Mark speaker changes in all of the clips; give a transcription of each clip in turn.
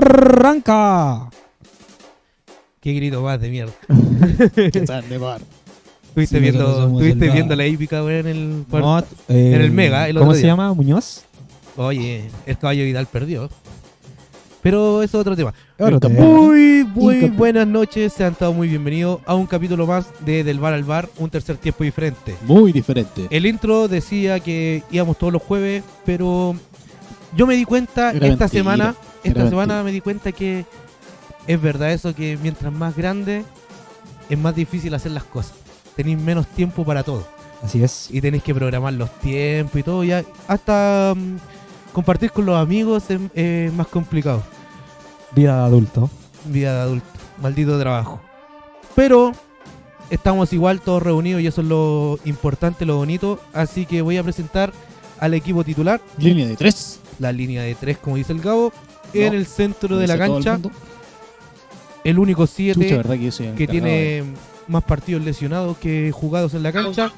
Speaker 1: ¡Arranca!
Speaker 2: Qué grito más de mierda.
Speaker 3: ¿Qué tal, de bar?
Speaker 1: Sí, nosotros
Speaker 2: Estuviste viendo,
Speaker 1: somos
Speaker 2: estuviste
Speaker 1: el
Speaker 2: viendo
Speaker 1: bar.
Speaker 2: la hípica, weón, en el cuarto.
Speaker 1: Mot, eh,
Speaker 2: en el Mega, el
Speaker 1: ¿Cómo
Speaker 2: otro
Speaker 1: se
Speaker 2: día.
Speaker 1: llama? ¿Muñoz?
Speaker 2: Oye, el caballo Vidal perdió. Pero eso es otro tema.
Speaker 1: Ahora
Speaker 3: El
Speaker 1: te-
Speaker 3: capullo.
Speaker 2: Muy, muy
Speaker 1: Incapaz.
Speaker 2: buenas noches. Sean todos muy bienvenidos a un capítulo más de Del Bar al Bar, un tercer tiempo diferente.
Speaker 3: Muy diferente.
Speaker 2: El intro decía que íbamos todos los jueves, pero yo me di cuenta
Speaker 3: Era
Speaker 2: esta
Speaker 3: mentira,
Speaker 2: semana, esta
Speaker 3: era
Speaker 2: semana
Speaker 3: mentira.
Speaker 2: me di cuenta que es verdad eso que mientras más grande es más difícil hacer las cosas. Tenéis menos tiempo para todo
Speaker 1: Así es.
Speaker 2: y tenéis que programar los tiempos y todo ya hasta mm, compartir con los amigos es, es más complicado.
Speaker 1: Vida de adulto.
Speaker 2: Vida de adulto, maldito trabajo. Pero estamos igual todos reunidos y eso es lo importante, lo bonito, así que voy a presentar al equipo titular
Speaker 3: Línea de tres.
Speaker 2: la línea de tres, como dice el Gabo, en
Speaker 3: No,
Speaker 2: el centro de la
Speaker 3: Dice todo el
Speaker 2: cancha,
Speaker 3: mundo.
Speaker 2: el, único
Speaker 3: Chucha,
Speaker 2: 7
Speaker 3: verdad que yo soy el
Speaker 2: que
Speaker 3: encargado de-
Speaker 2: tiene más partidos lesionados que jugados en la cancha.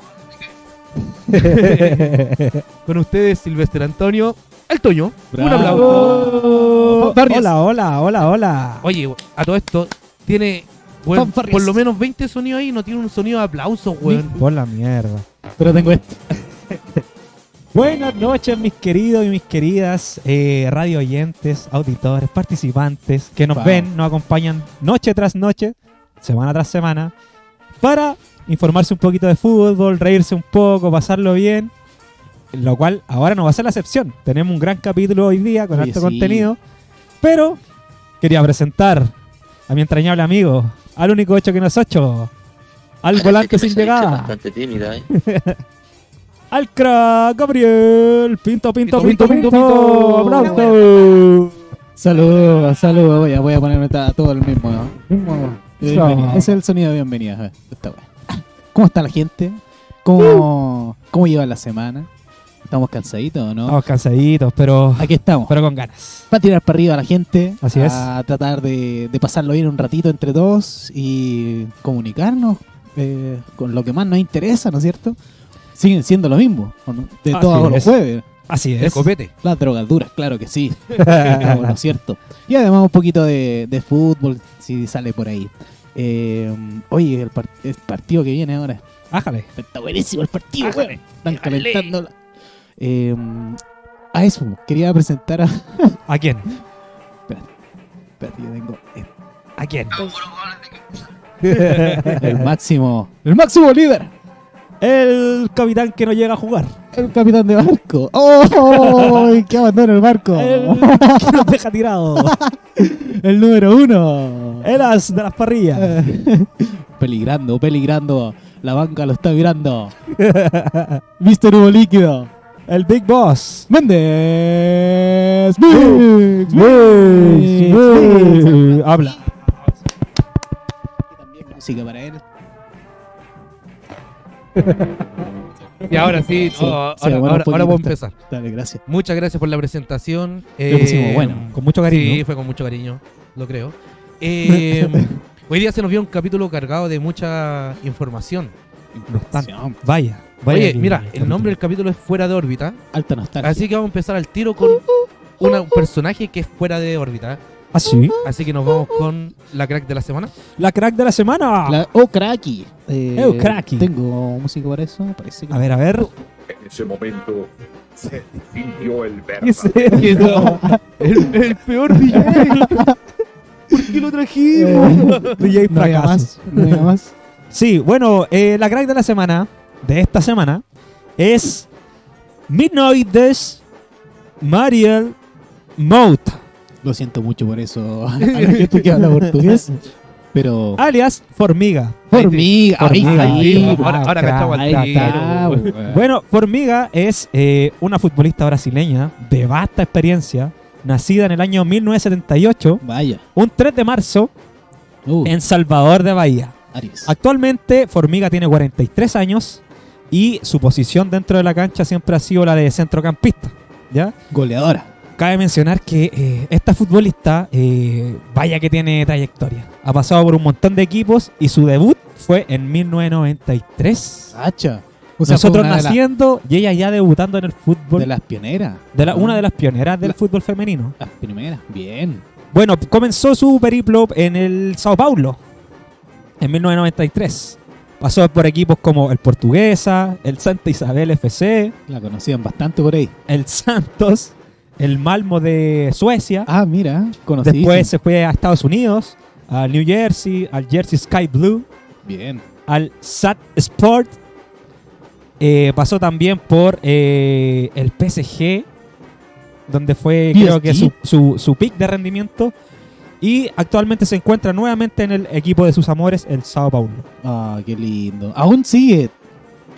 Speaker 2: Con ustedes, Silvestre Antonio, el Toño. Un
Speaker 3: Bravo.
Speaker 2: aplauso.
Speaker 1: Oh,
Speaker 3: Fanfarrias.
Speaker 1: hola, hola, hola, hola.
Speaker 2: Oye, a todo esto, tiene weón,
Speaker 3: Fanfarrias.
Speaker 2: por lo menos 20 sonidos ahí, no tiene un sonido de aplauso, weón.
Speaker 1: Por la mierda.
Speaker 3: Pero tengo este.
Speaker 1: Buenas noches, mis queridos y mis queridas eh, radio oyentes, auditores, participantes que nos
Speaker 3: Wow.
Speaker 1: ven, nos acompañan noche tras noche, semana tras semana, para informarse un poquito de fútbol, reírse un poco, pasarlo bien. Lo cual ahora no va a ser la excepción. Tenemos un gran capítulo hoy día con
Speaker 3: Oye,
Speaker 1: alto
Speaker 3: sí.
Speaker 1: contenido. Pero quería presentar a mi entrañable amigo, al único hecho que no es ocho, al
Speaker 4: Parece
Speaker 1: volante
Speaker 4: que
Speaker 1: sin
Speaker 4: me saliste
Speaker 1: llegada.
Speaker 4: bastante tímida, ¿eh?
Speaker 1: Al crack, Gabriel. Pinto, pinto, pinto, pinto,
Speaker 2: Pinto, pinto,
Speaker 1: pinto.
Speaker 2: pinto.
Speaker 1: Aplausos.
Speaker 3: Saludos, saludos. Voy a, voy a ponerme ta- todo el mismo. ¿no? De
Speaker 1: Chao.
Speaker 3: bienvenida. Ese es el sonido de bienvenida. a ver, esta wea. ¿Cómo está la gente? ¿Cómo, ¿Cómo lleva la semana? ¿Estamos cansaditos o no?
Speaker 2: Ah.
Speaker 1: Estamos cansaditos, pero,
Speaker 3: Aquí estamos.
Speaker 1: pero con ganas.
Speaker 3: Para tirar para arriba a la gente.
Speaker 1: Así es.
Speaker 3: A tratar de, de pasarlo bien un ratito entre todos y comunicarnos eh, con lo que más nos interesa, ¿no es cierto? Siguen siendo lo mismo, ¿o no? de
Speaker 1: Así
Speaker 3: todos
Speaker 1: es.
Speaker 3: los jueves.
Speaker 1: Así
Speaker 2: El
Speaker 1: es.
Speaker 2: copete.
Speaker 3: Las drogas duras, claro que sí. Claro, ¿no es cierto? Y además un poquito de, de fútbol, si sale por ahí. Eh, oye, el, par- el partido que viene ahora.
Speaker 1: Ájale.
Speaker 3: Está buenísimo el partido, weón. Están calentando. la- Eh, a eso, quería presentar a...
Speaker 1: ¿A quién?
Speaker 3: Espérate, yo tengo este.
Speaker 1: ¿A quién?
Speaker 3: El máximo. El máximo líder.
Speaker 1: El capitán que no llega a jugar.
Speaker 3: El capitán de barco. ¡Oh! ¡Qué abandono el barco!
Speaker 1: El
Speaker 3: El,
Speaker 1: que nos deja tirado.
Speaker 3: número uno.
Speaker 1: El as de las parrillas.
Speaker 3: Eh, peligrando, peligrando. La banca lo está mirando. Mister Hugo Líquido.
Speaker 1: El Big Boss.
Speaker 3: Méndez. Mix, Mix, Mix.
Speaker 1: Habla.
Speaker 3: Música para él.
Speaker 2: Y ahora sí,
Speaker 3: Sí,
Speaker 2: no, ahora,
Speaker 3: sí, bueno,
Speaker 2: ahora-
Speaker 3: un
Speaker 2: ahora
Speaker 3: poquito
Speaker 2: voy a
Speaker 3: está.
Speaker 2: empezar.
Speaker 3: Dale, gracias.
Speaker 2: Muchas gracias por la presentación.
Speaker 3: Le pusimos bueno.
Speaker 1: Con mucho
Speaker 2: Sí,
Speaker 1: cariño.
Speaker 2: fue con mucho cariño, lo creo. Eh, hoy día se nos vio un capítulo cargado de mucha información.
Speaker 1: Bastante. Vaya. vaya
Speaker 2: Oye,
Speaker 1: que-
Speaker 2: mira, el nombre del capítulo es Fuera de órbita,
Speaker 3: Alta nostalgia.
Speaker 2: así que vamos a empezar al tiro
Speaker 3: Uh,
Speaker 2: con una- un personaje que es fuera de órbita.
Speaker 1: Ah, sí.
Speaker 2: Así que nos vamos con la crack de la semana.
Speaker 1: La crack de la semana.
Speaker 3: La- oh, cracky. Eh,
Speaker 1: Oh, cracky.
Speaker 3: Tengo música para eso. Parece que
Speaker 1: A ver, a ver.
Speaker 5: En ese momento se sintió el
Speaker 1: ¿Qué es
Speaker 5: verdadero
Speaker 1: esto?
Speaker 2: El, peor DJ. ¿Por qué lo
Speaker 3: trajimos?
Speaker 1: Eh, DJ
Speaker 3: no había
Speaker 1: fracaso.
Speaker 3: más. No había más.
Speaker 1: Sí, bueno, eh, la crack de la semana, de esta semana, es Midnight Dash Mariel Mout,
Speaker 3: Lo siento mucho por eso. A la gente que habla portugués. Pero.
Speaker 1: alias Formiga.
Speaker 3: Formiga. Ahí
Speaker 1: Formiga.
Speaker 3: ahí,
Speaker 2: Ahora, ahora
Speaker 1: crack,
Speaker 2: cachamos al
Speaker 3: ahí está,
Speaker 2: tiro.
Speaker 3: weón.
Speaker 1: Bueno, Formiga es eh, una futbolista brasileña de vasta experiencia, nacida en el año 1978,
Speaker 3: Vaya.
Speaker 1: un 3 de marzo,
Speaker 3: Uh,
Speaker 1: en Salvador de Bahía.
Speaker 3: Aries.
Speaker 1: Actualmente Formiga tiene 43 años y su posición dentro de la cancha siempre ha sido la de centrocampista, ¿ya?
Speaker 3: Goleadora.
Speaker 1: Cabe mencionar que eh, esta futbolista, eh, vaya que tiene trayectoria. Ha pasado por un montón de equipos y su debut fue en 1993.
Speaker 3: Sacha. O sea, fue
Speaker 1: Nosotros
Speaker 3: una de la-
Speaker 1: naciendo y ella ya debutando en el
Speaker 3: De,
Speaker 1: fútbol.
Speaker 3: las pioneras.
Speaker 1: de la- una de las pioneras del
Speaker 3: La-
Speaker 1: fútbol femenino.
Speaker 3: Las primeras. Bien.
Speaker 1: Bueno, comenzó su periplo en el Sao Paulo en 1993. Pasó por equipos como el Portuguesa, el Santa Isabel FC,
Speaker 3: La conocían bastante por ahí.
Speaker 1: el Santos, el Malmo de Suecia.
Speaker 3: Ah, mira, conocí.
Speaker 1: Después se fue a Estados Unidos, a New Jersey, al Jersey Sky Blue,
Speaker 3: Bien.
Speaker 1: al SAT Sport. Eh, pasó también por eh, el PSG, donde fue creo que
Speaker 3: PSG.
Speaker 1: su, su, su pick de rendimiento. Y actualmente se encuentra nuevamente en el equipo de sus amores, el Sao Paulo.
Speaker 3: Ah, qué lindo. Aún sigue.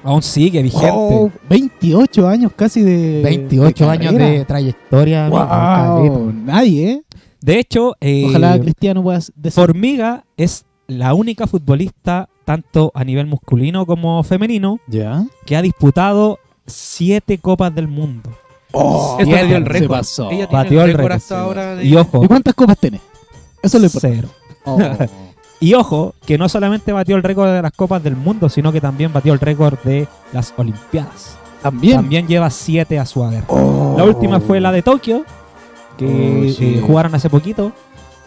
Speaker 1: Aún sigue vigente.
Speaker 3: Wow, 28 años casi de.
Speaker 4: 28 años
Speaker 3: Oh, carrera.
Speaker 4: de trayectoria.
Speaker 3: Wow,
Speaker 4: amigo, caleta.
Speaker 3: nadie, ¿eh?
Speaker 1: De hecho, eh,
Speaker 3: Ojalá Cristiano pueda decir.
Speaker 1: Formiga es la única futbolista, tanto a nivel masculino como femenino,
Speaker 3: Ya.
Speaker 1: que ha disputado siete copas del mundo.
Speaker 2: Esta
Speaker 3: Oh, Bien,
Speaker 2: dio el
Speaker 3: se
Speaker 2: récord.
Speaker 3: pasó.
Speaker 2: Ella tiene
Speaker 1: Batió
Speaker 2: el
Speaker 1: el
Speaker 2: récord
Speaker 1: récord.
Speaker 2: hasta
Speaker 1: sí.
Speaker 2: ahora de-
Speaker 1: Y ojo,
Speaker 3: ¿Y cuántas copas tiene? Eso le importa.
Speaker 1: cero.
Speaker 3: Oh.
Speaker 1: Y ojo, que no solamente batió el récord de las copas del mundo, sino que también batió el récord de las Olimpiadas.
Speaker 3: También.
Speaker 1: También lleva siete a su haber.
Speaker 3: Oh.
Speaker 1: La última fue la de Tokio, que
Speaker 3: Oh, sí.
Speaker 1: eh, jugaron hace poquito,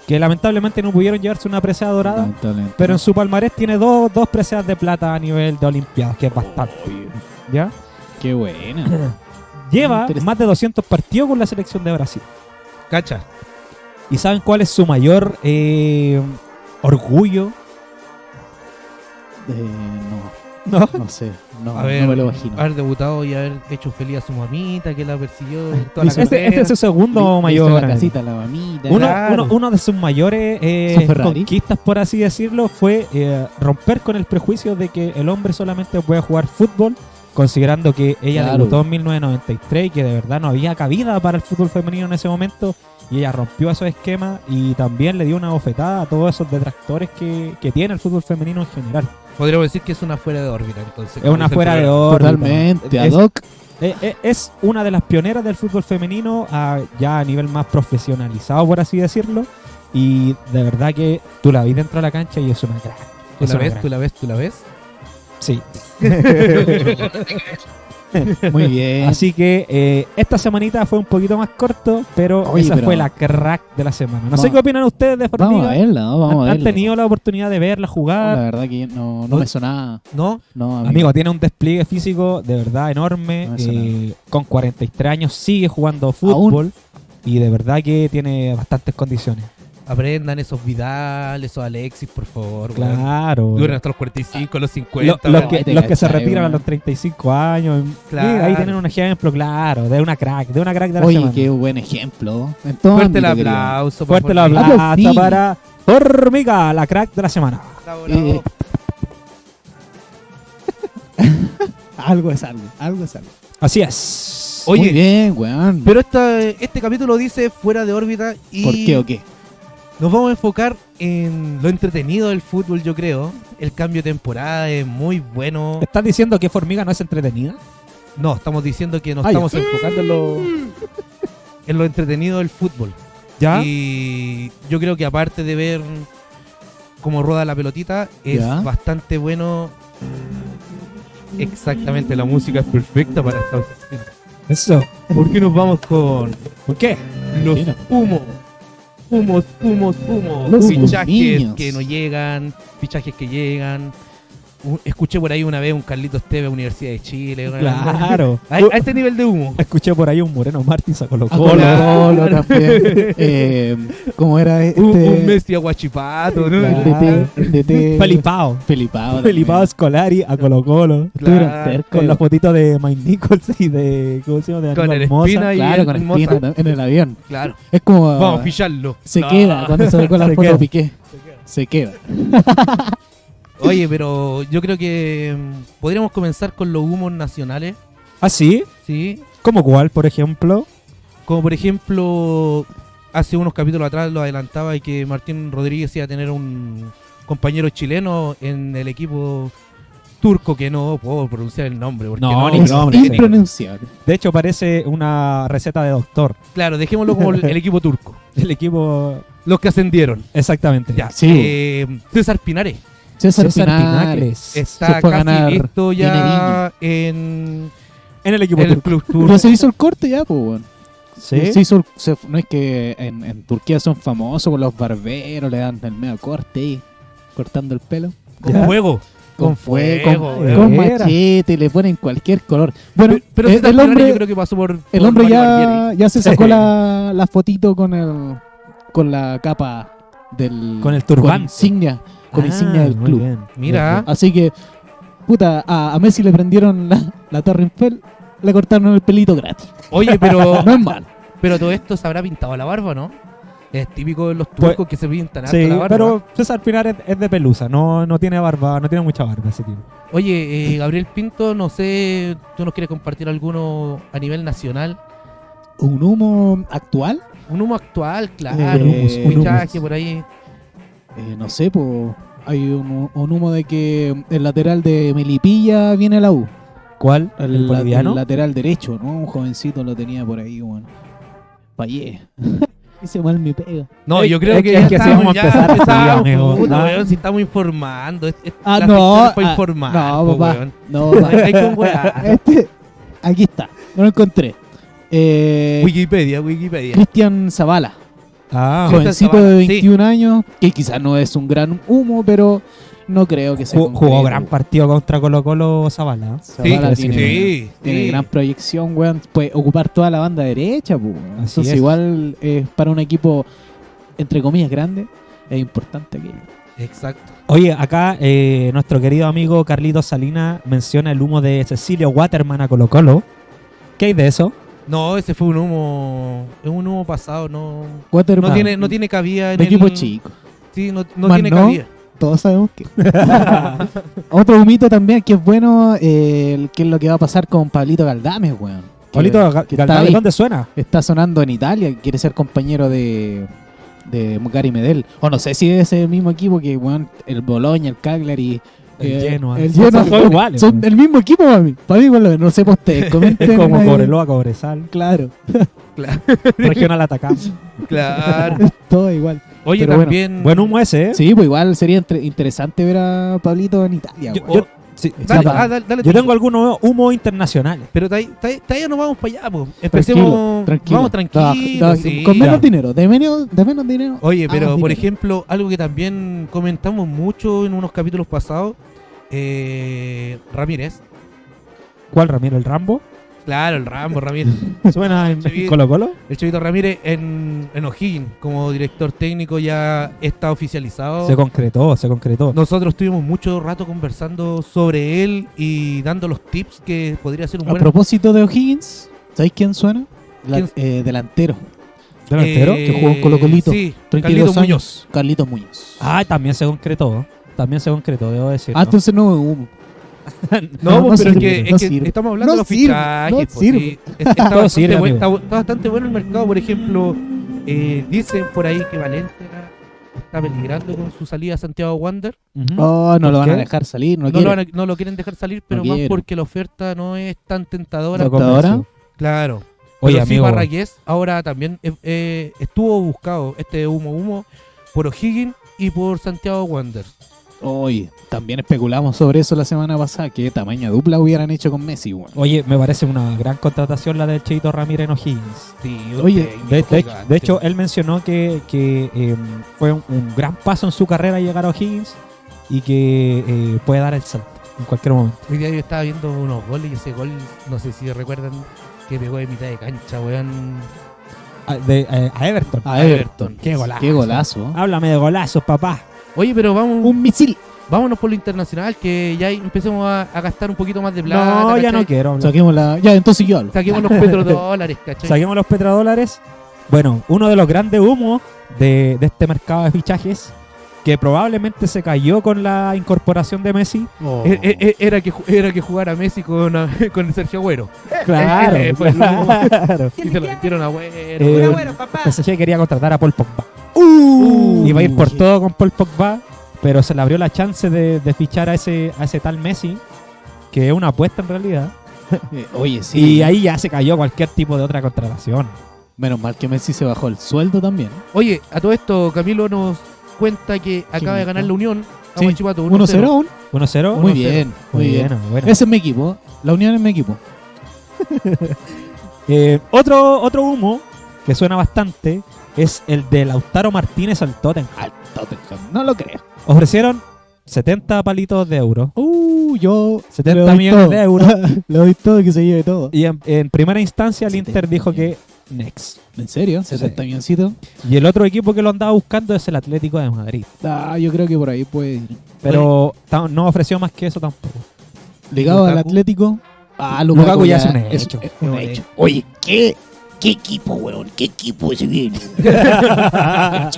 Speaker 1: que lamentablemente no pudieron llevarse una presea dorada.
Speaker 3: Lamentablemente.
Speaker 1: Pero en su palmarés tiene dos, dos preseas de plata a nivel de Olimpiadas, que es bastante. ¿ya?
Speaker 3: Qué buena.
Speaker 1: Lleva
Speaker 3: Interesante.
Speaker 1: más de 200 partidos con la selección de Brasil.
Speaker 2: Cacha.
Speaker 1: ¿Y saben cuál es su mayor eh, orgullo?
Speaker 3: Eh, no,
Speaker 1: ¿No?
Speaker 3: no sé. No,
Speaker 2: A ver,
Speaker 3: no me lo imagino.
Speaker 2: haber debutado y haber hecho feliz a su mamita que la persiguió toda la
Speaker 1: Ese, ese
Speaker 2: carrera.
Speaker 1: "Este, es su segundo
Speaker 3: Le- le hizo
Speaker 1: mayor.
Speaker 3: este La
Speaker 1: anhelo.
Speaker 3: casita, la mamita.
Speaker 1: Uno,
Speaker 2: Claro.
Speaker 1: uno- uno de sus mayores eh,
Speaker 3: Su Ferrari.
Speaker 1: conquistas, por así decirlo, fue eh, romper con el prejuicio de que el hombre solamente puede jugar fútbol, considerando que ella
Speaker 3: Claro.
Speaker 1: debutó en 1993 y que de verdad no había cabida para el fútbol femenino en ese momento. Y ella rompió esos esquemas y también le dio una bofetada a todos esos detractores que, que tiene el fútbol femenino en general.
Speaker 2: Podríamos decir que es una fuera de órbita, entonces.
Speaker 1: Es una fuera de órbita.
Speaker 3: Totalmente, ad
Speaker 1: Es-
Speaker 3: hoc.
Speaker 1: Eh, eh, es una de las pioneras del fútbol femenino a- ya a nivel más profesionalizado, por así decirlo. Y de verdad que tú la ves dentro de la cancha y es una crack.
Speaker 2: ¿Tú
Speaker 1: Es
Speaker 2: la
Speaker 1: una
Speaker 2: ves?
Speaker 1: crack.
Speaker 2: ¿Tú la ves? ¿Tú la ves?
Speaker 1: Sí.
Speaker 3: Muy bien.
Speaker 1: Así que eh, esta semanita fue un poquito más corto, pero
Speaker 3: Oye,
Speaker 1: esa
Speaker 3: pero-
Speaker 1: fue la crack de la semana. No sé
Speaker 3: Vamos-
Speaker 1: qué opinan ustedes de Formiga.
Speaker 3: Vamos a verla, ¿no? Vamos a
Speaker 1: ¿Han,
Speaker 3: verla.
Speaker 1: han tenido la oportunidad de verla
Speaker 3: No,
Speaker 1: jugar?
Speaker 3: la verdad que no, no me sonaba.
Speaker 2: ¿No?
Speaker 3: No, amigo.
Speaker 1: Amigo, tiene un despliegue físico de verdad enorme.
Speaker 3: No me suena.
Speaker 1: eh, con 43 años sigue jugando fútbol. Y de verdad que tiene bastantes condiciones.
Speaker 2: Aprendan esos Vidal, esos Alexis, por favor. weón.
Speaker 1: Claro.
Speaker 2: Duran hasta los 45, los
Speaker 1: Lo-
Speaker 2: 50.
Speaker 1: los
Speaker 2: weón.
Speaker 1: que,
Speaker 3: Ay, te
Speaker 1: los que se
Speaker 3: cachai,
Speaker 1: retiran a
Speaker 3: weón.
Speaker 1: los 35 años.
Speaker 2: Claro.
Speaker 1: Mira, ahí tienen un ejemplo, claro, de una crack, de una crack de la
Speaker 3: Oye,
Speaker 1: semana.
Speaker 3: qué buen ejemplo. En todo
Speaker 2: Fuerte el
Speaker 3: ámbito, querido.
Speaker 2: aplauso. por
Speaker 1: Fuerte la
Speaker 2: favor.
Speaker 3: Aplausos.
Speaker 1: plata para Hormiga, la crack de la semana.
Speaker 2: Bravo, bravo.
Speaker 3: Eh, Algo es algo, algo es algo.
Speaker 1: Así es.
Speaker 2: Oye.
Speaker 3: Muy bien, weón.
Speaker 2: Pero esta, este capítulo dice fuera de órbita y
Speaker 3: ¿Por qué o qué?
Speaker 2: nos vamos a enfocar en lo entretenido del fútbol, yo creo. El cambio de temporada es muy bueno.
Speaker 1: ¿estás diciendo que Formiga no es entretenida?
Speaker 2: No, estamos diciendo que nos
Speaker 1: Ah, ya.
Speaker 2: estamos enfocando en lo, en lo entretenido del fútbol.
Speaker 1: ¿Ya?
Speaker 2: Y yo creo que aparte de ver cómo rueda la pelotita, es
Speaker 3: Ya.
Speaker 2: bastante bueno. mm, Exactamente, la música es perfecta para esta.
Speaker 1: Eso.
Speaker 2: ¿Por qué nos vamos con
Speaker 1: ¿Por qué?
Speaker 2: los
Speaker 3: Mira.
Speaker 2: humos? Humos, humos, humos.
Speaker 3: Los
Speaker 2: fichajes
Speaker 3: humos.
Speaker 2: que no llegan, fichajes que llegan. U- Escuché por ahí una vez un Carlitos Tevez, Universidad de Chile.
Speaker 1: Claro.
Speaker 2: A, a este nivel de humo.
Speaker 1: Escuché por ahí un Moreno Martins a
Speaker 2: Ah,
Speaker 1: Colo
Speaker 3: A
Speaker 1: Colo.
Speaker 3: Colo Colo también. Eh, ¿Cómo era este?
Speaker 2: Un, un Messi aguachipato, ¿no? Este- Ah,
Speaker 3: Claro, DT, DT.
Speaker 1: Felipao.
Speaker 3: Felipao. también.
Speaker 1: Felipao Scolari a Colo Colo.
Speaker 3: Estuvieron
Speaker 2: Claro,
Speaker 3: cerca,
Speaker 1: Con
Speaker 3: yo.
Speaker 1: la fotito de Mike Nichols y de. ¿Cómo se llama? De
Speaker 2: Con
Speaker 1: Aníbal
Speaker 2: el
Speaker 1: Mosa.
Speaker 2: Espina y
Speaker 3: Claro,
Speaker 2: el
Speaker 3: con el
Speaker 2: Moza.
Speaker 3: pie en en el avión.
Speaker 2: Claro.
Speaker 3: Es como.
Speaker 2: Vamos a ficharlo.
Speaker 3: se
Speaker 2: No.
Speaker 3: queda cuando se sacó la
Speaker 1: Se
Speaker 3: foto
Speaker 1: queda.
Speaker 3: Piqué. Se queda.
Speaker 2: Oye, pero yo creo que mm, podríamos comenzar con los humos nacionales,
Speaker 1: ¿Ah, sí?
Speaker 2: ¿sí?
Speaker 1: ¿Como cuál, por ejemplo?
Speaker 2: Como por ejemplo, hace unos capítulos atrás lo adelantaba y que Martín Rodríguez iba a tener un compañero chileno en el equipo turco que no puedo pronunciar el nombre. Porque
Speaker 1: No,
Speaker 2: no,
Speaker 1: ni
Speaker 2: eh,
Speaker 3: Es
Speaker 1: broma,
Speaker 3: impronunciable.
Speaker 1: De hecho, parece una receta de doctor.
Speaker 2: Claro, dejémoslo como el, el equipo turco.
Speaker 1: El equipo.
Speaker 2: Los que ascendieron.
Speaker 1: Exactamente.
Speaker 2: Ya.
Speaker 3: Sí.
Speaker 2: Eh, César Pinares.
Speaker 3: César, eh.
Speaker 1: César
Speaker 3: Pinales.
Speaker 1: Pinacles.
Speaker 2: Está
Speaker 3: Se fue a ganar
Speaker 2: casi listo ya en,
Speaker 1: En el equipo
Speaker 2: el
Speaker 1: turco.
Speaker 2: club turco.
Speaker 3: Pero se hizo el corte ya, pues, weón.
Speaker 1: Sí.
Speaker 3: Se hizo- se- no es que en, en Turquía son famosos con los barberos, le dan el medio corte ahí, cortando el pelo.
Speaker 2: Con
Speaker 1: Ya.
Speaker 2: fuego.
Speaker 3: Con fuego, con-
Speaker 1: Eh,
Speaker 3: con
Speaker 1: era.
Speaker 3: machete, le ponen cualquier color. Bueno,
Speaker 2: Pero, pero
Speaker 3: eh,
Speaker 2: ese
Speaker 3: el
Speaker 2: Tampigara yo
Speaker 3: hombre,
Speaker 2: creo que pasó por.
Speaker 3: el
Speaker 2: por
Speaker 3: hombre
Speaker 2: Mario Barbieri.
Speaker 3: ya, ya se sacó
Speaker 1: Sí.
Speaker 3: la, la fotito con el con la capa del
Speaker 1: Con el
Speaker 3: con
Speaker 1: turbante.
Speaker 3: insignia, con
Speaker 1: Ah,
Speaker 3: insignia del
Speaker 1: muy
Speaker 3: club.
Speaker 1: bien.
Speaker 2: Mira.
Speaker 3: Así que, puta, a, a Messi le prendieron la, la Torre Eiffel, le cortaron el pelito gratis.
Speaker 2: Oye, pero,
Speaker 3: No es malo.
Speaker 2: pero todo esto se habrá pintado la barba, ¿no? Es típico de los
Speaker 1: Pues-
Speaker 2: turcos que se pintan harto
Speaker 1: Sí,
Speaker 2: la barba.
Speaker 1: pero César Pinar es, es de pelusa, no, no tiene barba, no tiene mucha barba ese tipo.
Speaker 2: Oye, eh, Gabriel Pinto, no sé, ¿tú nos quieres compartir alguno a nivel nacional?
Speaker 3: ¿Un humo actual?
Speaker 2: Un humo actual,
Speaker 3: Eh,
Speaker 2: claro, un
Speaker 3: un humo.
Speaker 2: fichaje por ahí.
Speaker 3: Eh, no sé, po, hay un, un humo de que el lateral de Melipilla viene a la U.
Speaker 1: ¿Cuál?
Speaker 3: El,
Speaker 1: El,
Speaker 3: la-
Speaker 1: boliviano.
Speaker 3: el lateral derecho, ¿no? Un jovencito lo tenía por ahí, bueno. Payé. Ese mal me pega.
Speaker 2: No,
Speaker 1: Es-
Speaker 2: yo creo
Speaker 1: es
Speaker 2: que,
Speaker 1: que-
Speaker 2: ya
Speaker 1: es que así
Speaker 2: estamos,
Speaker 1: vamos a
Speaker 2: ya
Speaker 1: empezar,
Speaker 2: empezamos,
Speaker 1: sí, amigo.
Speaker 2: puta,
Speaker 1: No.
Speaker 2: weón, si estamos informando. es- es-
Speaker 3: Ah,
Speaker 2: la
Speaker 3: no,
Speaker 2: sección es para
Speaker 3: ah,
Speaker 2: informar,
Speaker 3: no,
Speaker 2: po,
Speaker 3: papá.
Speaker 2: weón.
Speaker 3: No,
Speaker 2: No
Speaker 3: va.
Speaker 2: hay con weá.
Speaker 3: Este, aquí está. No lo encontré. Eh,
Speaker 2: Wikipedia, Wikipedia.
Speaker 3: Cristian Zavala.
Speaker 1: Ah,
Speaker 2: Cristian
Speaker 3: jovencito
Speaker 2: Zavala,
Speaker 3: de
Speaker 2: sí.
Speaker 3: 21 años, que quizás no es un gran humo, pero no creo que sea.
Speaker 1: ju- jugó gran partido contra Colo Colo Zavala.
Speaker 2: Sí,
Speaker 3: Zavala
Speaker 2: sí,
Speaker 3: tiene-
Speaker 2: sí.
Speaker 3: Tiene gran proyección, weón. Puede ocupar toda la banda derecha, pues. weón.
Speaker 1: Así
Speaker 3: Entonces,
Speaker 1: es.
Speaker 3: igual eh, para un equipo, entre comillas, grande, es importante que.
Speaker 2: Exacto.
Speaker 1: Oye, acá eh, nuestro querido amigo Carlito Salina menciona el humo de Cecilio Waterman a Colo Colo. ¿Qué hay de eso?
Speaker 2: No, ese fue un humo. Es un humo pasado, no.
Speaker 3: Waterman,
Speaker 2: No tiene, no tiene cabida en
Speaker 3: un Ah, equipo
Speaker 2: el-
Speaker 3: chico.
Speaker 2: Sí, no, no
Speaker 3: Más
Speaker 2: tiene
Speaker 3: no.
Speaker 2: cabida.
Speaker 3: Todos sabemos que. Otro humito también que es bueno, eh, el- que es lo que va a pasar con Pablito Galdames, weón. Que-
Speaker 1: Pablito Ga-
Speaker 3: que está
Speaker 1: Galdames,
Speaker 3: ahí.
Speaker 1: ¿dónde suena?
Speaker 3: está sonando en Italia, que quiere ser compañero de, de Gary Medel. O no sé si es el mismo equipo que weón, el Bologna, el Cagliari.
Speaker 1: El
Speaker 3: eh,
Speaker 1: Genoa.
Speaker 3: el
Speaker 1: Son-
Speaker 3: Genoa.
Speaker 1: son iguales,
Speaker 3: Son
Speaker 1: weón.
Speaker 3: el mismo equipo para mí. Para mí, bueno, no sé por ustedes. Comenten
Speaker 1: Es como
Speaker 3: ahí.
Speaker 1: Cobreloa, Cobresal,
Speaker 3: Claro,
Speaker 1: Regional Atacama.
Speaker 2: Claro.
Speaker 3: todo igual.
Speaker 2: Oye,
Speaker 3: Pero bueno,
Speaker 2: también.
Speaker 1: Buen humo ese, ¿eh?
Speaker 3: Sí, pues igual sería entre- interesante ver a Pablito en Italia.
Speaker 1: Yo,
Speaker 3: weón.
Speaker 1: yo- sí,
Speaker 2: Oh, Dale,
Speaker 1: Zavala.
Speaker 2: ah, dale, dale
Speaker 1: Yo
Speaker 2: tú.
Speaker 1: tengo algunos humos internacionales.
Speaker 2: Pero todavía todavía- todavía no vamos para allá, po.
Speaker 1: oh,
Speaker 2: Empecemos. Vamos tranquilos.
Speaker 3: Trabaja- trabaja-
Speaker 2: sí.
Speaker 3: Con menos
Speaker 1: Ya.
Speaker 3: dinero, de menos, de menos dinero.
Speaker 2: Oye, pero
Speaker 3: Ah,
Speaker 2: por
Speaker 3: dinero.
Speaker 2: ejemplo, algo que también comentamos mucho en unos capítulos pasados, eh, Ramírez.
Speaker 1: ¿Cuál, Ramiro? ¿El Rambo?
Speaker 2: Claro, el Rambo Ramírez.
Speaker 1: ¿Suena en
Speaker 2: Sí.
Speaker 1: Colo Colo?
Speaker 2: El Chavito Ramírez en, en O'Higgins como director técnico ya está oficializado.
Speaker 1: Se concretó, se concretó.
Speaker 2: Nosotros estuvimos mucho rato conversando sobre él y dando los tips que podría ser un
Speaker 3: A
Speaker 2: buen...
Speaker 3: propósito de O'Higgins, ¿sabéis quién suena? La-
Speaker 2: ¿Quién?
Speaker 3: eh, delantero,
Speaker 1: ¿Delantero?
Speaker 2: Eh,
Speaker 3: que jugó en Colo Colito.
Speaker 2: Sí,
Speaker 3: 32
Speaker 2: Carlitos
Speaker 3: años.
Speaker 2: Muñoz.
Speaker 3: Carlitos Muñoz.
Speaker 1: Ah, también se concretó. También se concretó, debo decir.
Speaker 3: Ah, entonces no es humo.
Speaker 2: No,
Speaker 3: No,
Speaker 2: pues, pero es
Speaker 3: no sirve,
Speaker 2: que,
Speaker 3: no
Speaker 2: es que
Speaker 3: sirve.
Speaker 2: estamos hablando
Speaker 3: No
Speaker 2: de los
Speaker 3: sirve,
Speaker 2: fichajes.
Speaker 3: no
Speaker 2: pues,
Speaker 3: sirve.
Speaker 2: sí. Es- está,
Speaker 1: Todo
Speaker 2: bastante
Speaker 1: sirve,
Speaker 2: bueno,
Speaker 1: amigo.
Speaker 2: está- está bastante bueno el mercado. Por ejemplo, eh, dicen por ahí que Valencia está peligrando con su salida a Santiago Wander.
Speaker 1: Ujú.
Speaker 3: Oh, no
Speaker 1: ¿Por
Speaker 3: lo van a
Speaker 1: qué?
Speaker 3: dejar salir, no,
Speaker 2: No,
Speaker 3: quieren.
Speaker 2: lo, van a- no lo quieren dejar salir, pero más
Speaker 3: quieren.
Speaker 2: porque la oferta no es tan tentadora.
Speaker 1: Lo
Speaker 3: hasta ahora.
Speaker 1: convenció.
Speaker 2: Claro.
Speaker 1: Oye,
Speaker 2: Pero sí,
Speaker 1: amigo.
Speaker 2: Barraqués ahora también eh, eh, estuvo buscado este humo humo por O'Higgins y por Santiago Wander.
Speaker 3: Oye, también especulamos sobre eso la semana pasada, que tamaña dupla hubieran hecho con Messi, weón.
Speaker 2: Oh,
Speaker 1: Oye, me parece una gran contratación la del Cheito Ramírez en O'Higgins.
Speaker 2: Sí,
Speaker 3: Oye,
Speaker 2: un
Speaker 1: De, de-
Speaker 2: gigante.
Speaker 1: de hecho, eh, él mencionó que, que, eh, fue un, un gran paso en su carrera llegar a O'Higgins y que eh, puede dar el salto en cualquier momento.
Speaker 2: Hoy día yo estaba viendo unos goles y ese gol, no sé si recuerdan, que pegó de mitad de cancha, weón.
Speaker 1: A, de- eh, a Everton.
Speaker 3: A Everton.
Speaker 1: Qué golazo.
Speaker 3: Qué golazo.
Speaker 2: Ah,
Speaker 3: Ah,
Speaker 1: Háblame de golazos, papá.
Speaker 2: Oye, pero vamos,
Speaker 3: Un misil.
Speaker 2: vámonos por lo internacional, que ya ahí empecemos a, a gastar un poquito más de plata.
Speaker 1: No, ya no
Speaker 2: ¿cachai?
Speaker 1: quiero. hablar.
Speaker 3: Saquemos la. Ya, entonces yo hablo.
Speaker 2: Saquemos los petrodólares, ¿cachai?
Speaker 1: Saquemos los petrodólares. Bueno, uno de los grandes humos de, de este mercado de fichajes que probablemente se cayó con la incorporación de Messi.
Speaker 2: Eh, eh, eh, era, que, ju- era que jugara Messi con, con Sergio Agüero.
Speaker 1: Claro,
Speaker 2: Eh, fue el humo.
Speaker 1: claro.
Speaker 2: Y se lo metieron a Agüero.
Speaker 1: Eh,
Speaker 2: weón.
Speaker 1: PSG quería contratar a Paul Pogba.
Speaker 3: Uh,
Speaker 1: Iba a ir por todo con Paul Pogba, pero se le abrió la chance de, de fichar a ese, a ese tal Messi, que es una apuesta en realidad.
Speaker 3: Eh, Oye, sí.
Speaker 1: Y ahí ya se cayó cualquier tipo de otra contratación.
Speaker 3: Menos mal que Messi se bajó el sueldo también.
Speaker 2: Oye, a todo esto, Camilo nos cuenta que acaba de
Speaker 3: bonito.
Speaker 2: ganar la Unión. a
Speaker 1: Sí,
Speaker 2: Huachipato,
Speaker 3: 1-0 aún.
Speaker 1: 1-0.
Speaker 3: Muy bien, muy bien.
Speaker 1: bueno, bueno.
Speaker 3: Ese es mi equipo. La unión es mi equipo.
Speaker 1: Eh, otro, otro humo que suena bastante es el de Lautaro Martínez al Tottenham.
Speaker 3: Al Tottenham, no lo creo.
Speaker 1: Ofrecieron 70 palitos de euros.
Speaker 3: Uh, yo.
Speaker 1: 70
Speaker 3: le doy
Speaker 1: millones
Speaker 3: todo.
Speaker 1: de euros.
Speaker 3: le doy todo que se lleve todo.
Speaker 1: Y en, en primera instancia el Inter
Speaker 3: 70
Speaker 1: dijo que next.
Speaker 3: ¿En serio? ¿70 milloncitos?
Speaker 1: Y el otro equipo que lo andaba buscando es el Atlético de Madrid.
Speaker 3: Ah, yo creo que por ahí puede ir.
Speaker 1: Pero ta- no ofreció más que eso tampoco.
Speaker 3: Ligado al
Speaker 2: Lukaku.
Speaker 3: Atlético. Ah,
Speaker 1: Lukaku ya es un hecho.
Speaker 3: es un hecho.
Speaker 6: Oye, ¿qué? ¿Qué equipo, weón? ¿Qué equipo ese viene?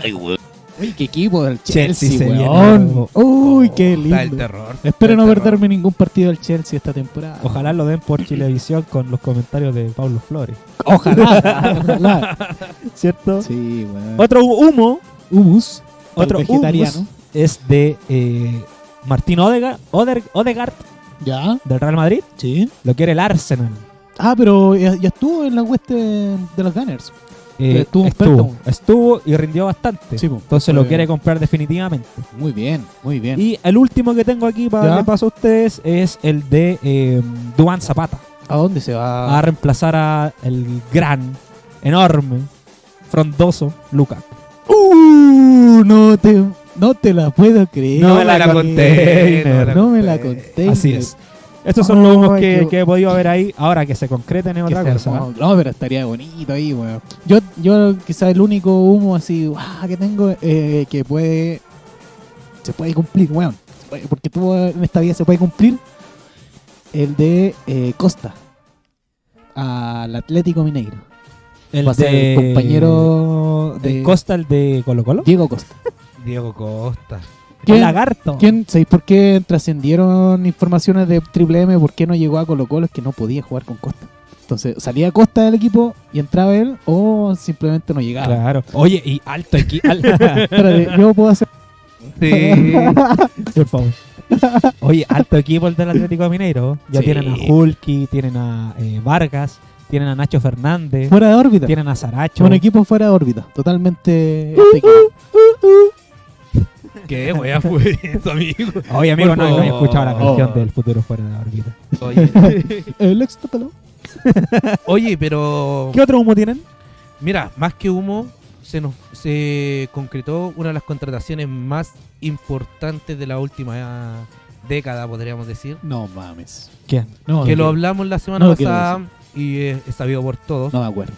Speaker 6: Ay, weón.
Speaker 3: Uy, qué equipo del
Speaker 1: Chelsea
Speaker 3: Chelsea,
Speaker 1: se viene,
Speaker 3: weón.
Speaker 1: loco.
Speaker 3: Uy, qué
Speaker 2: Oh, Está el
Speaker 3: lindo.
Speaker 2: terror.
Speaker 3: Espero no
Speaker 2: Está el terror.
Speaker 3: perderme ningún partido del Chelsea esta temporada.
Speaker 1: Ojalá lo den por Chilevisión con los comentarios de Pablo Flores.
Speaker 3: Ojalá. ojalá.
Speaker 1: ¿Cierto?
Speaker 3: Sí, weón.
Speaker 1: Otro humo
Speaker 3: Humus. para
Speaker 1: Otro
Speaker 3: el vegetariano.
Speaker 1: es de eh, Martín Odegaard, Oder- Odegaard
Speaker 3: Ya.
Speaker 1: del Real Madrid.
Speaker 3: Sí.
Speaker 1: Lo quiere el Arsenal.
Speaker 3: Ah, pero ya, ya estuvo en la hueste de los Gunners.
Speaker 1: Eh,
Speaker 3: Estuvo un
Speaker 1: estuvo,
Speaker 3: préstamo.
Speaker 1: estuvo y rindió bastante.
Speaker 3: Sí, po.
Speaker 1: Entonces lo
Speaker 3: Fue-
Speaker 1: quiere comprar definitivamente.
Speaker 3: Muy bien, muy bien.
Speaker 1: Y el último que tengo aquí para
Speaker 3: Ya.
Speaker 1: darle paso a ustedes es el de eh, Duan Zapata.
Speaker 3: ¿A dónde se va?
Speaker 1: A reemplazar a el gran, enorme, frondoso Lucas.
Speaker 3: Uh, no te, no te la puedo creer.
Speaker 1: No me la conté,
Speaker 2: no me la
Speaker 3: No me la
Speaker 2: conté.
Speaker 3: conté.
Speaker 1: Así es. Estos son los
Speaker 3: Ay,
Speaker 1: humos que,
Speaker 3: qué-
Speaker 1: que he podido ver ahí. Ahora que se concreten es
Speaker 3: Qué
Speaker 1: otra cosa. ¿eh?
Speaker 3: hermoso. No, pero estaría bonito ahí, weón. Yo, yo quizás el único humo así guau, que tengo eh, que puede. Se puede cumplir, weón. Se puede- Porque tú en esta vida se puede cumplir. El de eh, Costa. Al Atlético Mineiro.
Speaker 1: El
Speaker 3: Va a ser el compañero de
Speaker 1: de Costa, el de Colo Colo.
Speaker 3: Diego Costa.
Speaker 2: Diego Costa.
Speaker 1: El
Speaker 3: ¿Quién-
Speaker 1: lagarto.
Speaker 3: ¿Quién, ¿Sabéis por qué trascendieron informaciones de Triple M? ¿Por qué no llegó a Colo Colo? Es que no podía jugar con Costa. Entonces, salía Costa del equipo y entraba él o simplemente no llegaba.
Speaker 1: Claro. Ah. Oye, y alto aquí. al-
Speaker 3: Espérate, yo puedo hacer...
Speaker 2: Sí.
Speaker 1: Por favor. Oye, alto equipo el del Atlético Mineiro. Ya
Speaker 3: Sí.
Speaker 1: tienen a Hulky, tienen a eh, Vargas, tienen a Nacho Fernández,
Speaker 3: Fuera de órbita.
Speaker 1: tienen a Saracho.
Speaker 3: Un equipo fuera de órbita. Totalmente...
Speaker 2: Uh-huh.
Speaker 3: este equipo.
Speaker 2: ¿Qué wea fue eso, amigo?
Speaker 1: Oye, amigo, no, no he escuchado la
Speaker 2: Oh.
Speaker 1: canción del futuro fuera de órbita.
Speaker 2: Oye,
Speaker 3: El ex catalán.
Speaker 2: oye, pero
Speaker 1: ¿Qué otro humo tienen?
Speaker 2: mira, más que humo, se nos se concretó una de las contrataciones más importantes de la última eh, década, podríamos decir.
Speaker 3: No mames.
Speaker 1: ¿Quién?
Speaker 3: No,
Speaker 2: que
Speaker 3: no,
Speaker 2: lo
Speaker 3: quiero-
Speaker 2: hablamos la semana
Speaker 3: no lo quiero
Speaker 2: pasada y eh, es sabido por todos.
Speaker 3: no me acuerdo.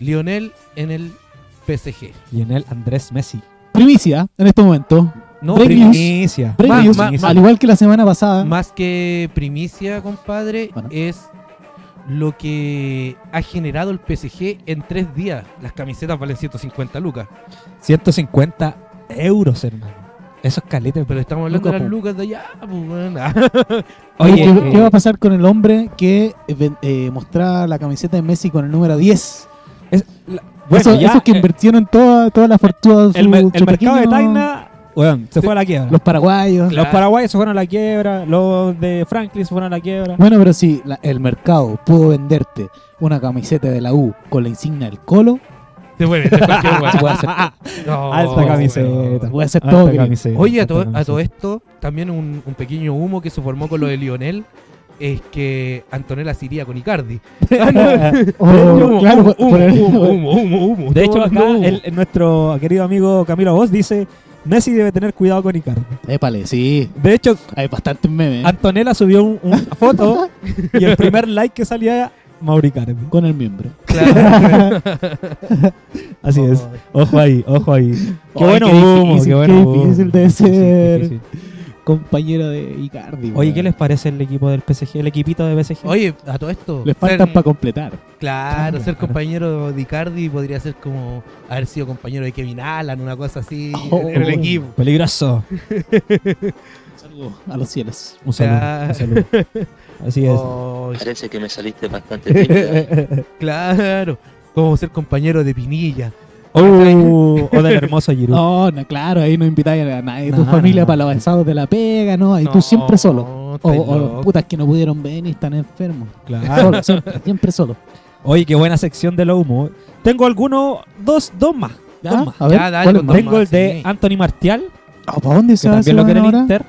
Speaker 2: Lionel en el PSG.
Speaker 1: Lionel Andrés Messi.
Speaker 3: Primicia, en este momento.
Speaker 2: No,
Speaker 3: Breaking
Speaker 2: primi-
Speaker 3: news.
Speaker 1: Primicia.
Speaker 3: Breaking
Speaker 2: Ma-
Speaker 3: news,
Speaker 2: ma-
Speaker 3: al igual que la semana pasada.
Speaker 2: más que primicia, compadre,
Speaker 3: Bueno.
Speaker 2: es lo que ha generado el PSG en tres días. Las camisetas valen 150 lucas.
Speaker 1: 150 euros, hermano. Eso es caleta.
Speaker 2: Pero estamos hablando
Speaker 3: Lucas,
Speaker 2: de las
Speaker 3: po.
Speaker 2: lucas de allá, pues, weón. Ah.
Speaker 3: Oye,
Speaker 1: Oye,
Speaker 3: ¿qué,
Speaker 1: eh,
Speaker 3: qué va a pasar con el hombre que eh, ven- eh, mostraba la camiseta de Messi con el número 10?
Speaker 1: bueno,
Speaker 3: Eso-
Speaker 1: ya,
Speaker 3: esos que
Speaker 1: eh,
Speaker 3: invirtieron toda, toda la fortuna de su,
Speaker 1: el, mer- el
Speaker 3: su
Speaker 1: mercado de
Speaker 3: pequeño-
Speaker 1: Taina, weón, se fue a la quiebra.
Speaker 3: Los paraguayos.
Speaker 1: Los paraguayos se fueron a la quiebra, los de Franklin se fueron a la quiebra.
Speaker 3: Bueno, pero si la- el mercado pudo venderte una camiseta de la U con la insignia del colo,
Speaker 2: Se vuelve, se cualquier weá.
Speaker 3: se puede hacer,
Speaker 2: No,
Speaker 1: Alta
Speaker 2: weón.
Speaker 1: camiseta.
Speaker 3: se puede Oh, hacer
Speaker 1: Alta
Speaker 3: todo. querido.
Speaker 1: camiseta,
Speaker 2: Oye, a
Speaker 1: alta
Speaker 2: todo, a
Speaker 1: camiseta.
Speaker 2: todo esto, también un, un pequeño humo que se formó con lo de Lionel es que Antonella se iría con Icardi. Ah, no.
Speaker 3: Oh,
Speaker 2: Humo,
Speaker 3: claro,
Speaker 2: humo,
Speaker 3: por- por el-
Speaker 2: humo, humo, humo, humo.
Speaker 1: De hecho,
Speaker 2: Todo
Speaker 1: acá
Speaker 2: humo.
Speaker 1: el- nuestro querido amigo Camilo Vos dice: Messi debe tener cuidado con Icardi.
Speaker 3: Épale, sí.
Speaker 1: De hecho,
Speaker 3: Hay bastantes memes.
Speaker 1: Antonella subió un- una foto y el primer like que salía Mauricardi.
Speaker 3: Con el miembro.
Speaker 2: Claro.
Speaker 1: Así es. Ojo ahí, ojo ahí. Qué
Speaker 3: Ay,
Speaker 1: bueno
Speaker 3: qué
Speaker 1: humo,
Speaker 3: difícil,
Speaker 1: qué bueno
Speaker 3: qué
Speaker 1: humo.
Speaker 3: difícil debe
Speaker 1: Difícil,
Speaker 3: ser.
Speaker 1: difícil.
Speaker 3: Compañero de Icardi.
Speaker 1: Oye, ¿qué
Speaker 3: weón.
Speaker 1: les parece el equipo del PSG, el equipito de PSG?
Speaker 2: Oye, a todo esto. ser-
Speaker 3: les faltan para completar?
Speaker 2: Claro, ser
Speaker 1: Claro.
Speaker 2: compañero de Icardi podría ser como haber sido compañero de Kevin Allen, una cosa así,
Speaker 3: Oh.
Speaker 2: en el equipo.
Speaker 1: peligroso.
Speaker 3: Saludos a los cielos.
Speaker 1: Un saludo,
Speaker 2: Ya.
Speaker 1: un saludo. Así es.
Speaker 2: Oh,
Speaker 6: Parece que me saliste bastante tímido.
Speaker 7: ¿eh?
Speaker 2: claro, como ser compañero de Pinilla.
Speaker 1: Oh, o del hermoso Giroud.
Speaker 3: Oh, No, no, claro, ahí no invitáis a nadie de tu
Speaker 1: No, no,
Speaker 3: familia
Speaker 1: no.
Speaker 3: para los avanzados de la pega, ¿no? Ahí
Speaker 2: No,
Speaker 3: tú siempre solo. oh, O,
Speaker 2: estáis
Speaker 3: o
Speaker 2: loco.
Speaker 3: los putas que no pudieron venir están enfermos.
Speaker 1: Claro.
Speaker 3: Solo, siempre, siempre solo.
Speaker 1: Oye, qué buena sección de lo humo. Tengo algunos, dos, dos más.
Speaker 3: ¿Ya?
Speaker 1: Dos más.
Speaker 3: Ah, A ver,
Speaker 2: Ya, dale,
Speaker 3: ¿cuál es
Speaker 2: con
Speaker 3: más?
Speaker 2: dos
Speaker 1: Tengo el
Speaker 2: más,
Speaker 1: de
Speaker 2: sí.
Speaker 1: Anthony Martial,
Speaker 3: Ah, ¿Para dónde
Speaker 1: que
Speaker 3: se va a
Speaker 1: también lo quiere el
Speaker 3: ahora?
Speaker 1: Inter.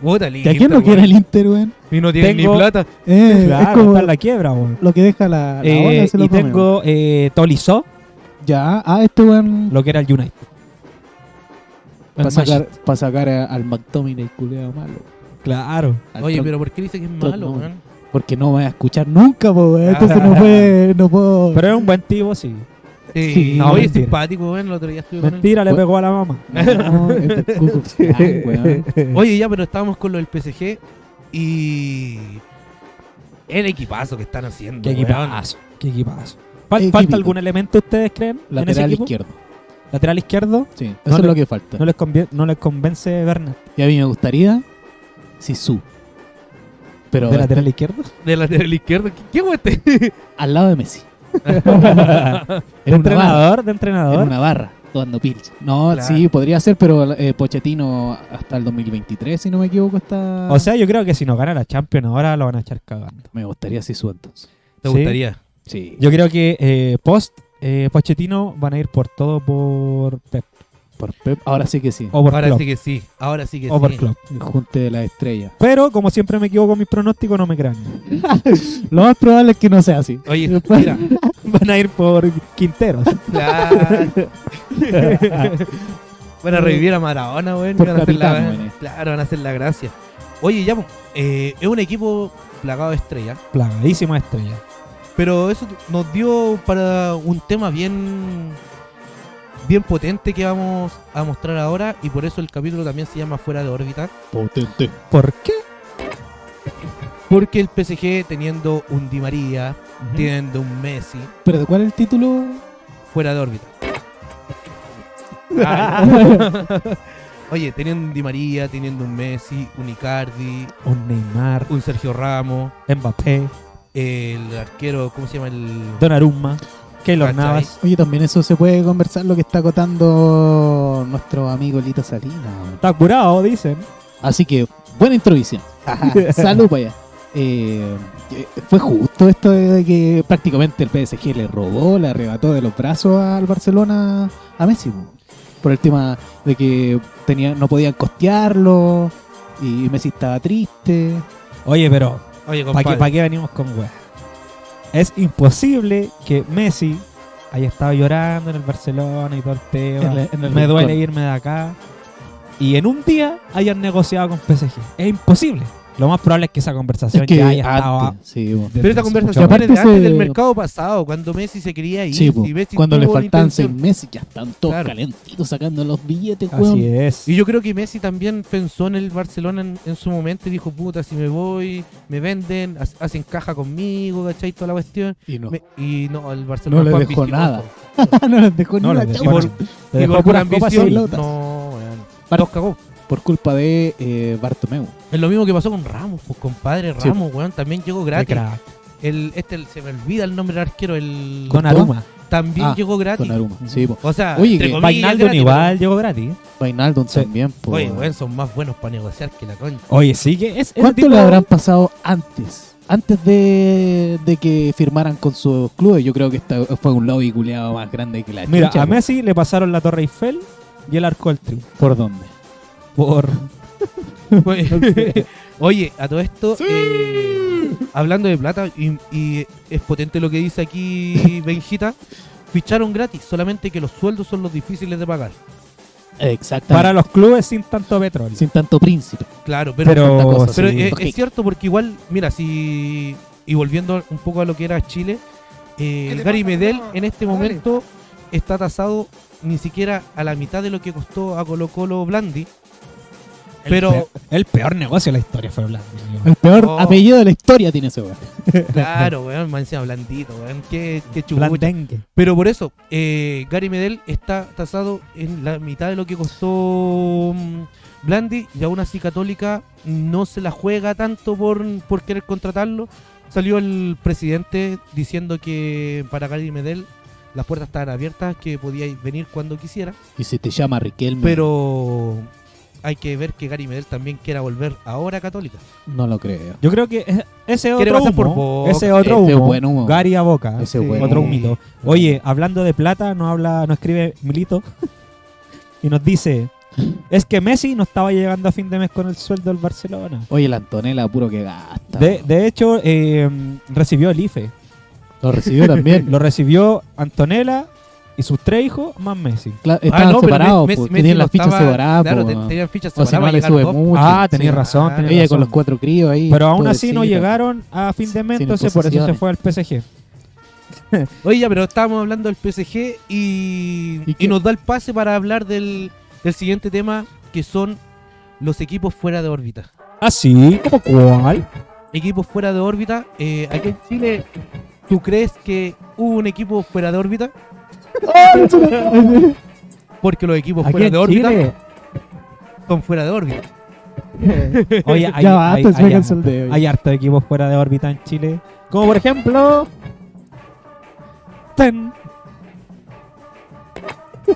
Speaker 2: Puta, el
Speaker 3: ¿Que ¿A quién no
Speaker 2: Inter,
Speaker 3: quiere el
Speaker 2: weón.
Speaker 3: Inter, weón?
Speaker 2: Y no tienen
Speaker 1: Tengo-
Speaker 2: ni plata.
Speaker 3: Eh,
Speaker 1: Claro,
Speaker 3: es como
Speaker 1: está en la quiebra, weón.
Speaker 3: lo que deja la, la
Speaker 1: Eh,
Speaker 3: ola, se lo
Speaker 1: y
Speaker 3: come, weón.
Speaker 1: tengo eh, Tolizó,
Speaker 3: Ya, ah, este weón.
Speaker 1: lo que era el United. El
Speaker 3: Para sacar,
Speaker 1: Manchester.
Speaker 3: pa' sacar a- al McTominay, culeado malo.
Speaker 1: Claro.
Speaker 3: Al
Speaker 2: Oye,
Speaker 3: Tom-
Speaker 2: pero ¿por qué dice que es
Speaker 3: Tom-
Speaker 2: malo,
Speaker 3: no.
Speaker 2: weón?
Speaker 3: Porque no voy a escuchar nunca, po, weón. Entonces
Speaker 1: Ah.
Speaker 3: no, puede, no puedo.
Speaker 1: Pero era un buen tipo, sí.
Speaker 2: Sí,
Speaker 3: Sí,
Speaker 1: no,
Speaker 2: oye, es
Speaker 1: mentira.
Speaker 2: simpático, weón. El otro día estuve con él.
Speaker 1: Mentira, le pegó a la mamá.
Speaker 3: No, este es del Ku Klux Klan, weón.
Speaker 2: Oye, ya, pero estábamos con lo del PSG y. El equipazo que están haciendo.
Speaker 1: Qué
Speaker 2: weón.
Speaker 1: equipazo, qué equipazo. Fal-
Speaker 3: Equipito.
Speaker 1: ¿Falta algún elemento, ustedes creen? en ese
Speaker 3: Lateral
Speaker 1: equipo?
Speaker 3: izquierdo.
Speaker 1: Lateral izquierdo.
Speaker 3: Sí, eso
Speaker 1: No
Speaker 3: es
Speaker 1: le-
Speaker 3: lo que falta.
Speaker 1: No les, convie- no les convence Bernat.
Speaker 3: Y a mí me gustaría Sisu. Pero
Speaker 1: ¿De lateral izquierdo?
Speaker 2: De lateral izquierdo. ¿Qué, qué weón te-
Speaker 3: al lado de Messi.
Speaker 1: ¿De
Speaker 3: En una barra.
Speaker 1: entrenador? ¿De
Speaker 3: En
Speaker 1: entrenador?
Speaker 3: una barra. Tomando pills. No,
Speaker 2: Claro.
Speaker 3: sí, podría ser, pero eh, Pochettino hasta el 2023, si no me equivoco, está...
Speaker 1: O sea, yo creo que si nos gana la Champions ahora lo van a echar cagando.
Speaker 3: me gustaría Sisu entonces.
Speaker 2: te
Speaker 1: Sí.
Speaker 2: gustaría?
Speaker 3: Sí.
Speaker 1: Yo creo que eh, post eh, Pochettino van a ir por todo por Pep
Speaker 3: Por Pep, ahora sí que sí.
Speaker 1: o por
Speaker 2: Ahora
Speaker 1: Klopp,
Speaker 2: sí que sí. Ahora sí que
Speaker 1: o por
Speaker 2: sí.
Speaker 1: Klopp.
Speaker 3: Junte de la estrella.
Speaker 1: Pero como siempre me equivoco en mis pronósticos, no me crean.
Speaker 3: Lo más probable es que no sea así.
Speaker 2: Oye,
Speaker 3: Después-
Speaker 2: mira.
Speaker 1: Van a ir por Quinteros.
Speaker 2: Claro. Van a revivir a Maradona, weón.
Speaker 3: Por
Speaker 2: Van a hacer la-
Speaker 3: capitán, weón.
Speaker 2: Claro, van a hacer la gracia. Oye, ya, po, eh, es un equipo plagado de estrellas.
Speaker 1: Plagadísima estrella.
Speaker 2: Pero eso nos dio para un tema bien bien potente que vamos a mostrar ahora y por eso el capítulo también se llama Fuera de órbita,
Speaker 3: Potente.
Speaker 1: ¿Por qué?
Speaker 2: porque el PSG teniendo un Di María, teniendo un Messi
Speaker 3: ¿Pero de cuál es el título?
Speaker 2: fuera de órbita. Oye, teniendo un Di María, teniendo un Messi, un Icardi,
Speaker 1: Un Neymar,
Speaker 2: un Sergio Ramos,
Speaker 1: Mbappé,
Speaker 2: el arquero, ¿cómo se llama el
Speaker 1: Donnarumma, Keylor
Speaker 2: ¿Cachai?
Speaker 1: Navas.
Speaker 3: Oye, también eso se puede conversar lo que está acotando nuestro amigo Lito Salinas.
Speaker 1: Está curado, dicen.
Speaker 3: Así que, buena introducción. Salud para allá. Eh, eh, fue justo esto de que prácticamente el PSG le robó, le arrebató de los brazos al Barcelona a Messi. po. Por el tema de que tenía, no podían costearlo y Messi estaba triste.
Speaker 1: Oye, pero ¿Para
Speaker 2: Oye,
Speaker 1: qué,
Speaker 2: compadre.
Speaker 1: pa' qué venimos con weas? Es imposible que Messi haya estado llorando en el Barcelona y todo el tema.
Speaker 3: En la- en el
Speaker 1: me duele
Speaker 3: rincón.
Speaker 1: irme de acá. Y en un día hayan negociado con PSG. Es imposible. Lo más probable es que esa conversación
Speaker 3: Es que
Speaker 1: ya haya estado.
Speaker 3: antes, sí, po.
Speaker 1: desde
Speaker 2: Pero esta
Speaker 1: hace
Speaker 2: conversación
Speaker 1: mucho
Speaker 2: viene de
Speaker 3: aparte
Speaker 2: antes
Speaker 3: se-
Speaker 2: del mercado pasado, cuando Messi se quería ir.
Speaker 3: Sí, po.
Speaker 2: y Messi
Speaker 3: Cuando le
Speaker 2: tuvo la
Speaker 3: faltaban seis
Speaker 2: intención.
Speaker 3: meses, ya están todos
Speaker 2: Claro.
Speaker 3: calentitos sacando los billetes,
Speaker 1: tiempo. Así
Speaker 3: weón.
Speaker 1: es.
Speaker 2: Y yo creo que Messi también pensó en el Barcelona en, en su momento y dijo, puta, si me voy, me venden, ha- hacen caja conmigo, ¿cachai? Toda la cuestión.
Speaker 3: Y no,
Speaker 2: Me- y no, el Barcelona
Speaker 3: No le
Speaker 2: fue
Speaker 3: dejó
Speaker 2: ambicioso.
Speaker 3: nada. Ah, no les dejó ni
Speaker 1: no,
Speaker 3: una
Speaker 1: lo dejó,
Speaker 3: chapa.
Speaker 2: por-
Speaker 1: no.
Speaker 2: Y
Speaker 1: Le dejó
Speaker 2: por
Speaker 1: puras copas y
Speaker 2: ambición,
Speaker 1: pelotas.
Speaker 2: no, weón.
Speaker 3: Par-
Speaker 2: Los cagó.
Speaker 3: por culpa de eh, Bartomeu.
Speaker 2: Es lo mismo que pasó con Ramos, pues, compadre
Speaker 3: Sí.
Speaker 2: Ramos, weón, también
Speaker 1: De
Speaker 2: llegó gratis.
Speaker 1: crack.
Speaker 2: El, este, el- se me olvida el nombre del arquero, el...
Speaker 1: Con Aruma.
Speaker 2: También
Speaker 3: Ah,
Speaker 2: llegó gratis.
Speaker 3: Con Aruma. Sí, po.
Speaker 2: O sea,
Speaker 3: Oye,
Speaker 2: entre
Speaker 3: que
Speaker 2: comillas,
Speaker 1: Vainaldon
Speaker 2: gratis,
Speaker 1: igual llegó gratis. ¿eh?
Speaker 3: Wijnaldum
Speaker 1: Sí.
Speaker 3: también, pues, po.
Speaker 2: Oye, weón, son más buenos para negociar que la concha.
Speaker 1: Oye, sí que es. ese
Speaker 3: ¿Cuánto
Speaker 1: tipo-
Speaker 3: le habrán pasado antes? Antes de, de que firmaran con sus clubes, yo creo que esta fue un lobby culeado más grande que la
Speaker 1: Mira,
Speaker 3: chucha,
Speaker 1: a
Speaker 3: po.
Speaker 1: Messi le pasaron la Torre Eiffel y el Arco del Triunfo.
Speaker 3: ¿Por dónde?
Speaker 1: Por.
Speaker 2: Oye, Oye, a todo esto, eh, hablando de plata, y, y es potente lo que dice aquí Benjita, ficharon gratis, solamente que los sueldos son los difíciles de pagar.
Speaker 3: Exactamente.
Speaker 1: Para los clubes sin tanto petróleo.
Speaker 3: Sin tanto príncipe.
Speaker 2: Claro, pero, pero, eh,
Speaker 1: pero
Speaker 3: tanta cosa, sí.
Speaker 2: es,
Speaker 3: Ok.
Speaker 2: es cierto porque igual, mira, si y volviendo un poco a lo que era Chile, eh, Gary Medel en este momento está tasado ni siquiera a la mitad de lo que costó a Colo Colo Blandi. Pero
Speaker 1: el peor negocio de la historia fue Blas.
Speaker 3: El peor
Speaker 2: Oh.
Speaker 3: apellido de la historia tiene ese weón.
Speaker 2: Claro, weón, me encima blandito, weón, qué, qué chupucha.
Speaker 1: Blandengue.
Speaker 2: Pero por eso, eh, Gary Medel está tasado en la mitad de lo que costó mm, Blandi y aún así Católica no se la juega tanto por, por querer contratarlo. Salió el presidente diciendo que para Gary Medel las puertas estaban abiertas, que podía venir cuando quisiera.
Speaker 3: Y se te llama Riquelme.
Speaker 2: Pero hay que ver que Gary Medel también quiera volver ahora a Católica.
Speaker 3: No lo creo.
Speaker 1: Yo creo que es- ese
Speaker 2: Quiere
Speaker 1: otro
Speaker 2: pasar
Speaker 1: humo,
Speaker 2: por Boca.
Speaker 1: ese otro
Speaker 3: Ese es
Speaker 1: humo,
Speaker 3: buen humo.
Speaker 1: Gary a Boca,
Speaker 3: Ese
Speaker 1: sí,
Speaker 3: buen
Speaker 1: otro
Speaker 2: humo.
Speaker 1: humito. Oye, hablando de plata, no habla, no escribe Milito y nos dice es que Messi no estaba llegando a fin de mes con el sueldo del Barcelona.
Speaker 3: Oye, la Antonella, puro que gasta.
Speaker 1: De, de hecho, eh, recibió el IFE.
Speaker 3: Lo recibió también.
Speaker 1: Lo recibió Antonella y sus tres hijos más Messi.
Speaker 3: Cla-
Speaker 2: Ah,
Speaker 3: Estaban
Speaker 2: no, pero
Speaker 3: separados,
Speaker 2: Messi-
Speaker 3: po,
Speaker 2: Messi
Speaker 3: tenían
Speaker 2: no
Speaker 3: las fichas
Speaker 2: estaba-
Speaker 3: separadas.
Speaker 2: Claro,
Speaker 3: po,
Speaker 2: te-
Speaker 3: weón.
Speaker 2: tenían fichas
Speaker 3: o si no
Speaker 2: separadas.
Speaker 3: le
Speaker 2: llegaron
Speaker 3: sube
Speaker 2: dos. pues.
Speaker 3: mucho.
Speaker 1: Ah, tenías razón,
Speaker 2: Ah,
Speaker 1: tenías
Speaker 3: Ella
Speaker 1: razón.
Speaker 3: con los cuatro críos ahí.
Speaker 1: Pero aún así no
Speaker 3: pobrecita.
Speaker 1: llegaron a fin de mes,
Speaker 3: Sin
Speaker 1: entonces por eso se
Speaker 3: imposiciones.
Speaker 1: fue al PSG.
Speaker 2: Oye, ya, pero estábamos hablando del PSG y,
Speaker 3: ¿Y
Speaker 2: y
Speaker 3: qué?
Speaker 2: nos da el pase para hablar del, del siguiente tema, que son los equipos fuera de órbita.
Speaker 1: ¿Ah, sí? ¿Cómo cuál?
Speaker 2: Equipos fuera de órbita, eh, aquí en Chile, ¿tú crees que hubo un equipo fuera de órbita? Porque los equipos
Speaker 4: Aquí
Speaker 2: fuera
Speaker 4: en
Speaker 2: de órbita
Speaker 4: Chile,
Speaker 2: son fuera de órbita.
Speaker 1: Oye, hay,
Speaker 3: Ya va,
Speaker 1: hay-
Speaker 3: antes
Speaker 1: hay-
Speaker 3: vénganse el dedo.
Speaker 1: hay harto de equipos fuera de órbita en Chile. Como por ejemplo... Ten.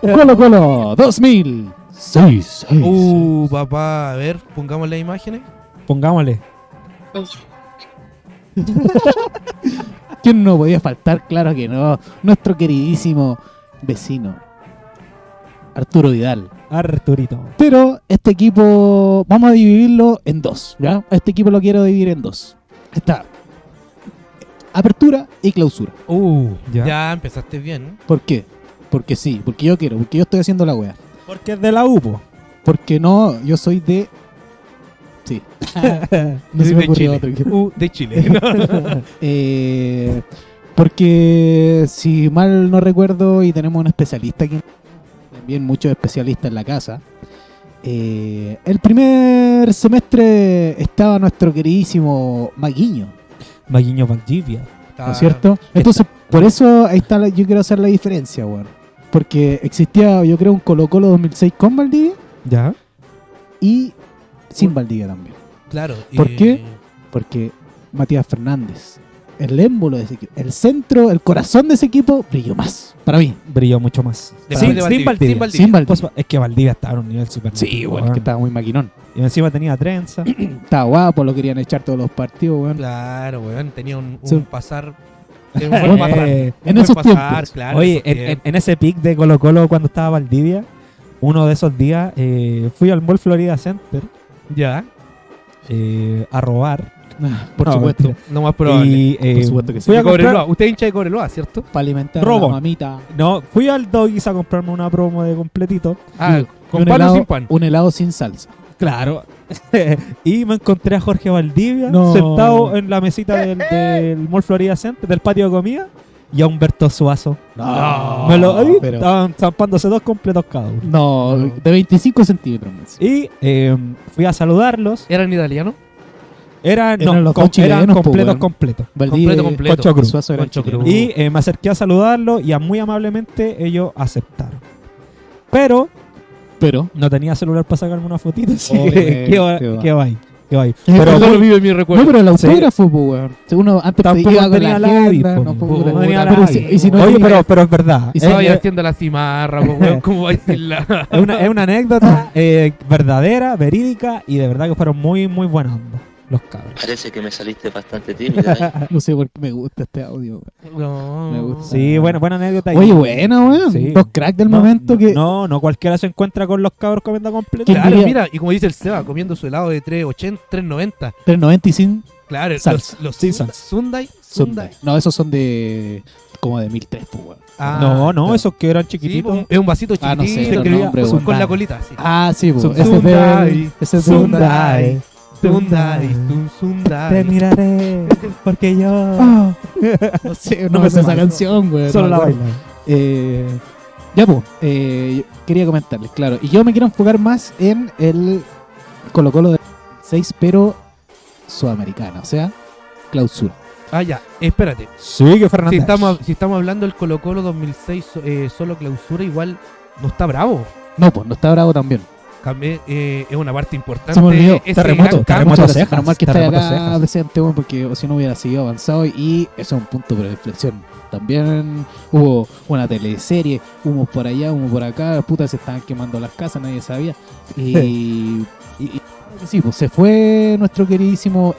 Speaker 3: Colo Colo 2006.
Speaker 2: Uh, papá, a ver, pongamos las imágenes.
Speaker 1: Pongámosle.
Speaker 3: ¿Quién no podía faltar? Claro que no. Nuestro queridísimo vecino, Arturo Vidal.
Speaker 1: Arturito.
Speaker 3: Pero este equipo, vamos a dividirlo en dos. ¿ya? Este equipo lo quiero dividir en dos. Está apertura y clausura.
Speaker 1: Uh,
Speaker 2: Ya,
Speaker 1: ya.
Speaker 2: empezaste bien.
Speaker 3: ¿Por qué? Porque sí, porque yo quiero, porque yo estoy haciendo la wea.
Speaker 1: Porque es de la UPO.
Speaker 3: Porque no, yo soy de. Sí. no se
Speaker 2: Soy de
Speaker 3: me ocurrió
Speaker 2: Chile.
Speaker 3: otro equipo.
Speaker 2: Uh, de Chile.
Speaker 3: Eh, porque si mal no recuerdo, y tenemos un especialista aquí, también muchos especialistas en la casa. eh, el primer semestre estaba nuestro queridísimo Maguiño,
Speaker 1: Maguinho Valdivia.
Speaker 3: ¿no
Speaker 2: Ah,
Speaker 3: es cierto? Entonces, por eso ahí está, la- yo quiero hacer la diferencia, weón. Porque existía, yo creo, un Colo Colo 2006 con Valdivia
Speaker 1: ¿Ya?
Speaker 3: y sin Valdivia también.
Speaker 2: Claro.
Speaker 3: ¿Por
Speaker 2: eh,
Speaker 3: qué? Porque Matías Fernández, el émbolo de ese equipo, el centro, el corazón de ese equipo, brilló más, para mí.
Speaker 1: Brilló mucho más.
Speaker 2: Después
Speaker 1: Sin- sin
Speaker 2: de Valdivia, sin
Speaker 1: Valdivia.
Speaker 2: Valdivia.
Speaker 3: Sin Valdivia.
Speaker 1: Pues, es que Valdivia estaba en un nivel super
Speaker 3: Sí, bueno, que estaba muy maquinón.
Speaker 1: Y encima tenía trenza.
Speaker 3: Estaba guapo, lo querían echar todos los partidos, weón.
Speaker 2: Claro, weón, tenía un, un
Speaker 3: Sí.
Speaker 2: pasar. tenía un buen pasar,
Speaker 1: Eh,
Speaker 2: un
Speaker 3: en
Speaker 2: buen
Speaker 3: esos
Speaker 2: pasar,
Speaker 3: tiempos.
Speaker 2: claro,
Speaker 1: Oye,
Speaker 2: esos
Speaker 1: en, en-
Speaker 2: tiempos.
Speaker 1: en ese pic de Colo Colo cuando estaba Valdivia, uno de esos días eh, fui al Mall Florida Center
Speaker 2: ya,
Speaker 1: eh, a robar.
Speaker 3: Por
Speaker 1: No,
Speaker 3: supuesto.
Speaker 1: mentira.
Speaker 2: no más probable.
Speaker 1: Y, eh,
Speaker 3: Por supuesto que sí.
Speaker 1: Fui a
Speaker 2: De Cobreloa.
Speaker 1: comprar,
Speaker 2: Usted es hincha de Cobreloa, ¿cierto?
Speaker 3: Para alimentar
Speaker 1: Robo.
Speaker 3: a la mamita.
Speaker 1: no, fui al Doggies a comprarme una promo de completito.
Speaker 2: Ah,
Speaker 3: Y- y
Speaker 2: con
Speaker 3: un
Speaker 2: pan o
Speaker 3: helado-
Speaker 2: sin pan.
Speaker 3: Un helado sin salsa.
Speaker 1: Claro. y me encontré a Jorge Valdivia
Speaker 3: No.
Speaker 1: sentado en la mesita del, del Mall Florida Center, del patio de comida, y a Humberto Suazo.
Speaker 3: No,
Speaker 1: me lo, ahí
Speaker 3: Ah, pero-
Speaker 1: Estaban zampándose dos completos cada uno.
Speaker 3: No, de 25 centímetros. más.
Speaker 1: Y eh, fui a saludarlos.
Speaker 2: ¿Eran italianos?
Speaker 1: Eran, no,
Speaker 3: Eran los dos
Speaker 1: com- eran
Speaker 3: chilenos, po,
Speaker 1: completos,
Speaker 3: weón.
Speaker 1: completos.
Speaker 3: Valdivia,
Speaker 2: completo, completo.
Speaker 3: Concho Cruz. Suazo era
Speaker 2: Concho
Speaker 3: chileno.
Speaker 2: Cruz.
Speaker 1: Y eh, me acerqué a saludarlo y a- muy amablemente ellos aceptaron. Pero
Speaker 3: Pero.
Speaker 1: no tenía celular para sacarme una fotito, así que
Speaker 3: Obviamente,
Speaker 1: qué va,
Speaker 3: va.
Speaker 1: qué va ahí, qué va ahí.
Speaker 3: Pero-
Speaker 1: Pero
Speaker 2: solo vive mi recuerdo.
Speaker 3: no, pero el
Speaker 1: sí.
Speaker 3: autógrafo, po, weón. Uno antes
Speaker 1: Tampoco
Speaker 3: te iba con
Speaker 1: tenía
Speaker 3: la
Speaker 1: la
Speaker 3: agenda,
Speaker 1: avis, po,
Speaker 3: no,
Speaker 1: po,
Speaker 3: puta,
Speaker 1: no tenía
Speaker 3: puta.
Speaker 1: la
Speaker 3: Pero si-
Speaker 1: avis,
Speaker 3: y si no
Speaker 1: Oye,
Speaker 3: tenía-
Speaker 1: pero, pero es verdad.
Speaker 3: Y
Speaker 1: Es,
Speaker 3: si
Speaker 2: Estaba
Speaker 1: es-
Speaker 2: ahí haciendo la cimarra, po, weón. ¿Cómo va a decirla?
Speaker 1: es una, es una anécdota eh, verdadera, verídica y de verdad que fueron muy, muy buenas onda los cabros.
Speaker 7: Parece que me saliste bastante tímida. ¿eh?
Speaker 3: No sé por qué me gusta este audio, weón.
Speaker 2: No.
Speaker 3: Me gusta.
Speaker 1: Sí, bueno, buena anécdota. y-
Speaker 3: Oye, bueno, weón.
Speaker 1: Sí.
Speaker 3: Dos cracks del
Speaker 1: No,
Speaker 3: momento
Speaker 1: no,
Speaker 3: que.
Speaker 1: No, no cualquiera se encuentra con los cabros comiendo completo.
Speaker 3: ¿Quién
Speaker 2: Claro,
Speaker 3: diría?
Speaker 2: mira, y como dice el Seba, comiendo su helado de 3.80, 3.90.
Speaker 3: 3.90 y sin
Speaker 2: Claro,
Speaker 3: Salsa.
Speaker 2: los, los
Speaker 1: Sí,
Speaker 2: sun-
Speaker 1: salsa.
Speaker 2: Sundae, Sundae.
Speaker 3: Sundae. No, esos son de. como de 1003, pues, weón.
Speaker 2: Ah,
Speaker 1: no, no,
Speaker 3: claro.
Speaker 1: esos que eran
Speaker 2: sí,
Speaker 1: chiquititos.
Speaker 2: po, es un vasito chiquitito
Speaker 3: Ah, no sé,
Speaker 2: que
Speaker 3: los
Speaker 2: escribía
Speaker 3: nombres,
Speaker 2: con
Speaker 3: weón.
Speaker 2: la colita. Así.
Speaker 3: Ah, sí, pues.
Speaker 2: Sun-
Speaker 3: Ese es
Speaker 2: Sundae.
Speaker 3: de. Ese es de.
Speaker 2: Sundae. Sundae,
Speaker 1: Sundae.
Speaker 2: sun- Sundae.
Speaker 1: Te miraré porque yo
Speaker 3: Ah, no sé, no,
Speaker 1: No
Speaker 3: me
Speaker 1: me
Speaker 3: sé esa
Speaker 1: acuerdo.
Speaker 3: canción, güey.
Speaker 1: solo
Speaker 3: no
Speaker 1: la
Speaker 3: me acuerdo.
Speaker 1: bailo.
Speaker 3: Eh, ya, pues. eh, yo quería comentarles, claro. Y yo me quiero enfocar más en el Colo Colo de 6, pero sudamericana, o sea, clausura.
Speaker 2: Ah, ya, espérate.
Speaker 1: Sí, que
Speaker 2: Si
Speaker 1: Fernández.
Speaker 2: estamos, si estamos hablando del Colo Colo 2006 so- eh, solo clausura, igual no está bravo.
Speaker 3: No, pues, no está bravo también.
Speaker 2: Cambié, eh, es una parte importante.
Speaker 3: Se me olvidó.
Speaker 2: Ese
Speaker 1: Terremoto,
Speaker 2: gran cambio.
Speaker 1: terremoto.
Speaker 3: Muchas gracias.
Speaker 1: cejas,
Speaker 3: Menos mal que está
Speaker 1: terremoto
Speaker 3: acá
Speaker 1: cejas.
Speaker 3: presente, weón, porque o si no hubiera seguido avanzado. Y eso es un punto de reflexión. También hubo una teleserie, humo por allá, humo por acá, puta, se estaban quemando las casas, nadie sabía. Y, y- y- sí, pues se fue nuestro queridísimo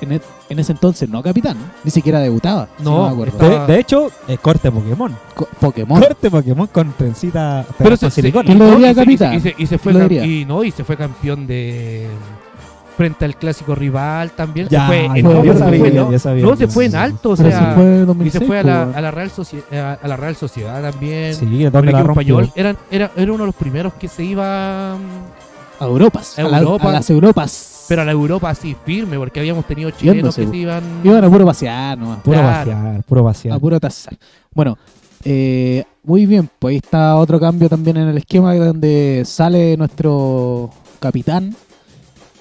Speaker 3: en, e- en ese entonces no capitán, ni siquiera debutaba. si
Speaker 2: No,
Speaker 3: no me acuerdo.
Speaker 2: está-
Speaker 1: De, de hecho, eh, corte Pokémon.
Speaker 3: Co- Pokémon.
Speaker 1: Corte Pokémon con trencita
Speaker 2: Pero
Speaker 1: con
Speaker 2: se, se-
Speaker 1: silicona.
Speaker 3: ¿Quién lo
Speaker 2: no,
Speaker 3: diría,
Speaker 2: y se-
Speaker 3: capitán?
Speaker 2: Y se, y se fue
Speaker 3: ¿Quién lo
Speaker 2: cam-
Speaker 3: diría?
Speaker 2: y no, y se fue campeón de mm, frente al clásico rival también.
Speaker 1: Ya,
Speaker 2: se fue en,
Speaker 1: ya
Speaker 2: no,
Speaker 3: yo
Speaker 2: se
Speaker 3: sabía,
Speaker 2: fue, ¿no?
Speaker 1: ya sabía.
Speaker 2: No, se fue en alto, o
Speaker 3: Pero
Speaker 2: sea,
Speaker 3: se fue en
Speaker 2: y
Speaker 3: 2006,
Speaker 2: se fue a
Speaker 3: po,
Speaker 2: la, a
Speaker 3: weón.
Speaker 2: la Real Sociedad, a la Real Sociedad también.
Speaker 1: Sí,
Speaker 2: Con
Speaker 1: donde
Speaker 2: el
Speaker 1: la
Speaker 2: equipo
Speaker 1: rompió.
Speaker 2: español eran- era, era uno de los primeros que se iba mm,
Speaker 3: a Europas.
Speaker 2: A
Speaker 3: A, la- a
Speaker 2: Europa.
Speaker 3: las Europas.
Speaker 2: pero a la Europa así firme porque habíamos tenido chilenos
Speaker 3: Yéndose,
Speaker 2: que se iban
Speaker 3: Iban a puro pasear nomás.
Speaker 1: Puro
Speaker 2: Claro.
Speaker 1: vaciar, puro
Speaker 3: A
Speaker 1: vaciar.
Speaker 3: puro tasar. Bueno, eh, muy bien, pues ahí está otro cambio también en el esquema donde sale nuestro capitán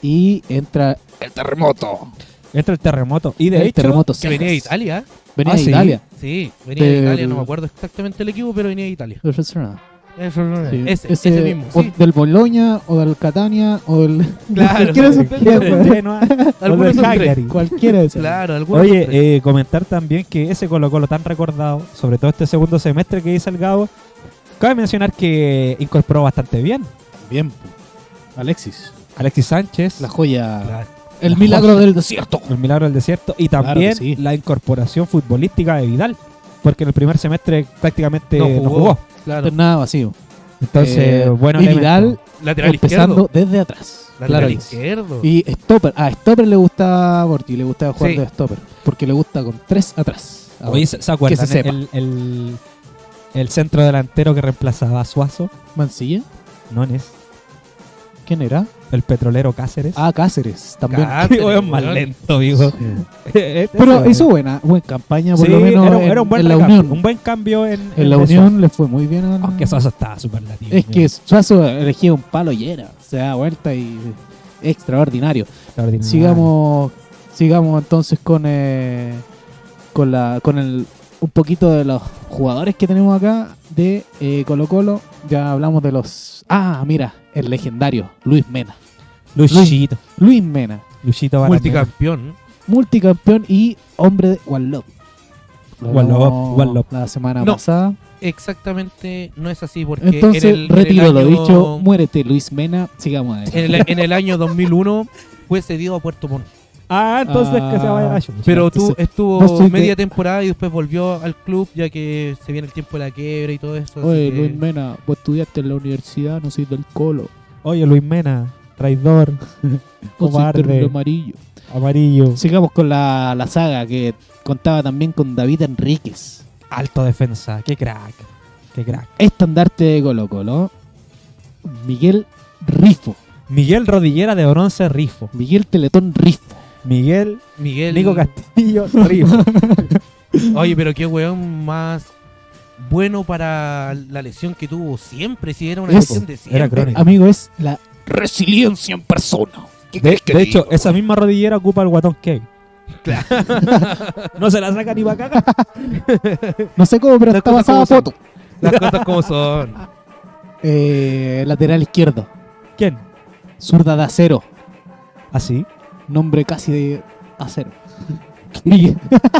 Speaker 3: y entra
Speaker 6: El terremoto.
Speaker 1: Entra el terremoto. Y de
Speaker 3: el
Speaker 1: hecho,
Speaker 3: terremoto
Speaker 2: que
Speaker 3: Cejas.
Speaker 2: venía de Italia. ¿eh?
Speaker 3: Venía
Speaker 1: Ah,
Speaker 3: de
Speaker 1: sí.
Speaker 3: Italia.
Speaker 2: Sí, venía de
Speaker 3: Pero-
Speaker 2: Italia, no me acuerdo exactamente el equipo, pero venía de Italia. Eso,
Speaker 3: Sí.
Speaker 2: ese, ese, mismo,
Speaker 3: o
Speaker 2: sí.
Speaker 3: Del Boloña o del Catania o del.
Speaker 2: Claro.
Speaker 3: cualquiera de esos
Speaker 1: el
Speaker 3: clubes,
Speaker 1: del
Speaker 3: weón.
Speaker 1: Genoa, o
Speaker 2: Algunos
Speaker 1: del
Speaker 2: son
Speaker 1: Cagliari.
Speaker 3: Cualquiera de esos.
Speaker 2: Claro, algunos son
Speaker 3: pues.
Speaker 2: tres.
Speaker 1: Oye, eh, comentar también que ese Colo Colo tan recordado, sobre todo este segundo semestre que dice el Gabo, cabe mencionar que incorporó bastante bien.
Speaker 3: Bien, pues. Alexis.
Speaker 1: Alexis Sánchez,
Speaker 3: La joya.
Speaker 2: Claro.
Speaker 3: El
Speaker 1: La
Speaker 3: milagro del desierto.
Speaker 1: el milagro del desierto, y
Speaker 3: Claro que
Speaker 1: también
Speaker 3: sí.
Speaker 1: la incorporación futbolística de Vidal, porque en el primer semestre prácticamente no jugó.
Speaker 2: Claro.
Speaker 3: Entonces, Nada vacío.
Speaker 1: Entonces,
Speaker 3: Eh,
Speaker 1: bueno,
Speaker 3: y
Speaker 1: elemento.
Speaker 3: Vidal
Speaker 2: Lateral
Speaker 3: empezando
Speaker 2: izquierdo.
Speaker 3: desde atrás.
Speaker 2: Lateral
Speaker 3: Claro.
Speaker 2: izquierdo.
Speaker 3: Y Stopper, a Stopper le gusta a Borti, le gusta jugar
Speaker 2: Sí.
Speaker 3: de Stopper, porque le gusta con tres atrás.
Speaker 1: Oye,
Speaker 3: A Borti.
Speaker 1: ¿se, se acuerdan?
Speaker 3: Que se sepa.
Speaker 1: El, el, el centro delantero que reemplazaba a Suazo,
Speaker 3: Mancilla,
Speaker 1: Nones,
Speaker 3: ¿quién era?
Speaker 1: el petrolero Cáceres.
Speaker 3: Ah, Cáceres, también.
Speaker 2: Cáceres,
Speaker 1: Qué weón más
Speaker 2: weón.
Speaker 1: lento, digo. Eh,
Speaker 3: Pero hizo buena, buena campaña, por
Speaker 1: Sí,
Speaker 3: lo menos
Speaker 1: era,
Speaker 3: en,
Speaker 1: era un buen
Speaker 3: en la
Speaker 1: recambio,
Speaker 3: Unión.
Speaker 1: un buen Ah, cambio en,
Speaker 3: en la
Speaker 1: eso.
Speaker 3: Unión le fue muy bien. al-
Speaker 1: Aunque Sosa estaba súper latido.
Speaker 3: es que Suazo elegía un palo y era, se da vuelta y extraordinario.
Speaker 1: Extraordinario.
Speaker 3: Sigamos, sigamos entonces con eh, con la con el un poquito de los jugadores que tenemos acá de eh, Colo Colo. Ya hablamos de los. Ah, mira, el legendario Luis Mena.
Speaker 1: Luchito.
Speaker 3: Luis Mena,
Speaker 1: Luchito Baramena.
Speaker 2: Multicampeón.
Speaker 3: multicampeón y hombre de One Love. Lo
Speaker 1: One Love,
Speaker 3: hablamos
Speaker 1: One Love.
Speaker 3: La semana
Speaker 2: No,
Speaker 3: pasada.
Speaker 2: Exactamente no es así porque
Speaker 3: Entonces,
Speaker 2: en el, en el
Speaker 3: retiro lo
Speaker 2: año-
Speaker 3: dicho. Muérete, Luis Mena. Sigamos adelante.
Speaker 2: En el, en el año 2001 fue cedido a Puerto Montt.
Speaker 1: Ah, entonces que se vaya a Luchito.
Speaker 2: Pero tú
Speaker 3: Entonces,
Speaker 2: estuvo
Speaker 3: vos sois
Speaker 2: media
Speaker 3: de-
Speaker 2: temporada y después volvió al club ya que se viene el tiempo de la quiebra y todo eso. así
Speaker 3: Oye,
Speaker 2: que-
Speaker 3: Luis Mena, vos estudiaste en la universidad, no soy del Colo.
Speaker 1: Oye, Luis Mena, traidor,
Speaker 3: Vos sois
Speaker 1: Cobarde.
Speaker 3: terrible amarillo.
Speaker 1: amarillo,
Speaker 3: Sigamos con la, la saga que contaba también con David Enríquez.
Speaker 1: alto defensa. Qué crack. Qué crack.
Speaker 3: Estandarte de Colo Colo. Miguel Rifo.
Speaker 1: Miguel Rodillera de Bronce Rifo.
Speaker 3: Miguel Teletón Rifo.
Speaker 1: Miguel
Speaker 2: Miguel.
Speaker 1: Nico Castillo Rifo.
Speaker 2: Oye, pero qué weón más bueno para la lesión que tuvo siempre. Si era una
Speaker 3: Es-
Speaker 2: lesión de siempre.
Speaker 1: Era crónico.
Speaker 3: Amigo, es la
Speaker 6: Resiliencia en persona. ¿Qué
Speaker 1: De,
Speaker 6: crees que
Speaker 1: de
Speaker 6: te
Speaker 1: hecho,
Speaker 6: digo?
Speaker 1: esa misma rodillera ocupa el guatón Kevin. no se la saca ni para cagar.
Speaker 3: No sé cómo, pero
Speaker 2: Las
Speaker 3: está
Speaker 2: cosas
Speaker 3: pasada
Speaker 2: como son.
Speaker 3: foto.
Speaker 2: Las cosas como son.
Speaker 3: Eh, lateral izquierdo.
Speaker 1: ¿Quién?
Speaker 3: Zurda de acero.
Speaker 1: Así.
Speaker 3: Nombre casi de acero. Miguel,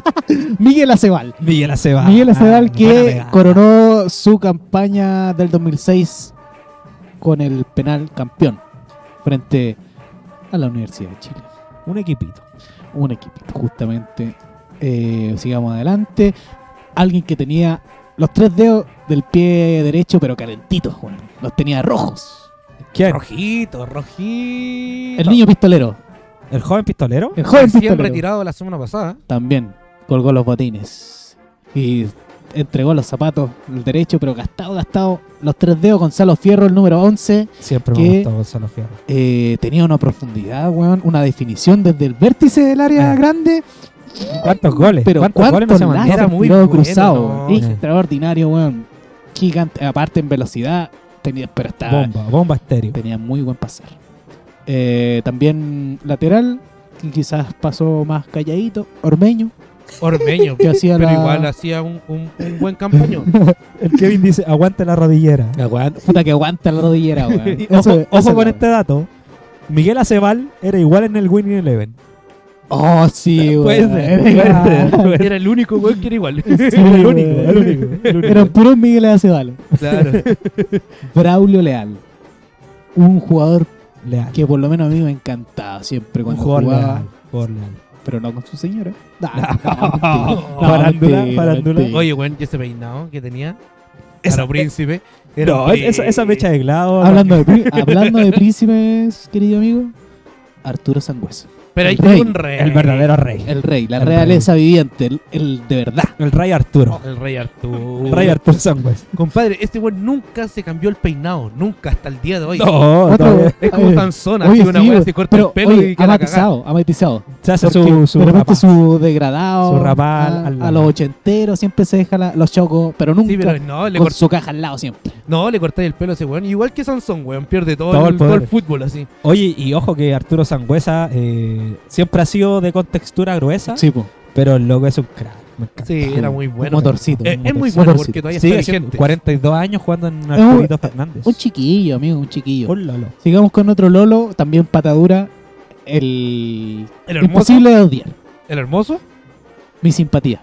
Speaker 3: Miguel Acebal.
Speaker 1: Miguel Acebal.
Speaker 3: Miguel Acebal
Speaker 1: Ah,
Speaker 3: que
Speaker 1: buena pegada.
Speaker 3: coronó su campaña del 2006 con el penal campeón frente a la Universidad de Chile.
Speaker 1: Un equipito.
Speaker 3: Un equipo, justamente. Eh, sigamos adelante. Alguien que tenía los tres dedos del pie derecho, pero calentitos, Juan. Los tenía rojos.
Speaker 1: ¿Quién?
Speaker 2: Rojito, rojito.
Speaker 3: El niño pistolero.
Speaker 1: ¿El joven pistolero?
Speaker 3: El joven
Speaker 2: Recién
Speaker 3: pistolero.
Speaker 2: retirado la semana pasada.
Speaker 3: También colgó los botines. Y entregó los zapatos, el derecho, pero gastado, gastado. Los tres dedos, Gonzalo Fierro, el número 11.
Speaker 1: Siempre
Speaker 3: ¿Qué?
Speaker 1: me gustó Gonzalo Fierro.
Speaker 3: eh, tenía una profundidad, weón, una definición desde el vértice del área
Speaker 1: Ah.
Speaker 3: grande.
Speaker 1: ¿Cuántos goles?
Speaker 3: Pero
Speaker 1: ¿Cuántos goles no
Speaker 3: cuántos
Speaker 1: se mandó?
Speaker 3: lazos
Speaker 2: Era muy
Speaker 3: tiró
Speaker 2: bueno,
Speaker 3: cruzado,
Speaker 2: no,
Speaker 3: weón.
Speaker 1: no.
Speaker 3: extraordinario, weón. Gigante, aparte en velocidad, tenía, pero estaba,
Speaker 1: Bomba, bomba estéreo.
Speaker 3: tenía muy buen pasar. Eh, también lateral, que quizás pasó más calladito, Ormeño,
Speaker 2: Ormeño.
Speaker 3: que hacía
Speaker 2: pero
Speaker 3: la...
Speaker 2: igual hacía un, un- un buen campaño.
Speaker 1: El Kevin dice, aguante la rodillera.
Speaker 3: Aguanta- puta que aguanta la rodillera, weón.
Speaker 1: Y
Speaker 3: Eso-
Speaker 1: ojo
Speaker 3: eso es
Speaker 1: ojo
Speaker 3: la
Speaker 1: con
Speaker 3: weá.
Speaker 1: este dato. Miguel Acebal era igual en el Winning Eleven.
Speaker 3: Oh, sí, weón.
Speaker 1: Puede ser, puede ser, puede ser.
Speaker 2: Era el único weón que era igual.
Speaker 3: Sí,
Speaker 1: Era el
Speaker 3: weón.
Speaker 1: único, el único, el único.
Speaker 3: Era puro Miguel Aceval.
Speaker 2: claro.
Speaker 3: Braulio Leal. Un jugador
Speaker 1: Leal.
Speaker 3: que por lo menos a mí me encantaba siempre
Speaker 1: Un
Speaker 3: cuando
Speaker 1: jugador
Speaker 3: jugaba.
Speaker 1: leal, jugador leal.
Speaker 3: pero no con su señora.
Speaker 1: No, farándula, farándula.
Speaker 2: Oye, weón, y ese peinado que tenía.
Speaker 1: Esa-
Speaker 2: Esa, príncipe. era
Speaker 1: No,
Speaker 2: un
Speaker 1: esa, esa mecha de glado.
Speaker 3: Hablando de, pri- hablando de príncipes, querido amigo, Arturo Sangüesa.
Speaker 2: Pero ahí
Speaker 3: el
Speaker 2: tuvo
Speaker 3: rey,
Speaker 2: un rey.
Speaker 1: El verdadero rey.
Speaker 3: El rey, la
Speaker 1: El
Speaker 3: realeza viviente, el, el de verdad.
Speaker 1: El rey Arturo.
Speaker 2: El rey Arturo.
Speaker 1: El rey Arturo Sangüesa.
Speaker 2: Compadre, este weón nunca se cambió el peinado. Nunca, hasta el día de hoy.
Speaker 1: No,
Speaker 3: Otro-
Speaker 1: todavía-
Speaker 2: Es como
Speaker 3: Oye,
Speaker 2: Sansón,
Speaker 3: oye,
Speaker 2: así una
Speaker 3: sí,
Speaker 2: weá
Speaker 3: weón,
Speaker 2: se corta
Speaker 3: Pero,
Speaker 2: el pelo
Speaker 3: oye,
Speaker 2: y queda la cagada.
Speaker 3: amatizado, amatizado.
Speaker 1: se hace
Speaker 3: Porque
Speaker 1: su, su
Speaker 3: de repente
Speaker 1: rapaz.
Speaker 3: su degradado.
Speaker 1: Su rapaz
Speaker 3: a,
Speaker 1: al
Speaker 3: a los ochenteros siempre se deja la- los chocos, pero nunca
Speaker 2: Sí, pero no, le
Speaker 3: con
Speaker 2: cortó
Speaker 3: su caja al lado siempre.
Speaker 2: No, le cortáis el pelo a ese weón. Igual que Sansón, weón. Pierde todo,
Speaker 1: Todo
Speaker 2: el,
Speaker 1: el
Speaker 2: todo el
Speaker 1: poder.
Speaker 2: fútbol así.
Speaker 1: Oye, y ojo que Arturo Sangüesa eh, siempre ha sido de contextura gruesa,
Speaker 3: Sí, po,
Speaker 1: pero el loco es un crack. Me encanta.
Speaker 2: Sí, era muy bueno.
Speaker 3: un motorcito.
Speaker 2: Eh,
Speaker 3: un
Speaker 2: es muy
Speaker 3: motorcito.
Speaker 2: bueno
Speaker 3: Motorcito.
Speaker 2: porque todavía
Speaker 1: Sigue
Speaker 2: está
Speaker 1: siendo
Speaker 2: vigente.
Speaker 1: 42 años jugando en
Speaker 3: un-
Speaker 1: Arturito Fernández. Oh,
Speaker 3: Un chiquillo, amigo, un chiquillo.
Speaker 1: Hola, lo.
Speaker 3: Sigamos con otro Lolo, también patadura. El
Speaker 2: El hermoso.
Speaker 3: imposible de odiar.
Speaker 2: El hermoso.
Speaker 3: Mi simpatía.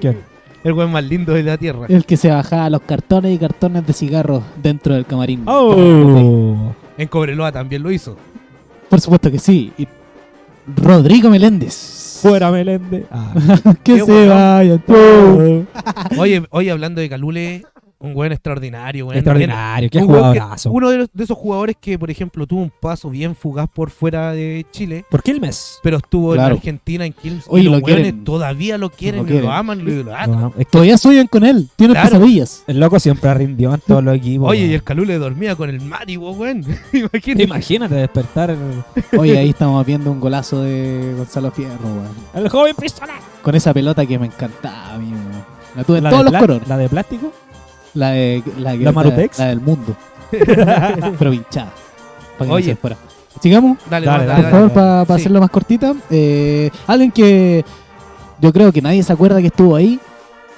Speaker 1: ¿Quién?
Speaker 2: El weón más lindo de la tierra.
Speaker 3: El que se bajaba los cartones y cartones de cigarros dentro del camarín.
Speaker 1: ¡Oh!
Speaker 2: En Cobreloa también lo hizo.
Speaker 3: Por supuesto que sí. Y Rodrigo Meléndez.
Speaker 1: Fuera Melende. Ah, Oh.
Speaker 3: que
Speaker 2: Qué
Speaker 3: se
Speaker 2: bueno. Oh.
Speaker 3: vaya todo.
Speaker 2: Oye, oye, hablando de Calule, un weón extraordinario, weón.
Speaker 1: extraordinario, qué
Speaker 2: Un weón que-
Speaker 1: jugadorazo.
Speaker 2: Uno de, los- de esos jugadores que, por ejemplo, tuvo un paso bien fugaz por fuera de Chile,
Speaker 1: ¿Por qué el mes?
Speaker 2: pero estuvo
Speaker 3: Claro.
Speaker 2: en Argentina, en Quilmes.
Speaker 3: Oye,
Speaker 2: y los
Speaker 3: lo quieren.
Speaker 2: weones todavía lo quieren,
Speaker 3: Lo
Speaker 2: y
Speaker 3: quieren.
Speaker 2: lo aman, lo, lo
Speaker 3: Ah.
Speaker 2: atan.
Speaker 1: No, es que
Speaker 3: Todavía sueñan con él. Tiene
Speaker 2: Claro.
Speaker 3: pesadillas.
Speaker 1: el loco siempre rindió en todos los equipos.
Speaker 2: Oye, y el
Speaker 1: weón.
Speaker 2: Calule dormía con el Mati, vos, weón. Imagínate.
Speaker 1: Imagínate despertar el,
Speaker 3: Oye, ahí estamos viendo un golazo de Gonzalo Fierro, weón.
Speaker 1: el joven pistola.
Speaker 3: Con esa pelota que me encantaba a mí, weón. La tuve en
Speaker 1: ¿La,
Speaker 3: todos
Speaker 1: de
Speaker 3: los
Speaker 1: pla-
Speaker 3: colores.
Speaker 1: ¿La de plástico?
Speaker 3: La de la, que-
Speaker 1: ¿La Marutex?
Speaker 3: la del mundo. Pero pinchada. Para que
Speaker 2: Oye.
Speaker 3: no se fuera. Sigamos,
Speaker 2: Dale,
Speaker 1: Dale,
Speaker 2: dale,
Speaker 1: dale,
Speaker 2: dale.
Speaker 3: por favor,
Speaker 1: dale.
Speaker 3: para
Speaker 2: Sí.
Speaker 3: hacerlo más cortita. Eh, alguien que yo creo que nadie se acuerda que estuvo ahí.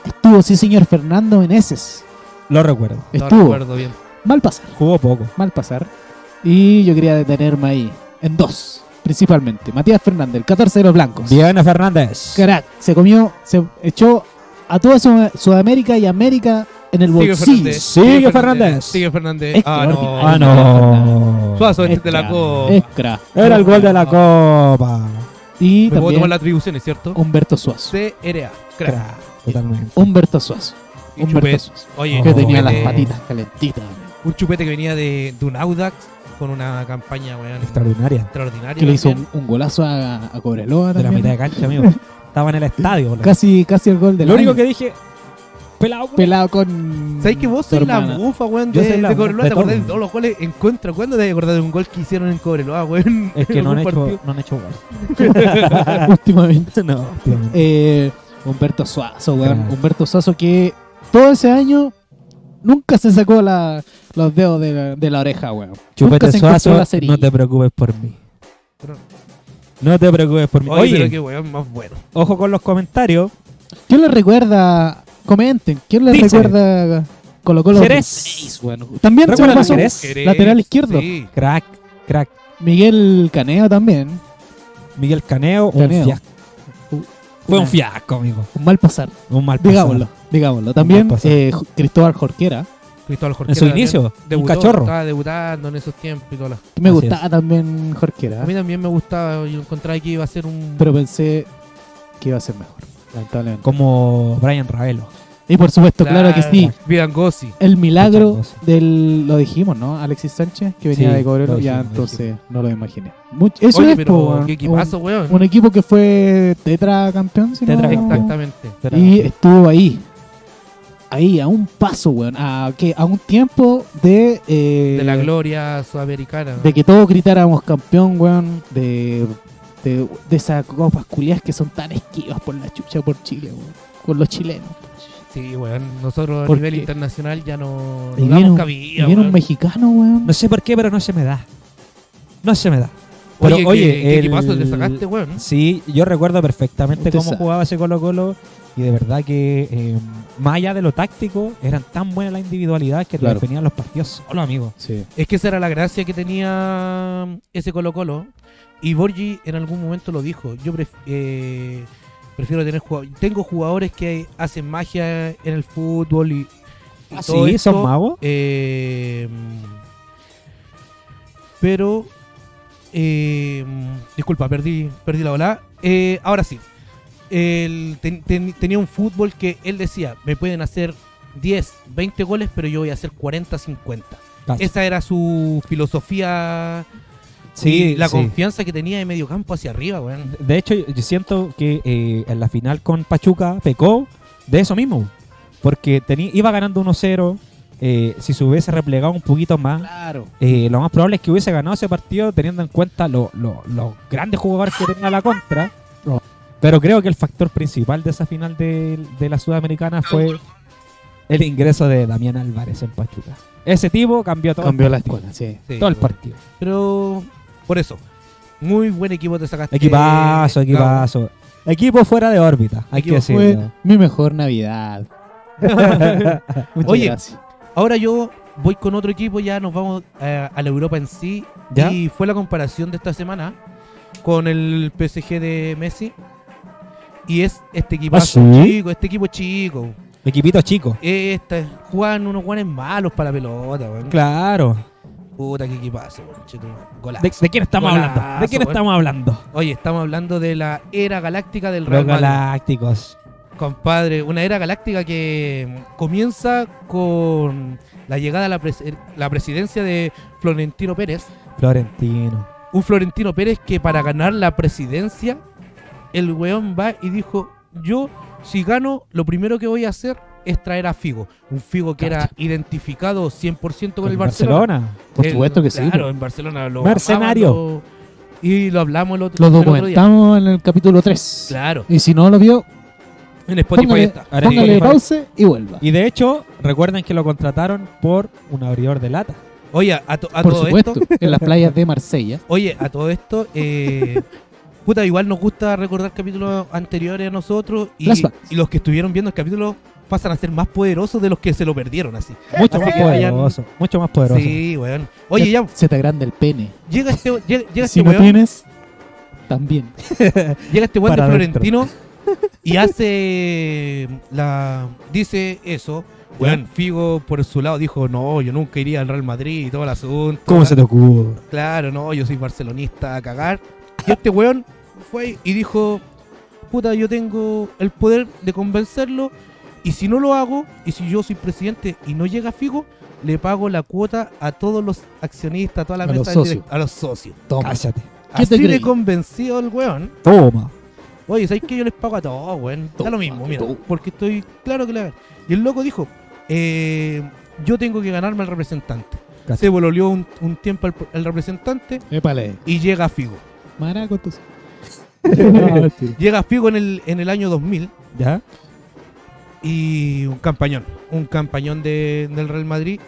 Speaker 3: Estuvo, sí, señor Fernando Meneses.
Speaker 1: Lo recuerdo.
Speaker 2: No
Speaker 3: Estuvo.
Speaker 2: recuerdo bien.
Speaker 3: mal pasar,
Speaker 1: Jugó poco.
Speaker 3: mal pasar. Y yo quería detenerme ahí. En dos, principalmente. Matías Fernández, el 14 de los blancos.
Speaker 1: Diana Fernández.
Speaker 3: Crack, se comió, se echó a toda Sud- Sudamérica y América en el
Speaker 2: Sigue
Speaker 3: bolsillo.
Speaker 2: Fernández.
Speaker 1: Sigue Fernández.
Speaker 2: Sigue Fernández.
Speaker 3: Es
Speaker 2: ah,
Speaker 3: que
Speaker 2: no.
Speaker 3: ordinario.
Speaker 1: Ah, no.
Speaker 2: Suazo, este
Speaker 3: Es
Speaker 2: te la
Speaker 3: crack,
Speaker 2: co.
Speaker 3: es crack.
Speaker 1: Era el gol de la Copa.
Speaker 2: Me
Speaker 3: Y
Speaker 2: puedo tomar
Speaker 3: también
Speaker 2: las atribuciones, ¿cierto?
Speaker 3: Humberto Suazo.
Speaker 2: CRA. Crack.
Speaker 1: Crack, Totalmente.
Speaker 3: Humberto Suazo.
Speaker 2: Y
Speaker 3: Humberto
Speaker 2: chupete.
Speaker 3: Suazo.
Speaker 2: Oye,
Speaker 3: Que
Speaker 1: Oh.
Speaker 3: tenía las
Speaker 2: chupete-
Speaker 3: patitas calentitas.
Speaker 2: Un chupete que venía de, de un Audax con una campaña, weón.
Speaker 1: Extraordinaria.
Speaker 2: extraordinaria
Speaker 3: Que le hizo
Speaker 2: también.
Speaker 3: un, un golazo a, a Cobreloa
Speaker 1: De la
Speaker 3: también.
Speaker 1: mitad de cancha, amigo. Estaba en el estadio. boludo.
Speaker 3: Casi, casi el gol del
Speaker 1: Lo único
Speaker 3: año.
Speaker 1: que dije, pelado. culo.
Speaker 3: Pelado con...
Speaker 2: ¿Sabes que vos
Speaker 3: tu
Speaker 2: sois la
Speaker 3: hermana.
Speaker 2: mufa, weón?
Speaker 1: Yo
Speaker 2: De,
Speaker 1: soy la
Speaker 2: de
Speaker 1: mufa
Speaker 2: Cobreloa,
Speaker 1: de
Speaker 2: te acordás de
Speaker 1: todo.
Speaker 2: todos los goles en contra. ¿Cuándo te acordás de un gol que hicieron en Cobreloa, weón?
Speaker 1: Es que
Speaker 2: En
Speaker 1: no han,
Speaker 2: algún
Speaker 1: hecho,
Speaker 2: partido.
Speaker 1: no han hecho gol.
Speaker 3: Últimamente.
Speaker 1: No, últimamente.
Speaker 3: Eh, Humberto Suazo, weón.
Speaker 1: Crack.
Speaker 3: Humberto Suazo que todo ese año nunca se sacó la- los dedos de la, de la oreja, weón.
Speaker 1: Chupete
Speaker 3: nunca se encontró
Speaker 1: Suazo,
Speaker 3: la cerilla.
Speaker 1: no te preocupes por mí.
Speaker 2: Pero-
Speaker 1: No te preocupes por mí.
Speaker 2: Oye,
Speaker 1: Oye,
Speaker 2: pero qué weón más bueno.
Speaker 1: ojo con los comentarios.
Speaker 3: ¿Quién le recuerda? Comenten. ¿Quién le
Speaker 1: Dice.
Speaker 3: recuerda Colo Colo?
Speaker 1: Jerez.
Speaker 3: También se me
Speaker 1: ¿Recuerdan a
Speaker 3: pasó
Speaker 1: Jerez?
Speaker 3: Lateral izquierdo.
Speaker 2: Sí.
Speaker 1: Crack, crack.
Speaker 3: Miguel Caneo también.
Speaker 1: Miguel Caneo,
Speaker 3: Caneo.
Speaker 1: un fiasco.
Speaker 3: U-
Speaker 1: Fue
Speaker 3: una-
Speaker 1: un fiasco, amigo.
Speaker 3: Un mal pasar.
Speaker 1: Un mal pasado.
Speaker 3: Digámoslo. Digámoslo. También
Speaker 1: mal pasar.
Speaker 3: eh, Ju- Cristóbal Jorquera.
Speaker 2: Cristóbal
Speaker 1: En
Speaker 2: Jorquera
Speaker 1: su
Speaker 2: también
Speaker 1: inicio, un
Speaker 2: debutó,
Speaker 1: cachorro.
Speaker 2: Estaba debutando en esos tiempos y todas las
Speaker 3: Me
Speaker 1: Así
Speaker 3: gustaba también Jorquera.
Speaker 2: A mí también me gustaba, yo encontraba que iba a ser un...
Speaker 3: Pero pensé que iba a ser mejor. Lamentablemente.
Speaker 1: Como Brian Ravelo.
Speaker 3: Y por supuesto, claro que sí.
Speaker 2: Vidangosi.
Speaker 3: el milagro
Speaker 1: Muchas
Speaker 3: del lo dijimos, ¿no? Alexis Sánchez que venía
Speaker 1: Sí,
Speaker 3: de Cobrelo
Speaker 1: lo
Speaker 3: ya
Speaker 1: dijimos, lo
Speaker 3: entonces no lo imaginé. Much- eso
Speaker 2: Oye,
Speaker 3: es po,
Speaker 2: pero
Speaker 3: weón.
Speaker 2: qué
Speaker 3: un,
Speaker 2: equipazo, weón.
Speaker 3: un equipo que fue tetracampeón, si no-
Speaker 1: Tetracampeón.
Speaker 2: Exactamente.
Speaker 3: y estuvo ahí. Ahí a un paso, weón, a que a un tiempo de eh,
Speaker 2: De la gloria sudamericana.
Speaker 3: de que todos gritáramos campeón, weón, de de, de esas copas culiadas que son tan esquivas por la chucha por Chile, weón, con los chilenos.
Speaker 2: Sí, weón. Nosotros a
Speaker 3: Porque-
Speaker 2: nivel internacional ya no,
Speaker 3: Y
Speaker 2: no
Speaker 3: viene un-
Speaker 2: damos
Speaker 3: Y
Speaker 2: cabida,
Speaker 3: viene un
Speaker 2: weón.
Speaker 3: mexicano, weón.
Speaker 1: No sé por qué, pero no se me da. No se me da. Pero,
Speaker 2: Oye,
Speaker 1: oye,
Speaker 2: ¿qué, qué
Speaker 1: el-
Speaker 2: equipazo le sacaste, weón?
Speaker 1: Sí, yo recuerdo perfectamente
Speaker 3: Usted
Speaker 1: cómo
Speaker 3: sabe.
Speaker 1: jugaba ese Colo Colo y de verdad que eh, más allá de lo táctico, eran tan buenas las individualidades que te
Speaker 3: Claro.
Speaker 1: definían los partidos solo, amigo.
Speaker 3: Sí.
Speaker 2: Es que esa era la gracia que tenía ese Colo Colo. Y Borgi en algún momento lo dijo. Yo pref- eh, prefiero tener jugadores. Tengo jugadores que hacen magia en el fútbol y. y
Speaker 1: Ah,
Speaker 2: todo
Speaker 1: sí,
Speaker 2: esto,
Speaker 1: son magos.
Speaker 2: eh, pero Eh, mm, disculpa, perdí, perdí la bola. Eh, ahora sí. Él ten- ten- tenía un fútbol que él decía, me pueden hacer 10, 20 goles, pero yo voy a hacer 40, 50.
Speaker 1: Cacho.
Speaker 2: Esa era su filosofía y la confianza que tenía de medio campo hacia arriba, weón.
Speaker 1: De hecho, yo yo siento que eh, en la final con Pachuca pecó de eso mismo. Porque teni- iba ganando 1-0. eh, si se hubiese replegado un poquito más,
Speaker 3: Claro.
Speaker 1: eh, lo más probable es que hubiese ganado ese partido teniendo en cuenta lo- lo- los grandes jugadores que tenía la contra.
Speaker 3: No.
Speaker 1: Pero creo que el factor principal de esa final de, de la Sudamericana fue el ingreso de Damián Álvarez en Pachuca. Ese tipo cambió todo,
Speaker 4: Cambió las
Speaker 1: el, partido,
Speaker 4: cosas.
Speaker 3: Sí.
Speaker 2: Sí,
Speaker 1: todo el
Speaker 2: weón.
Speaker 1: partido.
Speaker 2: Pero por eso, muy buen equipo te sacaste.
Speaker 1: Equipazo,
Speaker 2: eh,
Speaker 1: equipazo. Equipo fuera de órbita, hay que
Speaker 2: Equipo
Speaker 1: decirlo.
Speaker 3: Fue mi mejor Navidad. Muchas
Speaker 2: Oye.
Speaker 3: gracias.
Speaker 2: Gabo. Ahora yo voy con otro equipo, ya nos vamos eh, a la Europa en sí.
Speaker 1: ¿Ya?
Speaker 2: Y fue la comparación de esta semana con el PSG de Messi. Y es este equipo
Speaker 1: ¿Ah, sí?
Speaker 2: chico, este equipo chico.
Speaker 1: Equipito chico.
Speaker 2: Este, juegan unos guanes malos para la pelota, weón.
Speaker 1: Claro.
Speaker 2: Puta, qué equipazo, weón. Chetumare. Golazo.
Speaker 1: ¿De, de quién estamos
Speaker 2: Golazo, eh.
Speaker 1: hablando? ¿De quién
Speaker 2: weón.
Speaker 1: estamos hablando?
Speaker 2: Oye, estamos hablando de la era galáctica del
Speaker 1: Los
Speaker 2: Real Madrid.
Speaker 1: galácticos.
Speaker 2: Compadre, una era galáctica que mm, comienza con la llegada a la, presi- la presidencia de Florentino Pérez.
Speaker 1: Florentino.
Speaker 2: Un Florentino Pérez que para ganar la presidencia, el weón va y dijo, yo si gano, lo primero que voy a hacer es traer a Figo. Un Figo que era identificado 100% con el Barcelona.
Speaker 3: Por
Speaker 2: El-
Speaker 3: supuesto que sí,
Speaker 2: Claro,
Speaker 3: po.
Speaker 2: en Barcelona lo
Speaker 1: Mercenario.
Speaker 2: amaban, lo- y lo hablamos el otro,
Speaker 3: Lo
Speaker 2: el otro día.
Speaker 3: documentamos en el capítulo 3.
Speaker 2: Claro,
Speaker 3: Y si no lo vio,
Speaker 2: en Spotify
Speaker 3: póngale,
Speaker 2: está.
Speaker 1: Ahora
Speaker 3: póngale
Speaker 1: sí.
Speaker 3: pause y vuelva.
Speaker 1: Y de hecho, recuerden que lo contrataron por un abridor de lata.
Speaker 2: Oye, a, to- a
Speaker 3: Por
Speaker 2: todo
Speaker 3: supuesto,
Speaker 2: esto,
Speaker 3: en las playas de Marsella.
Speaker 2: Oye, a todo esto, eh, puta, igual nos gusta recordar capítulos anteriores a nosotros y,
Speaker 3: Flashbacks.
Speaker 2: y los que estuvieron viendo el capítulo pasan a ser más poderosos de los que se lo perdieron así.
Speaker 1: Mucho
Speaker 2: Así
Speaker 1: más
Speaker 2: que vayan-
Speaker 1: poderoso. Mucho más poderoso.
Speaker 2: Sí, weón. Oye, ya,
Speaker 3: Se te agranda el pene.
Speaker 2: llega este, llega, llega este
Speaker 3: si no
Speaker 2: weón,
Speaker 3: tienes, también.
Speaker 2: llega este weón de
Speaker 1: para
Speaker 2: Florentino y hace la... dice eso. Weón, Figo por su lado dijo, no, yo nunca iría al Real Madrid y todo el asunto.
Speaker 1: ¿Cómo se te ocurre?
Speaker 2: Claro, no, yo soy barcelonista a cagar. Y este weón fue y dijo, puta, yo tengo el poder de convencerlo y si no lo hago, y si yo soy presidente y no llega Figo, le pago la cuota a todos los accionistas, a toda la
Speaker 3: A
Speaker 2: mesa
Speaker 3: los
Speaker 2: de
Speaker 3: socios.
Speaker 2: direct- a los socios.
Speaker 3: Toma.
Speaker 1: Cállate.
Speaker 3: ¿Qué te
Speaker 2: Así le
Speaker 3: creí?
Speaker 2: convenció el weón.
Speaker 1: Toma.
Speaker 2: Oye, ¿sabes qué? Yo les pago a todos, weón. Da lo mismo, mira. Porque estoy claro que le va a dar. Y el loco dijo, eh, yo tengo que ganarme al representante.
Speaker 1: Cacha.
Speaker 2: Se volvió un, un tiempo al- al representante
Speaker 3: Épale.
Speaker 2: y llega Figo.
Speaker 3: Maraco, entonces.
Speaker 2: Llega Figo en el, en el año 2000
Speaker 1: ¿Ya?
Speaker 2: y un campañón, un campañón de- del Real Madrid.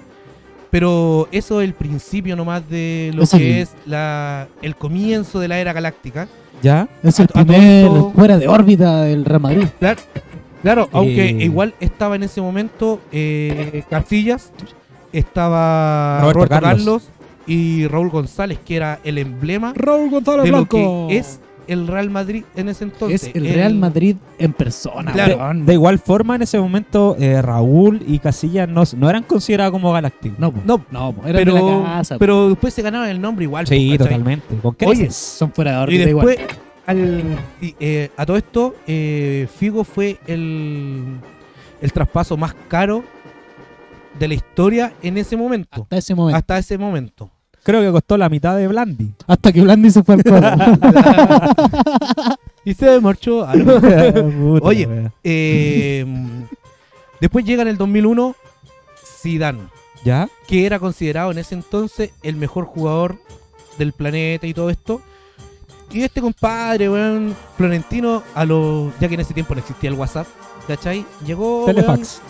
Speaker 2: Pero eso es el principio nomás de lo
Speaker 3: Eso
Speaker 2: que
Speaker 3: es.
Speaker 2: es la, el comienzo de la era galáctica.
Speaker 1: ¿Ya?
Speaker 3: Es el
Speaker 2: A- a todo
Speaker 3: primer
Speaker 2: esto-
Speaker 3: fuera de órbita del Real Madrid.
Speaker 2: Claro, aunque
Speaker 1: Eh.
Speaker 2: igual estaba en ese momento eh, Casillas, estaba
Speaker 1: Roberto
Speaker 2: Roberto,
Speaker 1: Carlos.
Speaker 2: Carlos. y Raúl González, que era el emblema
Speaker 1: Raúl González
Speaker 2: de lo que es el Real Madrid en ese entonces. Eh,
Speaker 3: Es el Real Madrid en persona.
Speaker 2: Claro.
Speaker 3: weón.
Speaker 1: De igual forma, en ese momento, eh, Raúl y Casillas no, no eran considerados como galácticos.
Speaker 3: No, po.
Speaker 2: No,
Speaker 3: no, po. eran de
Speaker 2: pero,
Speaker 3: la casa. po.
Speaker 2: pero después se ganaron el nombre igual.
Speaker 1: Sí,
Speaker 2: ¿cachai?
Speaker 1: totalmente. ¿Con qué
Speaker 2: Oye,
Speaker 3: son fuera de
Speaker 2: Y
Speaker 3: órbita igual.
Speaker 2: después, al, y, eh, a todo esto, eh, Figo fue el, el traspaso más caro de la historia en ese momento.
Speaker 3: Hasta ese momento.
Speaker 2: Hasta ese momento.
Speaker 1: Creo que costó la mitad de Blandi.
Speaker 3: Hasta que Blandi se fue al coro.
Speaker 2: y se marchó. a lo-
Speaker 1: Puta,
Speaker 2: Oye.
Speaker 1: wea.
Speaker 2: Eh, después llega en el 2001 Zidane,
Speaker 1: ¿Ya?
Speaker 2: que era considerado en ese entonces el mejor jugador del planeta y todo esto. Y este compadre, weón, Florentino, a los ya que en ese tiempo no existía el WhatsApp, ¿cachai? Llegó. weón,
Speaker 1: Telefax.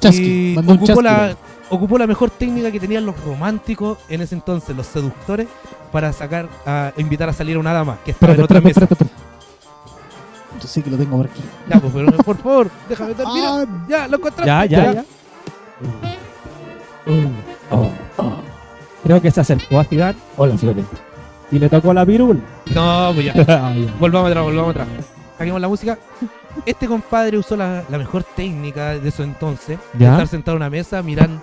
Speaker 3: Chasqui.
Speaker 2: y
Speaker 3: Mandó un
Speaker 2: ocupó
Speaker 3: chasqui.
Speaker 2: la, ocupó la mejor técnica que tenían los románticos en ese entonces, los seductores, para sacar, a invitar a salir a una dama que estaba
Speaker 3: Espérate,
Speaker 2: en otra
Speaker 3: espérate,
Speaker 2: mesa.
Speaker 3: espérate, espérate. Yo sé que lo tengo por aquí.
Speaker 2: Ya, pues, pero por favor, déjame terminar.
Speaker 3: Ah,
Speaker 2: ya, lo encontraste.
Speaker 1: Ya, ya, ya. Oh, Creo que se acercó a Zidane
Speaker 4: Hola, Flores.
Speaker 1: y le tocó la pirul.
Speaker 2: No, pues ya. Volvamos atrás, volvamos atrás. Saquemos la música. Este compadre usó la, la mejor técnica de su entonces. de
Speaker 1: ¿Ya?
Speaker 2: Estar sentado a una mesa, miran.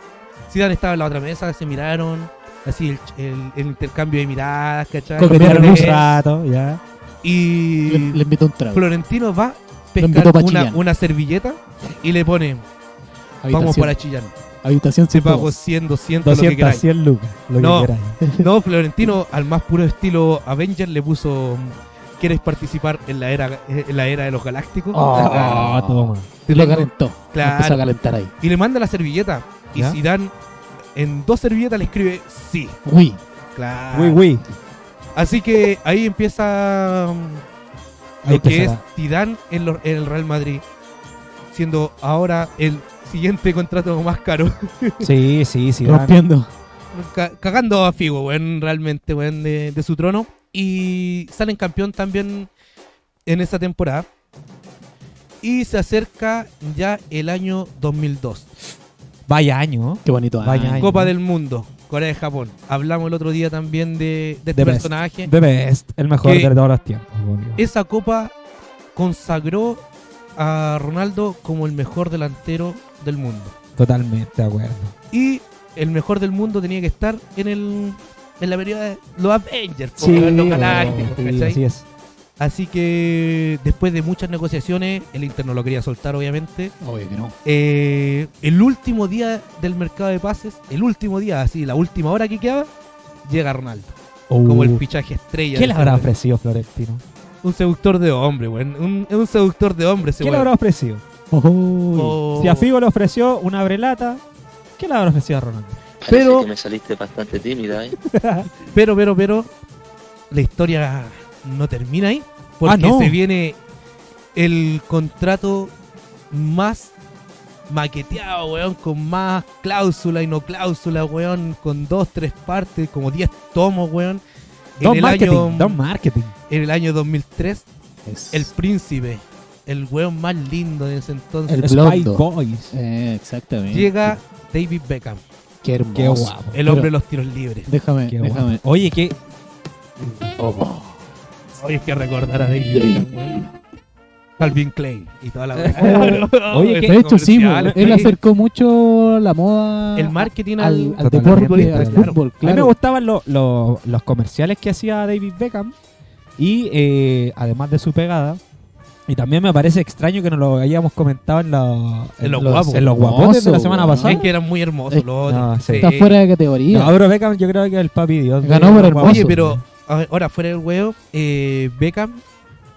Speaker 2: Zidane estaba en la otra mesa, se miraron. así el, ch- el- el intercambio de miradas, ¿cachai?
Speaker 1: Coquetearon un
Speaker 2: Eh,
Speaker 1: rato, ya.
Speaker 2: Y
Speaker 3: Le, le invito un trago.
Speaker 2: Florentino va a
Speaker 3: invitó
Speaker 2: pescar
Speaker 3: pa'
Speaker 2: una,
Speaker 3: Chillán.
Speaker 2: una servilleta y le pone, vamos
Speaker 3: Habitación-
Speaker 2: para Chillán.
Speaker 3: Habitación
Speaker 2: Te
Speaker 3: sin
Speaker 2: pago
Speaker 3: pagos.
Speaker 2: 100, 200, lo que
Speaker 1: 200,
Speaker 2: queráis.
Speaker 1: 100 lucas, lo
Speaker 2: No.
Speaker 1: que queráis.
Speaker 2: No, Florentino, al más puro estilo Avenger, le puso... mm, ¿Quieres participar en la era en la era de los galácticos?
Speaker 1: Ah,
Speaker 3: Ah.
Speaker 1: toma.
Speaker 2: Te
Speaker 3: Lo
Speaker 2: tengo-
Speaker 3: calentó.
Speaker 2: Claro.
Speaker 3: Empezó a calentar ahí.
Speaker 2: y le manda la servilleta. Y
Speaker 1: ¿Ya?
Speaker 2: Zidane en dos servilletas le escribe sí.
Speaker 3: Uy,
Speaker 2: Claro.
Speaker 1: Uy, uy.
Speaker 2: Así que ahí empieza mm,
Speaker 1: Ahí
Speaker 2: lo que es
Speaker 1: empezará.
Speaker 2: Zidane en, lo- en el Real Madrid, siendo ahora el siguiente contrato más caro.
Speaker 1: Sí, sí, sí. Dan.
Speaker 3: rompiendo.
Speaker 2: Ca- Cagando a Figo, weón, realmente, weón, de, de su trono. Y salen campeón también en esa temporada. Y se acerca ya el año 2002.
Speaker 1: Vaya año.
Speaker 3: Qué bonito. ah.
Speaker 1: Vaya
Speaker 3: año.
Speaker 1: año.
Speaker 2: Copa del Mundo, Corea de Japón. Hablamos el otro día también de, de
Speaker 1: The
Speaker 2: este
Speaker 1: best.
Speaker 2: personaje.
Speaker 1: The best. El mejor
Speaker 2: Que-
Speaker 1: de todos los tiempos. boludo.
Speaker 2: Esa copa consagró a Ronaldo como el mejor delantero del mundo.
Speaker 1: Totalmente de acuerdo.
Speaker 2: Y el mejor del mundo tenía que estar en el en la película de los Avengers, po,
Speaker 1: Sí,
Speaker 2: en los
Speaker 1: bueno,
Speaker 2: galácticos,
Speaker 1: sí,
Speaker 2: ¿cachai?
Speaker 1: así es.
Speaker 2: Así que después de muchas negociaciones, el Inter no lo quería soltar obviamente.
Speaker 3: Obvio que no.
Speaker 2: Eh, el último día del mercado de pases, el último día, así, la última hora que quedaba, llega Ronaldo. Como el
Speaker 1: Uh,
Speaker 2: fichaje estrella.
Speaker 1: ¿Qué
Speaker 2: de
Speaker 1: le
Speaker 2: ese
Speaker 1: habrá
Speaker 2: momento.
Speaker 1: ofrecido Florentino?
Speaker 2: Un seductor de hombre, weón. Un, es un seductor de hombre, ese
Speaker 1: ¿Qué le
Speaker 2: weón.
Speaker 1: habrá ofrecido?
Speaker 3: Oh,
Speaker 2: Oh.
Speaker 1: Si a Figo le ofreció una brelata, ¿qué le habrá ofrecido a Ronaldo?
Speaker 7: Parece
Speaker 2: Pero-
Speaker 7: que me saliste bastante tímida, ¿eh?
Speaker 2: Pero, pero, pero, la historia no termina ahí. Porque
Speaker 1: Ah, no.
Speaker 2: se viene el contrato más maqueteado, weón, con más cláusula y no cláusula, weón, con dos, tres partes, como diez tomos, weón.
Speaker 1: Don
Speaker 2: el
Speaker 1: marketing,
Speaker 2: año-
Speaker 1: don marketing.
Speaker 2: En el año 2003,
Speaker 3: es-
Speaker 2: el príncipe, el weón más lindo de ese entonces,
Speaker 3: El
Speaker 1: Spy
Speaker 3: blondo.
Speaker 1: Boys.
Speaker 3: Eh, exactamente.
Speaker 2: llega David Beckham,
Speaker 3: Qué hermoso.
Speaker 1: Qué guapo.
Speaker 2: el hombre de los tiros libres.
Speaker 3: Déjame,
Speaker 1: Qué guapo.
Speaker 3: déjame. Oh,
Speaker 1: Oye, qué,
Speaker 2: Hoy es que recordar a David Beckham, weón. Calvin Klein y toda la
Speaker 1: Oye,
Speaker 3: De hecho, sí, pues, él acercó mucho la moda
Speaker 2: el marketing
Speaker 3: al,
Speaker 2: al,
Speaker 3: al
Speaker 1: Totalmente,
Speaker 3: deporte, al
Speaker 1: claro.
Speaker 3: fútbol,
Speaker 1: A mí me
Speaker 3: claro.
Speaker 1: gustaban lo- lo- los comerciales que hacía David Beckham y eh, además de su pegada. Y también me parece extraño que no lo hayamos comentado en, la-
Speaker 2: En los guapos.
Speaker 1: en los guapotes de la
Speaker 3: Hermoso,
Speaker 1: semana
Speaker 3: weón.
Speaker 1: pasada.
Speaker 2: es que eran muy hermosos
Speaker 3: Eh,
Speaker 2: los otros.
Speaker 1: no, sí.
Speaker 2: sí.
Speaker 3: Está fuera de categoría.
Speaker 1: No, pero Beckham yo creo que es el papi Dios. de
Speaker 3: Ganó
Speaker 1: los
Speaker 3: por hermoso.
Speaker 1: guapos.
Speaker 2: Oye, pero a- ahora fuera del huevo, eh, Beckham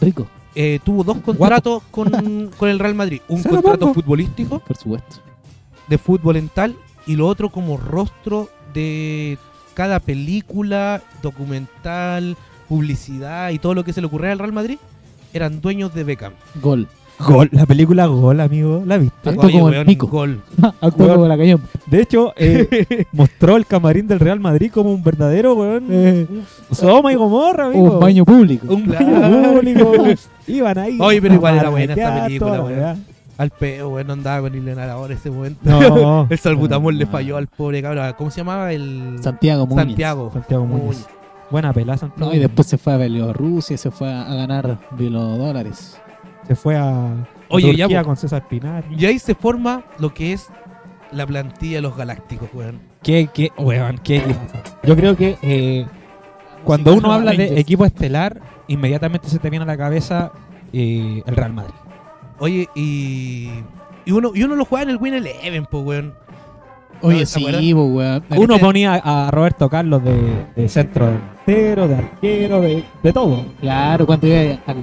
Speaker 3: Rico,
Speaker 2: eh, tuvo dos contratos con, con el Real Madrid. Un
Speaker 1: Se lo
Speaker 2: contrato
Speaker 1: pongo.
Speaker 2: futbolístico
Speaker 3: por supuesto.
Speaker 2: de fútbol ental y lo otro como rostro de cada película, documental, publicidad y todo lo que se le ocurriera al Real Madrid. Eran dueños de Beckham.
Speaker 3: Gol.
Speaker 1: Gol, la película Gol, amigo, la viste.
Speaker 3: Acto como el
Speaker 2: weón,
Speaker 3: pico.
Speaker 2: Gol.
Speaker 3: Actúa como la cañón.
Speaker 1: De hecho, eh, mostró el camarín del Real Madrid como un verdadero, weón.
Speaker 3: Eh,
Speaker 1: Soma y Gomorra, amigo.
Speaker 3: un baño público.
Speaker 1: Un
Speaker 2: Claro.
Speaker 1: baño público. Iban ahí.
Speaker 2: Oye, pero igual era
Speaker 1: a
Speaker 2: buena esta
Speaker 1: maraquear,
Speaker 2: película,
Speaker 1: toda la
Speaker 2: weón.
Speaker 1: weá.
Speaker 2: Al peo, weón, no andaba con Ileana ahora ese momento.
Speaker 1: No,
Speaker 2: El salbutamol le
Speaker 3: Ah.
Speaker 2: falló al pobre cabrón. ¿Cómo se llamaba? El
Speaker 3: Santiago Muñiz.
Speaker 2: Santiago.
Speaker 1: Santiago Muñoz.
Speaker 2: Muñiz.
Speaker 1: Buena pelada, Santiago.
Speaker 3: No, y después se fue a Bielorrusia, se fue a, a ganar dólares.
Speaker 1: se fue a
Speaker 2: Oye,
Speaker 1: Turquía
Speaker 2: ya, pues. po.
Speaker 1: con César Pinar.
Speaker 2: Y ahí se forma lo que es la plantilla de los galácticos, weón.
Speaker 1: Qué, qué, weón, qué. Yo creo que eh, cuando uno habla de equipo estelar, inmediatamente se te viene a la cabeza eh, el Real Madrid.
Speaker 2: Oye, y. Y uno, y uno lo juega en el Win Eleven, po, weón.
Speaker 3: Oye,
Speaker 2: ¿te
Speaker 3: sí,
Speaker 2: acuerdas?
Speaker 3: bo, weón.
Speaker 1: Uno ponía a Roberto Carlos de, de centro delantero, de arquero, de, de todo.
Speaker 3: Claro, cuando iba al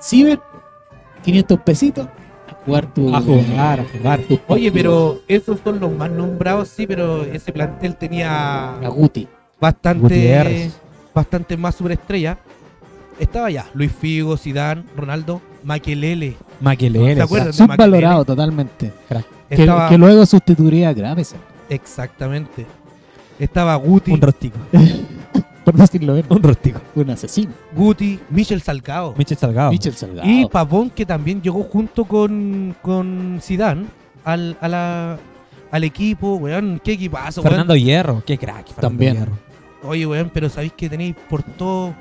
Speaker 3: ciber, 500 pesitos, a jugar tu...
Speaker 1: A jugar, a jugar.
Speaker 3: tu-
Speaker 2: Oye, pero esos son los más nombrados, sí, pero ese plantel tenía
Speaker 3: A Guti.
Speaker 2: bastante,
Speaker 1: Gutiérrez.
Speaker 2: bastante más superestrella. Estaba ya Luis Figo, Zidane, Ronaldo, Maquelele.
Speaker 1: Maquelele.
Speaker 2: ¿Te acuerdas? de
Speaker 3: Subvalorado totalmente. Que,
Speaker 2: Estaba,
Speaker 3: que luego sustituiría a Graves,
Speaker 2: Exactamente. Estaba Guti.
Speaker 1: Un rostico.
Speaker 3: por decirlo menos.
Speaker 1: Un rostico.
Speaker 3: Un asesino.
Speaker 2: Guti, Michel Salcao
Speaker 1: Michel Salgado.
Speaker 3: Michel Salgado.
Speaker 2: y Pavón que también llegó junto con con Zidane al, a la- al equipo, weón, qué equipazo, weón.
Speaker 1: Fernando Hierro. Qué crack. Fernando
Speaker 3: También.
Speaker 1: Hierro.
Speaker 2: Oye, weón, pero sabéis que tenéis por todo,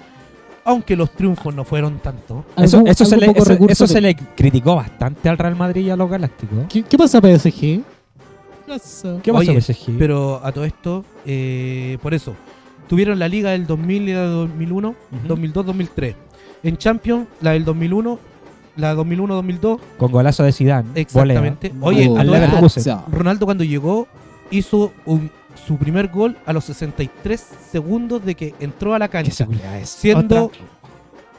Speaker 2: aunque los triunfos no fueron tanto.
Speaker 1: Eso,
Speaker 3: Algún-
Speaker 1: eso, se,
Speaker 3: algún
Speaker 1: le,
Speaker 3: poco
Speaker 1: eso-
Speaker 3: recurso
Speaker 1: eso se
Speaker 3: de-
Speaker 1: le criticó bastante al Real Madrid y a los Galácticos. ¿eh?
Speaker 3: ¿Qué, qué pasa PSG? ¿Qué pasa?
Speaker 1: ¿Qué pasó
Speaker 2: Oye,
Speaker 1: con ese Gil?
Speaker 2: Pero a todo esto, eh, por eso, tuvieron la liga del 2000 y la del 2001,
Speaker 1: Ujú.
Speaker 2: 2002, 2003. En Champions, la del 2001, la 2001, 2002,
Speaker 1: Con golazo de Zidane.
Speaker 2: exactamente.
Speaker 1: volea.
Speaker 2: Oye,
Speaker 1: Oh,
Speaker 2: a
Speaker 1: al
Speaker 2: todo
Speaker 1: Leverkusen.
Speaker 2: esto, Ronaldo cuando llegó hizo un- su primer gol a los 63 segundos de que entró a la
Speaker 1: Qué
Speaker 2: cancha,
Speaker 1: seguridad es.
Speaker 2: siendo
Speaker 1: Otra.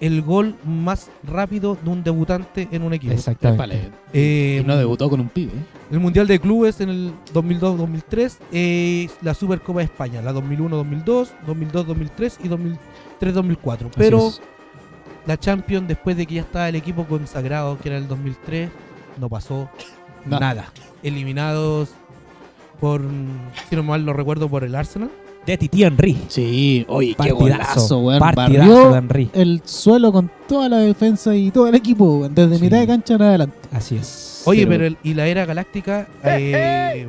Speaker 2: el gol más rápido de un debutante en un equipo.
Speaker 1: Exactamente.
Speaker 3: Vale.
Speaker 2: Eh,
Speaker 3: Y no debutó con un pibe.
Speaker 2: El Mundial de Clubes en el 2002-2003, eh, la Supercopa de España, la 2001-2002, 2002-2003 y 2003-2004. Pero
Speaker 1: es.
Speaker 2: la Champions, después de que ya estaba el equipo consagrado, que era el 2003, no pasó
Speaker 3: No.
Speaker 2: nada. Eliminados por, si no mal lo recuerdo, por el Arsenal.
Speaker 1: De Titi Henry.
Speaker 3: Sí, oye, qué golazo,
Speaker 1: Partidazo.
Speaker 3: weón.
Speaker 1: partidazo
Speaker 3: Barrió
Speaker 1: de Henry.
Speaker 3: el suelo con toda la defensa y todo el equipo, weón, desde
Speaker 1: Sí.
Speaker 3: mitad de cancha en adelante.
Speaker 1: Así es.
Speaker 2: Oye,
Speaker 1: Pero-
Speaker 2: pero, el- y la era galáctica. eh,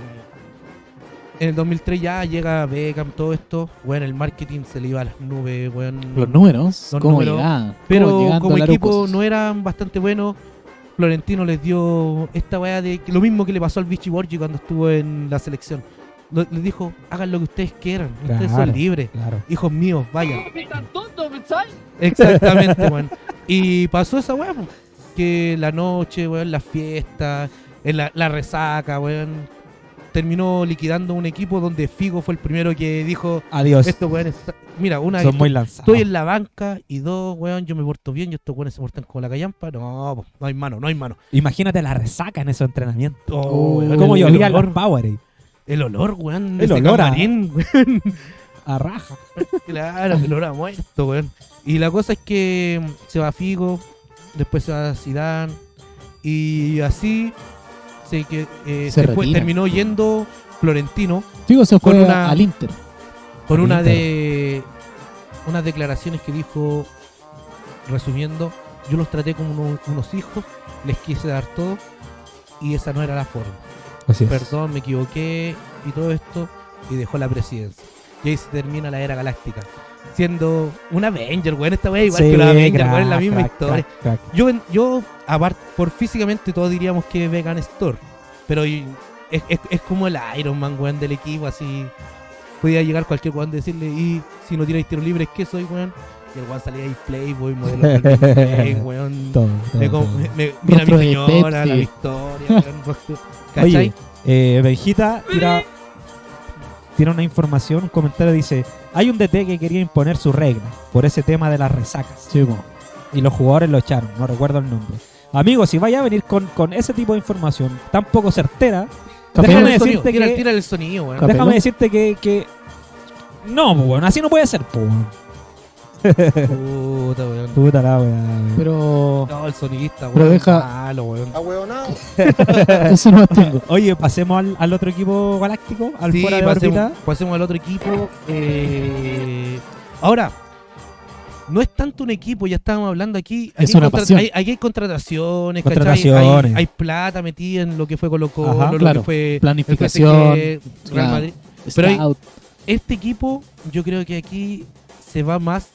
Speaker 2: En el 2003 ya llega Beckham, todo esto. Bueno, el marketing se le iba a las nubes, weón.
Speaker 3: Los números,
Speaker 2: Los
Speaker 3: cómo
Speaker 2: números.
Speaker 3: llegaban, cómo
Speaker 2: Pero
Speaker 3: llegando
Speaker 2: como
Speaker 3: a la
Speaker 2: equipo
Speaker 3: Lucas.
Speaker 2: no eran bastante buenos. Florentino les dio esta weá de que- lo mismo que le pasó al Vichy Borgi cuando estuvo en la selección. Lo- les dijo, hagan lo que ustedes quieran, ustedes
Speaker 1: Claro.
Speaker 2: son libres,
Speaker 1: Claro.
Speaker 2: hijos míos, vayan. Exactamente, weón. Y pasó esa weá, po. que la noche, weón, las fiestas, en la, la resaca, weón. Terminó liquidando un equipo donde Figo fue el primero que dijo,
Speaker 1: Adiós.
Speaker 2: estos weones, mira, una
Speaker 1: Son muy lanzados.
Speaker 2: Estoy en la banca y dos, weón, yo me porto bien y estos weones se portan como la callampa. No, po, no hay mano, no hay mano.
Speaker 1: Imagínate la resaca en esos entrenamientos.
Speaker 2: Oh, weón,
Speaker 1: Como
Speaker 2: el,
Speaker 1: llovía
Speaker 2: olor,
Speaker 1: el Powerade.
Speaker 2: el olor, weón.
Speaker 1: El
Speaker 2: ese
Speaker 1: olor a-
Speaker 2: camarín, weón.
Speaker 1: A raja.
Speaker 2: Claro, el olor a muerto, weón. Y la cosa es que mm, se va Figo, después se va Zidane y así se que eh,
Speaker 3: Se
Speaker 2: después
Speaker 3: retira.
Speaker 2: terminó yendo Florentino
Speaker 3: Figo se
Speaker 2: con
Speaker 3: fue
Speaker 2: una-
Speaker 3: al Inter.
Speaker 2: por
Speaker 1: Al
Speaker 2: una
Speaker 1: Inter.
Speaker 2: de unas declaraciones que dijo resumiendo yo los traté como uno- unos hijos les quise dar todo y esa no era la forma
Speaker 1: Así es.
Speaker 2: perdón me equivoqué y todo esto y dejó la presidencia y ahí se termina la era galáctica siendo una Avenger weón esta wea igual
Speaker 1: Sí,
Speaker 2: que la Avenger
Speaker 1: crack,
Speaker 2: weón, es la misma
Speaker 1: crack,
Speaker 2: historia
Speaker 1: crack, crack.
Speaker 2: yo yo aparte por físicamente todos diríamos que es Vegan Store pero y- es, es- es como el Iron Man weón del equipo así podía llegar cualquier weón decirle y si no tiráis tiro libre ¿qué soy weón y el weón salía ahí Playboy modelo Calvin Klein, weón
Speaker 1: Todo, todo,
Speaker 2: me, com-
Speaker 1: todo.
Speaker 2: me- me- mira
Speaker 3: Rostro
Speaker 2: mi
Speaker 3: de
Speaker 2: señora la
Speaker 3: Pepsi.
Speaker 2: victoria weón, rostro- ¿cachai?
Speaker 1: Oye, eh, Benjita tira, tira una información, un comentario dice, hay un DT que quería imponer su regla por ese tema de las resacas
Speaker 3: Sí, po.
Speaker 1: y los jugadores lo echaron, no recuerdo el nombre. Amigos, si vaya a venir con, con ese tipo de información tan poco certera,
Speaker 2: Tira
Speaker 1: déjame
Speaker 2: el sonido,
Speaker 1: decirte
Speaker 2: tira,
Speaker 1: que,
Speaker 2: tira el sonido weón.
Speaker 3: Capelón.
Speaker 1: déjame decirte que, que- no, pues, bueno, así no puede ser, pues, bueno.
Speaker 2: puta weón
Speaker 1: Puta la weá, weón.
Speaker 3: Pero
Speaker 2: no, el sonidista, weón.
Speaker 3: Pero deja-
Speaker 2: malo, weón.
Speaker 3: eso no tengo.
Speaker 1: Oye, pasemos al, al otro equipo galáctico, al
Speaker 2: Sí,
Speaker 1: fuera de
Speaker 2: pasemos,
Speaker 1: órbita.
Speaker 2: pasemos al otro equipo. eh, ahora, no es tanto un equipo, ya estábamos hablando aquí. aquí
Speaker 3: Es
Speaker 2: hay
Speaker 3: una pasión.
Speaker 2: Hay, aquí hay contrataciones, ¿cachai?
Speaker 1: Contrataciones.
Speaker 2: Hay, hay plata metida en lo que fue Colo Colo,
Speaker 1: Ajá, Ah.
Speaker 2: lo
Speaker 3: claro.
Speaker 2: que fue el
Speaker 3: Planificación,
Speaker 2: PSG, Real
Speaker 3: claro.
Speaker 2: Madrid. Pero hay-
Speaker 3: Scout,
Speaker 2: Este equipo, yo creo que aquí se va más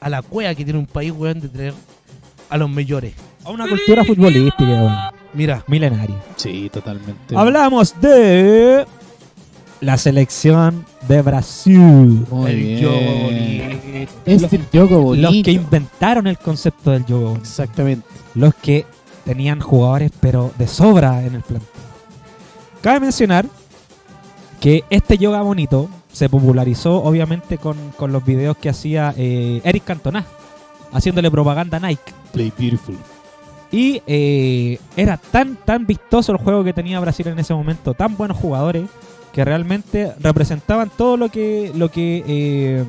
Speaker 2: a la cueva que tiene un país, weón, de tener a los mayores.
Speaker 1: A una cultura futbolística, weón,
Speaker 2: Mira,
Speaker 1: milenaria.
Speaker 3: Sí, totalmente.
Speaker 1: Hablamos de la selección de Brasil.
Speaker 3: Muy
Speaker 2: el
Speaker 3: bien.
Speaker 2: Johnny,
Speaker 3: Es el Diogo Bonito.
Speaker 1: Los que inventaron el concepto del juego.
Speaker 3: Exactamente.
Speaker 1: Los que tenían jugadores pero de sobra en el plantel. Cabe mencionar que este yoga bonito se popularizó obviamente con, con los videos que hacía eh, Eric Cantona, haciéndole propaganda a Nike.
Speaker 3: Play Beautiful.
Speaker 1: Y eh, era tan, tan vistoso el juego que tenía Brasil en ese momento, tan buenos jugadores, que realmente representaban todo lo que, lo que eh,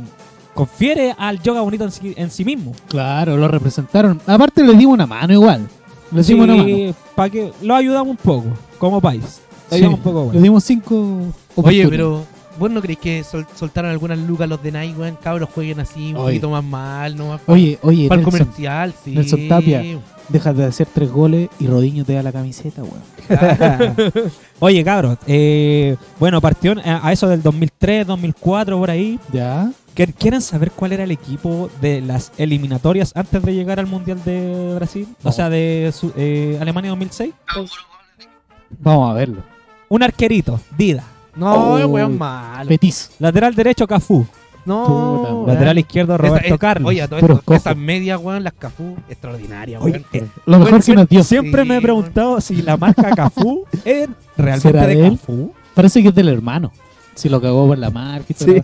Speaker 1: confiere al yoga bonito en sí, en sí mismo.
Speaker 3: Claro, lo representaron. Aparte les dimos una mano igual. Les dimos una mano.
Speaker 1: para que lo ayudamos un poco, como país. Lo
Speaker 3: Sí.
Speaker 1: ayudamos un poco,
Speaker 3: Les
Speaker 1: bueno.
Speaker 3: dimos cinco
Speaker 2: Oye,
Speaker 3: oportunidades.
Speaker 2: pero ¿vos no creéis que sol- soltaron algunas lucas los de Nike, weón? Cabros jueguen así, un
Speaker 3: Oye.
Speaker 2: poquito más mal, no más
Speaker 3: Oye, oye,
Speaker 2: para el
Speaker 3: Nelson,
Speaker 2: comercial, sí.
Speaker 3: Nelson Tapia. dejas de hacer tres goles y Rodiño te da la camiseta, weón.
Speaker 1: Oye, cabros, eh, bueno, partió en- a a eso del 2003, 2004, por ahí.
Speaker 3: Ya.
Speaker 1: ¿Quer- ¿Quieren saber cuál era el equipo de las eliminatorias antes de llegar al Mundial de Brasil? O
Speaker 3: No.
Speaker 1: sea, de su- eh, Alemania 2006.
Speaker 3: Vamos a verlo.
Speaker 1: Un arquerito, Dida.
Speaker 2: No,
Speaker 3: Oh.
Speaker 2: weón, malo.
Speaker 3: Betis.
Speaker 1: Lateral derecho, Cafú.
Speaker 3: Puta,
Speaker 2: No.
Speaker 3: weón.
Speaker 1: Lateral izquierdo,
Speaker 2: Esa-
Speaker 1: Roberto
Speaker 2: es-
Speaker 1: Carlos.
Speaker 2: Oye, a todo
Speaker 3: Puro
Speaker 2: esto,
Speaker 3: cojo.
Speaker 2: esas medias, weón, las Cafú, extraordinarias,
Speaker 1: Oye,
Speaker 2: weón.
Speaker 1: eh,
Speaker 3: Lo mejor
Speaker 1: bueno,
Speaker 3: que nos dio.
Speaker 1: Siempre
Speaker 2: Sí,
Speaker 1: me he preguntado si la marca Cafú es realmente
Speaker 3: ¿Será
Speaker 1: de
Speaker 3: de él?
Speaker 1: Cafú.
Speaker 3: Parece que es del hermano. Si lo cagó por la marca y todo.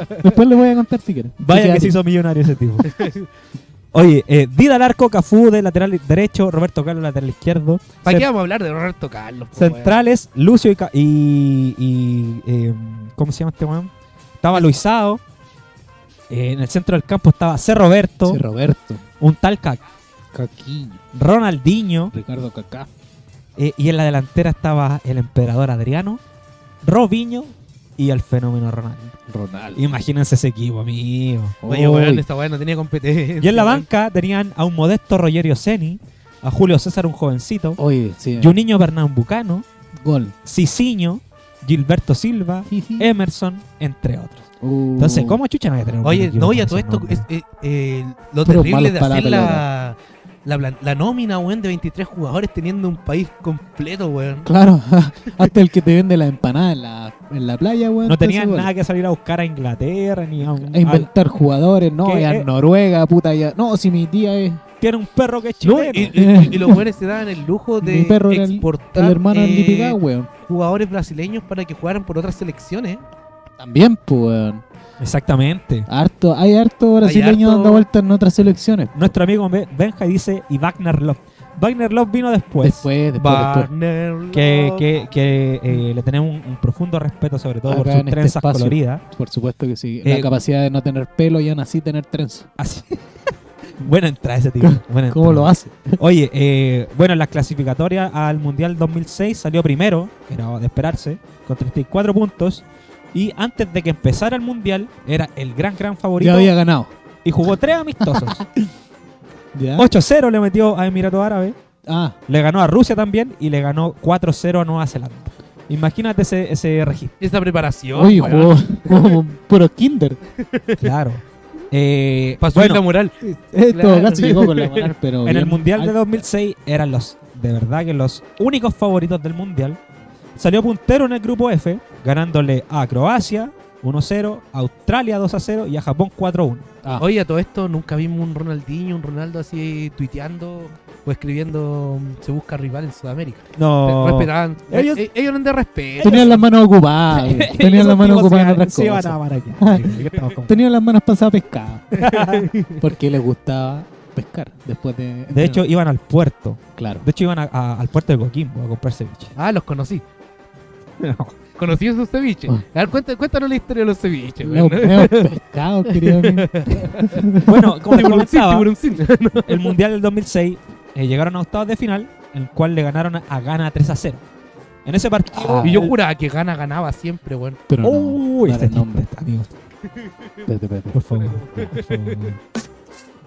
Speaker 3: Después le voy a contar si quieres.
Speaker 1: Vaya que
Speaker 3: Fíjate.
Speaker 1: se hizo millonario ese tipo. Oye, eh, Dida Larco, Cafú de lateral derecho, Roberto Carlos lateral izquierdo.
Speaker 2: ¿Para
Speaker 1: Cen-
Speaker 2: qué vamos a hablar de Roberto Carlos? po,
Speaker 1: centrales, Lucio y... Ca- y, y, eh, ¿Cómo se llama este weón? Estaba Luisao. eh, en el centro del campo estaba C. Roberto,
Speaker 3: Sí, Roberto.
Speaker 1: un tal Ca-
Speaker 3: Caquiño.
Speaker 1: Ronaldinho.
Speaker 3: Ricardo Cacá.
Speaker 1: eh, y en la delantera estaba el emperador Adriano, Robinho y el fenómeno Ronaldo.
Speaker 3: Ronaldo.
Speaker 1: Imagínense ese equipo, amigo.
Speaker 2: weón? Oye, weón,
Speaker 3: Uy.
Speaker 2: esta weón no tenía competencia.
Speaker 1: Y en la
Speaker 2: weón.
Speaker 1: banca tenían a un modesto Rogerio Ceni, a Julio César, un
Speaker 2: Oh,
Speaker 1: jovencito,
Speaker 3: Oye, sí.
Speaker 1: Juninho Bernambucano,
Speaker 3: Gol.
Speaker 1: Cicinho, Gilberto Silva, Emerson, entre otros.
Speaker 3: Uh.
Speaker 1: Em, Entonces, ¿cómo chucha no voy a tener un
Speaker 2: Oye,
Speaker 1: equipo
Speaker 2: no, y a
Speaker 1: con
Speaker 2: todo
Speaker 1: ese
Speaker 2: esto,
Speaker 1: nombre?
Speaker 2: es- eh, eh, lo
Speaker 3: Puros
Speaker 2: terrible
Speaker 3: malos
Speaker 2: de
Speaker 3: pa' la
Speaker 2: hacer la, la, plan- la nómina, weón, de 23 jugadores teniendo un país completo, weón.
Speaker 3: Claro, hasta el que te vende la empanada en la, en la playa, weón.
Speaker 1: No
Speaker 3: te
Speaker 1: tenían
Speaker 3: hace gol.
Speaker 1: nada que salir a buscar a Inglaterra ni a un.
Speaker 3: A inventar jugadores, no,
Speaker 1: ¿Qué?
Speaker 3: y a
Speaker 1: Eh.
Speaker 3: Noruega, puta, ya. No, si mi tía es
Speaker 1: a- tiene un perro que es
Speaker 2: No,
Speaker 1: chileno.
Speaker 2: y, y- y los weones se daban el lujo de
Speaker 3: Mi perro era el-
Speaker 2: exportar
Speaker 3: el hermano del
Speaker 2: eh,
Speaker 3: Lipigá, weón.
Speaker 2: jugadores brasileños para que jugaran por otras selecciones.
Speaker 3: También, pues, weón.
Speaker 1: Exactamente.
Speaker 3: Harto, hay harto brasileño
Speaker 2: harto-
Speaker 3: dando vueltas en otras selecciones.
Speaker 1: Nuestro amigo Ben- Benja dice y Wagner Love. Wagner Love vino después.
Speaker 3: Después, después, después.
Speaker 2: Barner,
Speaker 1: Que,
Speaker 2: Love.
Speaker 1: que- que, eh, le tenemos un, un profundo respeto, sobre todo por
Speaker 3: Acá
Speaker 1: sus
Speaker 3: en este
Speaker 1: trenzas
Speaker 3: espacio.
Speaker 1: coloridas.
Speaker 3: Por supuesto que sí.
Speaker 1: Eh,
Speaker 3: la capacidad de no tener pelo y aún así tener trenza.
Speaker 1: Así. Ah, Buena entrada ese tipo. buena
Speaker 3: ¿Cómo lo
Speaker 1: entrada.
Speaker 3: hace?
Speaker 1: Oye, eh, bueno, en las clasificatorias al Mundial 2006 salió primero, era de esperarse, con 34 puntos. Y antes de que empezara el Mundial, era el gran, gran favorito.
Speaker 3: Ya había ganado.
Speaker 1: Y jugó tres amistosos.
Speaker 3: ¿Ya?
Speaker 1: 8-0 le metió a Emiratos Árabes,
Speaker 3: Ah,
Speaker 1: le ganó a Rusia también y le ganó 4-0 a Nueva Zelanda. Imagínate ese, ese registro.
Speaker 2: Esa preparación.
Speaker 3: oye,
Speaker 2: weón,
Speaker 3: jugó como puro kinder.
Speaker 1: Claro. Eh,
Speaker 2: Para subir
Speaker 1: bueno,
Speaker 2: la moral.
Speaker 3: En todo
Speaker 2: Claro.
Speaker 3: caso llegó con la moral, pero
Speaker 1: En el
Speaker 3: bien
Speaker 1: Mundial de
Speaker 3: alta.
Speaker 1: 2006 eran los, de verdad que los únicos favoritos del Mundial. Salió puntero en el grupo F, ganándole a Croacia 1-0, a Australia 2-0 y a Japón 4-1.
Speaker 3: Ah,
Speaker 2: Oye, a todo esto nunca vimos un Ronaldinho, un Ronaldo así tuiteando o escribiendo mm, se busca rival en Sudamérica.
Speaker 1: No.
Speaker 2: Respetaban.
Speaker 1: Oh. Ellos-
Speaker 2: Ellos, ellos eran de respeto.
Speaker 3: Tenían las manos ocupadas. weón. Tenían las manos ocupadas en otras
Speaker 1: Sí, van
Speaker 3: cosas.
Speaker 1: a amar aquí. Sí, ¿qué estamos con-
Speaker 3: Tenían las manos pasadas pescadas. Porque les gustaba pescar después de.
Speaker 1: De hecho, iban al puerto.
Speaker 3: claro.
Speaker 1: De hecho, iban a- a- al puerto de Coquimbo a comprar ceviche.
Speaker 2: Ah, los conocí. Conocí esos ceviches.
Speaker 3: Ah.
Speaker 2: A ver, cuenta- cuéntanos la historia de los ceviches.
Speaker 3: Los
Speaker 2: weón.
Speaker 3: meos pescados, querido mío.
Speaker 1: Bueno, como les
Speaker 2: Tiburoncín,
Speaker 1: comentaba,
Speaker 2: tiburoncín.
Speaker 1: el Mundial del 2006 eh, llegaron a octavos de final, en el cual le ganaron a Ghana 3-0. En ese partido...
Speaker 3: Ah,
Speaker 2: Y yo juraba que Gana ganaba siempre, weón.
Speaker 3: Pero no.
Speaker 1: Uy,
Speaker 3: no era
Speaker 1: este
Speaker 3: el nombre.
Speaker 1: tipo, amigos.
Speaker 3: Espérate, espérate.
Speaker 1: Por favor. por favor.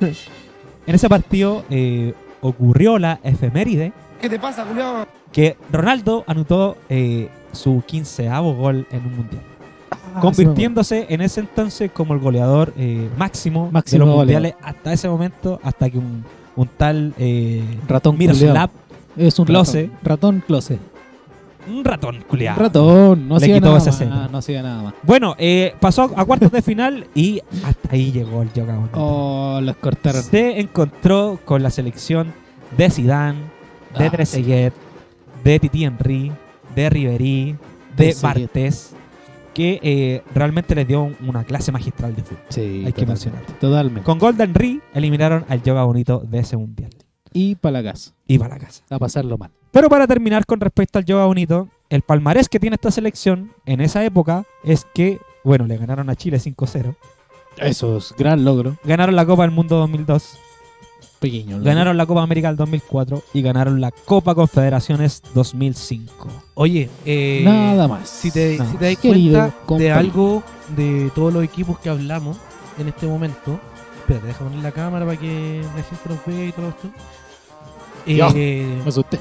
Speaker 1: en ese partido eh, ocurrió la efeméride. ¿Qué te pasa, Julián? Que Ronaldo anotó eh, su quinceavo gol en un mundial.
Speaker 3: Ah,
Speaker 1: convirtiéndose en ese entonces como el goleador eh, máximo,
Speaker 3: Máximo
Speaker 1: de los
Speaker 3: goleador.
Speaker 1: mundiales hasta ese momento, hasta que un, un tal eh,
Speaker 3: Ah, Ratón
Speaker 1: Miroslav,
Speaker 3: Es un
Speaker 1: Close.
Speaker 3: ratón. Ratón close.
Speaker 1: un ratón culiado.
Speaker 3: Ratón, no
Speaker 1: Le
Speaker 3: hacía
Speaker 1: quitó
Speaker 3: nada
Speaker 1: ese
Speaker 3: más.
Speaker 1: centro.
Speaker 3: No hacía nada más.
Speaker 1: Bueno, eh, pasó a cuartos de final y hasta ahí llegó el Yoga
Speaker 3: Oh, los cortaron.
Speaker 1: se encontró con la selección de Zidane, de
Speaker 3: Ah,
Speaker 1: Trezeguet, de Titi Henry, de Ribery, de
Speaker 3: Trezeguet.
Speaker 1: Bartés, que eh, realmente les dio un- una clase magistral de fútbol.
Speaker 3: Sí,
Speaker 1: Hay que
Speaker 3: totalmente,
Speaker 1: mencionarlo.
Speaker 3: Totalmente.
Speaker 1: Con Golden Henry eliminaron al Yoga Bonito de ese mundial.
Speaker 3: Y para la casa.
Speaker 1: Iba a la casa.
Speaker 3: A pasarlo mal.
Speaker 1: Pero para terminar con respecto al Yoga Bonito, el palmarés que tiene esta selección en esa época es que, bueno, le ganaron a Chile 5-0,
Speaker 3: Eso es gran logro.
Speaker 1: ganaron la Copa del Mundo 2002,
Speaker 3: Pequeño. logro.
Speaker 1: Ganaron la Copa América del 2004 y ganaron la Copa Confederaciones 2005.
Speaker 2: Oye, eh,
Speaker 3: Nada más.
Speaker 2: si te,
Speaker 3: Nada
Speaker 2: si te das
Speaker 3: más. Querido
Speaker 2: cuenta de
Speaker 3: compañero.
Speaker 2: algo de todos los equipos que hablamos en este momento, espérate, deja poner la cámara para que la gente nos vea y todo esto. Eh,
Speaker 3: Me asusté.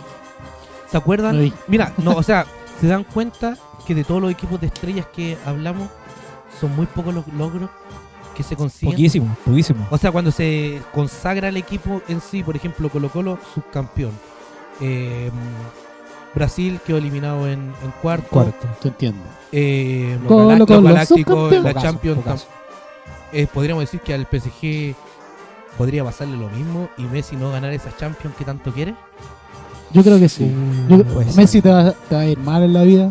Speaker 2: ¿Se acuerdan?
Speaker 3: Me vi.
Speaker 2: Mira, no, o sea, se dan cuenta que de todos los equipos de estrellas que hablamos, son muy pocos los logros que se consiguen.
Speaker 1: Poquísimo, poquísimo.
Speaker 2: O sea, cuando se consagra el equipo en sí, por ejemplo, Colo Colo, subcampeón. Eh, Brasil quedó eliminado en, en cuarto.
Speaker 1: Cuarto.
Speaker 3: Tú entiendes.
Speaker 2: Eh, los
Speaker 3: Colo,
Speaker 2: Galá- los
Speaker 3: Colo,
Speaker 2: Galácticos en la
Speaker 3: subcampeón.
Speaker 2: Champions.
Speaker 1: Pocaso,
Speaker 2: tam- eh, podríamos decir que al PSG podría pasarle lo mismo y Messi no ganar esa Champions que tanto quiere.
Speaker 3: Yo creo que sí. Yo-
Speaker 1: Puede ser.
Speaker 3: Uh, Messi te va, te va a ir mal en la vida.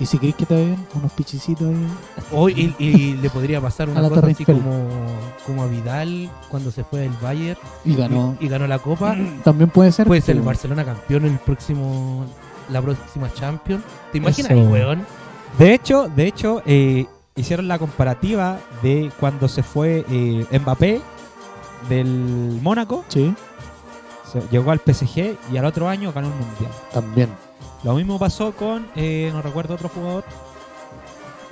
Speaker 3: Y si crees que te va bien, unos pichicitos ahí.
Speaker 2: O, y, y le podría pasar
Speaker 3: A
Speaker 2: una
Speaker 3: la
Speaker 2: cosa
Speaker 3: Torre
Speaker 2: así
Speaker 3: Eiffel.
Speaker 2: como, como a Vidal cuando se fue del Bayern
Speaker 3: Y ganó.
Speaker 2: y, y ganó la Copa.
Speaker 3: También puede ser.
Speaker 2: Puede ser el
Speaker 3: pero-
Speaker 2: Barcelona campeón el próximo la próxima Champions. ¿Te imaginas,
Speaker 1: Eso.
Speaker 2: weón?
Speaker 1: De hecho, de hecho eh, hicieron la comparativa de cuando se fue eh, Mbappé del Mónaco,
Speaker 3: Sí,
Speaker 1: se- llegó al PSG y al otro año ganó el Mundial.
Speaker 3: también.
Speaker 1: Lo mismo pasó con, eh, no recuerdo otro jugador.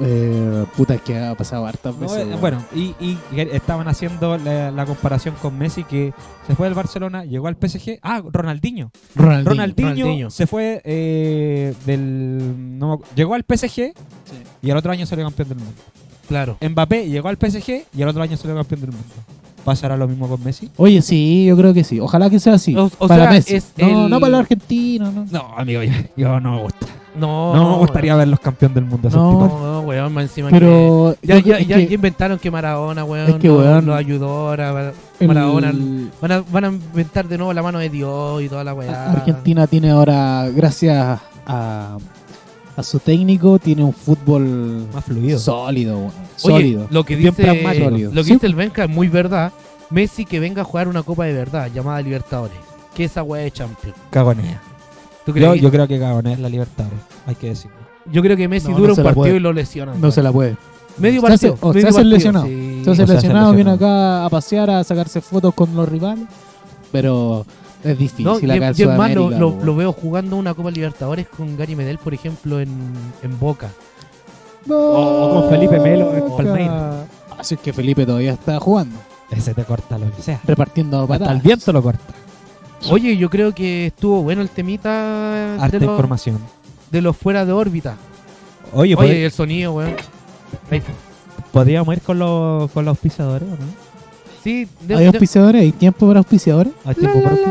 Speaker 3: Eh, puta, es que ha pasado hartas
Speaker 1: No,
Speaker 3: veces.
Speaker 1: eh,
Speaker 3: weón.
Speaker 1: bueno, y, y estaban haciendo la, la comparación con Messi que se fue del Barcelona, llegó al PSG. Ah, Ronaldinho.
Speaker 3: Ronaldinho.
Speaker 1: Ronaldinho,
Speaker 2: Ronaldinho.
Speaker 1: se fue eh, del... no me acu- llegó al PSG y al otro año salió campeón del mundo.
Speaker 2: Claro.
Speaker 1: Mbappé llegó al PSG y al otro año salió campeón del mundo. ¿Pasará lo mismo con Messi?
Speaker 3: Oye, sí, yo creo que sí. Ojalá que sea así.
Speaker 2: O- o
Speaker 3: para
Speaker 2: sea,
Speaker 3: Messi.
Speaker 2: es
Speaker 3: no,
Speaker 2: el-
Speaker 3: no para los argentinos. No.
Speaker 1: No, amigo, yo, no me gusta.
Speaker 2: No,
Speaker 1: No, me gustaría verlos campeón del mundo. a esos
Speaker 3: No.
Speaker 1: tipos.
Speaker 2: No, no, weón, más encima que-
Speaker 3: Pero
Speaker 2: Ya,
Speaker 3: yo creo
Speaker 2: ya, ya
Speaker 3: que
Speaker 2: inventaron que Maradona, weón,
Speaker 3: Es que,
Speaker 2: no-
Speaker 3: weón,
Speaker 2: no ayudó ahora.
Speaker 3: el-
Speaker 2: Maradona, Van a, van a inventar de nuevo la mano de Dios y toda la weá.
Speaker 3: Argentina tiene ahora, gracias a, a su técnico, tiene un fútbol
Speaker 1: Más fluido.
Speaker 3: sólido. weón.
Speaker 2: Oye,
Speaker 3: Sólido.
Speaker 2: lo que
Speaker 1: Bien
Speaker 2: dice,
Speaker 1: pragmático.
Speaker 2: lo que
Speaker 3: Sí.
Speaker 2: dice el Benja es muy verdad. Messi que venga a jugar una copa de verdad llamada Libertadores. Que esa weá de Champions.
Speaker 1: Cagonea.
Speaker 2: ¿Tú crees
Speaker 1: Yo,
Speaker 2: que-
Speaker 1: yo creo que Cagonea es la libertad, hay que decirlo.
Speaker 2: yo creo que Messi
Speaker 3: No,
Speaker 2: dura
Speaker 3: no
Speaker 2: un
Speaker 3: se la
Speaker 2: partido
Speaker 3: puede.
Speaker 2: y lo lesionan.
Speaker 3: No
Speaker 2: weón.
Speaker 3: se la puede.
Speaker 2: Medio
Speaker 3: Se
Speaker 2: partido.
Speaker 3: hace- o se
Speaker 2: medio
Speaker 3: hace
Speaker 2: partido,
Speaker 3: lesionado.
Speaker 2: sí.
Speaker 3: Entonces
Speaker 1: O sea, se
Speaker 3: lesionado viene
Speaker 1: lesionó.
Speaker 3: acá a pasear, a sacarse fotos con los rivales, pero es difícil
Speaker 2: No, y,
Speaker 3: acá en
Speaker 2: y es más, lo,
Speaker 3: Sudamérica,
Speaker 2: lo-
Speaker 3: weón.
Speaker 2: lo veo jugando una Copa Libertadores con Gary Medel, por ejemplo, en, en Boca.
Speaker 1: o con Felipe Melo
Speaker 2: eh,
Speaker 1: en
Speaker 3: Boca.
Speaker 1: Palmeiras.
Speaker 3: Así es que Felipe todavía está jugando,
Speaker 1: Ese te corta lo que sea.
Speaker 3: repartiendo
Speaker 1: Hasta el
Speaker 3: patadas.
Speaker 1: viento lo corta.
Speaker 2: Oye, yo creo que estuvo bueno el temita
Speaker 1: Harta
Speaker 2: de los,
Speaker 1: información.
Speaker 2: de los fuera de órbita.
Speaker 1: Oye,
Speaker 3: pues
Speaker 1: pod-
Speaker 2: Oye, el sonido, weón. Ahí.
Speaker 1: ¿podríamos ir con los, con los pisadores o no?
Speaker 2: Sí, de-
Speaker 3: ¿Hay
Speaker 2: de-
Speaker 3: auspiciadores? ¿Hay tiempo para auspiciadores?
Speaker 1: ¿Hay tiempo para eso?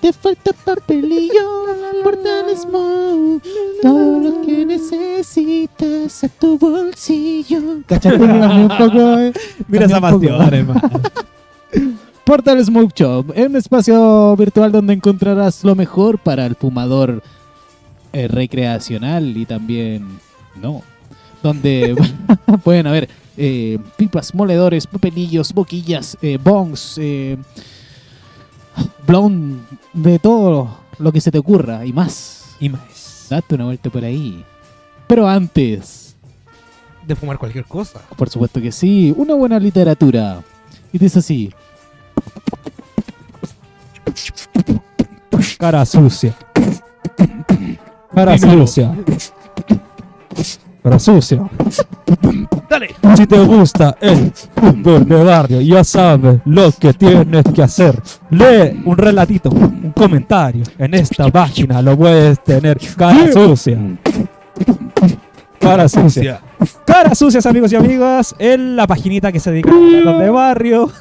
Speaker 3: Te falta papelillo por tal smoke. Todo lo que necesitas a tu bolsillo. ¿Cachaste? Cambié un poco. eh.
Speaker 1: Mira esa
Speaker 3: Cambié un poco.
Speaker 1: pasión, hermano.
Speaker 3: Portal Smoke Shop, un espacio virtual donde encontrarás lo mejor para el fumador eh, recreacional y también no, donde pueden haber eh, pipas, moledores, papelillos, boquillas, eh, bongs, eh, blond, de todo lo que se te ocurra y más.
Speaker 1: Y más.
Speaker 3: Date una vuelta por ahí. Pero antes,
Speaker 2: de fumar cualquier cosa.
Speaker 3: por supuesto que sí. Una buena literatura. Y dice así.
Speaker 1: Cara sucia. Cara sucia. Cara sucia.
Speaker 2: Dale.
Speaker 1: Si te gusta el fútbol de barrio, ya sabes lo que tienes que hacer. Lee un relatito, un comentario. En esta página lo puedes tener. Cara sucia. Cara sucia. Caras sucias, amigos y amigas, en la paginita que se dedica a los de barrio.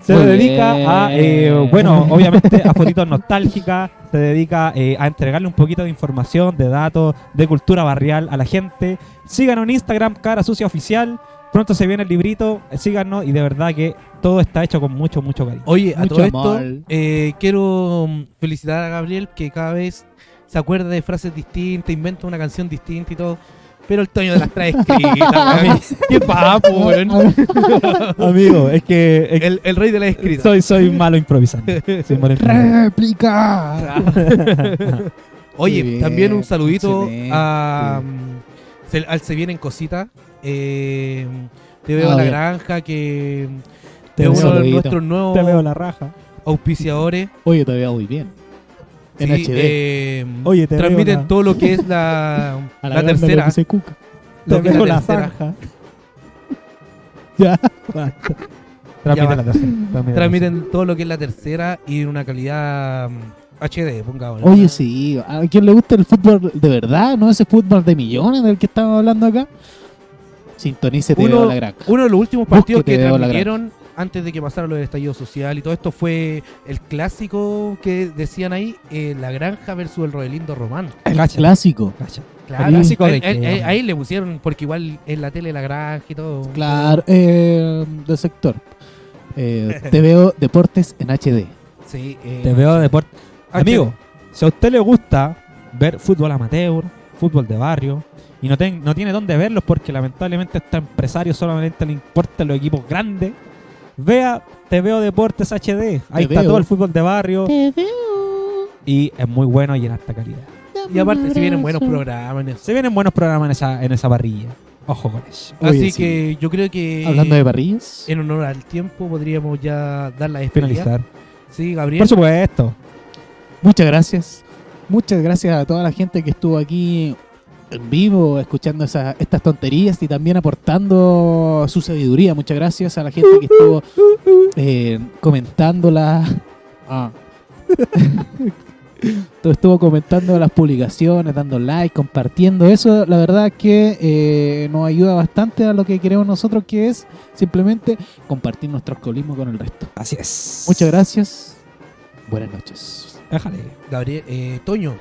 Speaker 1: Se
Speaker 3: Muy
Speaker 1: dedica
Speaker 3: bien.
Speaker 1: a, eh, bueno, obviamente a fotitos nostálgicas, se dedica eh, a entregarle un poquito de información, de datos, de cultura barrial a la gente. Síganos en Instagram, Cara Sucia Oficial. Pronto se viene el librito, eh, síganos y de verdad que todo está hecho con mucho, mucho cariño.
Speaker 2: Oye, a
Speaker 3: Mucho
Speaker 2: todo
Speaker 3: amor.
Speaker 2: esto, eh, quiero mm, felicitar a Gabriel que cada vez se acuerda de frases distintas, inventa una canción distinta y todo. Pero el Toño de las trae escritas, weón. Qué papo, weón.
Speaker 1: Amigo, es que
Speaker 2: El, el rey de las escritas.
Speaker 1: soy, soy malo improvisando. Soy malo improvisando.
Speaker 3: ¡Réplica!
Speaker 2: Oye,
Speaker 3: Muy bien,
Speaker 2: también un saludito
Speaker 3: excelente.
Speaker 2: a, mm, se- al Se Vienen Cositas. Eh, te veo
Speaker 3: Ah,
Speaker 2: en la
Speaker 3: bien.
Speaker 2: granja, que
Speaker 1: Te
Speaker 2: es
Speaker 1: veo,
Speaker 2: uno de
Speaker 3: saludito.
Speaker 2: nuestros nuevos
Speaker 1: Te veo la raja.
Speaker 2: auspiciadores.
Speaker 3: Oye, te veo muy bien. En
Speaker 2: Sí,
Speaker 3: HD.
Speaker 2: eh,
Speaker 1: Oye, te veo
Speaker 2: transmiten
Speaker 1: la-
Speaker 2: todo lo que es la, la
Speaker 3: A grande lo
Speaker 2: tercera.
Speaker 3: dice Cuca.
Speaker 2: Lo que
Speaker 3: veo
Speaker 2: la
Speaker 3: la
Speaker 2: tercera.
Speaker 3: zanja. ya.
Speaker 1: Transmite
Speaker 2: va.
Speaker 1: la tercera. transmite la
Speaker 2: Transmiten todo lo que es la tercera y en una calidad mm, HD, pongamos.
Speaker 3: Oye, sí. ¿A quien le gusta el fútbol de verdad? ¿No ese fútbol de millones del que estamos hablando acá? Sintonice TV
Speaker 2: Uno-
Speaker 3: de la granja.
Speaker 2: Uno de los últimos
Speaker 3: Busque
Speaker 2: partidos que
Speaker 3: TV o la
Speaker 2: transmitieron antes de que pasara lo del estallido social y todo esto fue el clásico que decían ahí, eh, La Granja versus el Rodelindo Román.
Speaker 1: tercera. Cacha,
Speaker 3: Clásico.
Speaker 1: cacha.
Speaker 2: Claro,
Speaker 1: Clásico de
Speaker 2: eh, eh,
Speaker 1: que-
Speaker 2: eh, ahí le pusieron, porque igual en la tele La Granja y todo.
Speaker 3: Claro. Eh, del sector. Eh, te veo deportes en HD.
Speaker 2: Sí, eh,
Speaker 1: Te veo deporte.
Speaker 2: HD.
Speaker 1: Amigo, si a usted le gusta ver fútbol amateur, fútbol de barrio, y no, ten- no tiene dónde verlos porque lamentablemente a este empresario solamente le importan los equipos grandes, vea Te veo Deportes HD. Ahí
Speaker 3: Te
Speaker 1: está
Speaker 3: Veo.
Speaker 1: todo el fútbol de barrio
Speaker 4: Te veo.
Speaker 1: y es muy bueno y en alta calidad.
Speaker 2: Y aparte si vienen buenos programas. en eso.
Speaker 1: Se vienen buenos programas en esa, en esa parrilla. Ojo con eso.
Speaker 3: Oye,
Speaker 2: Así
Speaker 3: sí.
Speaker 2: que yo creo que
Speaker 3: Hablando de parrillas.
Speaker 2: en honor al tiempo podríamos ya dar la despedida.
Speaker 1: Finalizar.
Speaker 2: Sí, Gabriel.
Speaker 1: Por supuesto.
Speaker 3: Muchas gracias. Muchas gracias a toda la gente que estuvo aquí en vivo escuchando esa- estas tonterías y también aportando su sabiduría. Muchas gracias a la gente que estuvo eh, comentándola. Ah. Todo estuvo comentando las publicaciones, dando like, compartiendo. Eso, la verdad, que eh, nos ayuda bastante a lo que queremos nosotros, que es simplemente compartir nuestro alcoholismo con el resto.
Speaker 1: Así es.
Speaker 3: Muchas gracias. Buenas noches.
Speaker 1: Déjale.
Speaker 2: Gabriel, eh, Toño.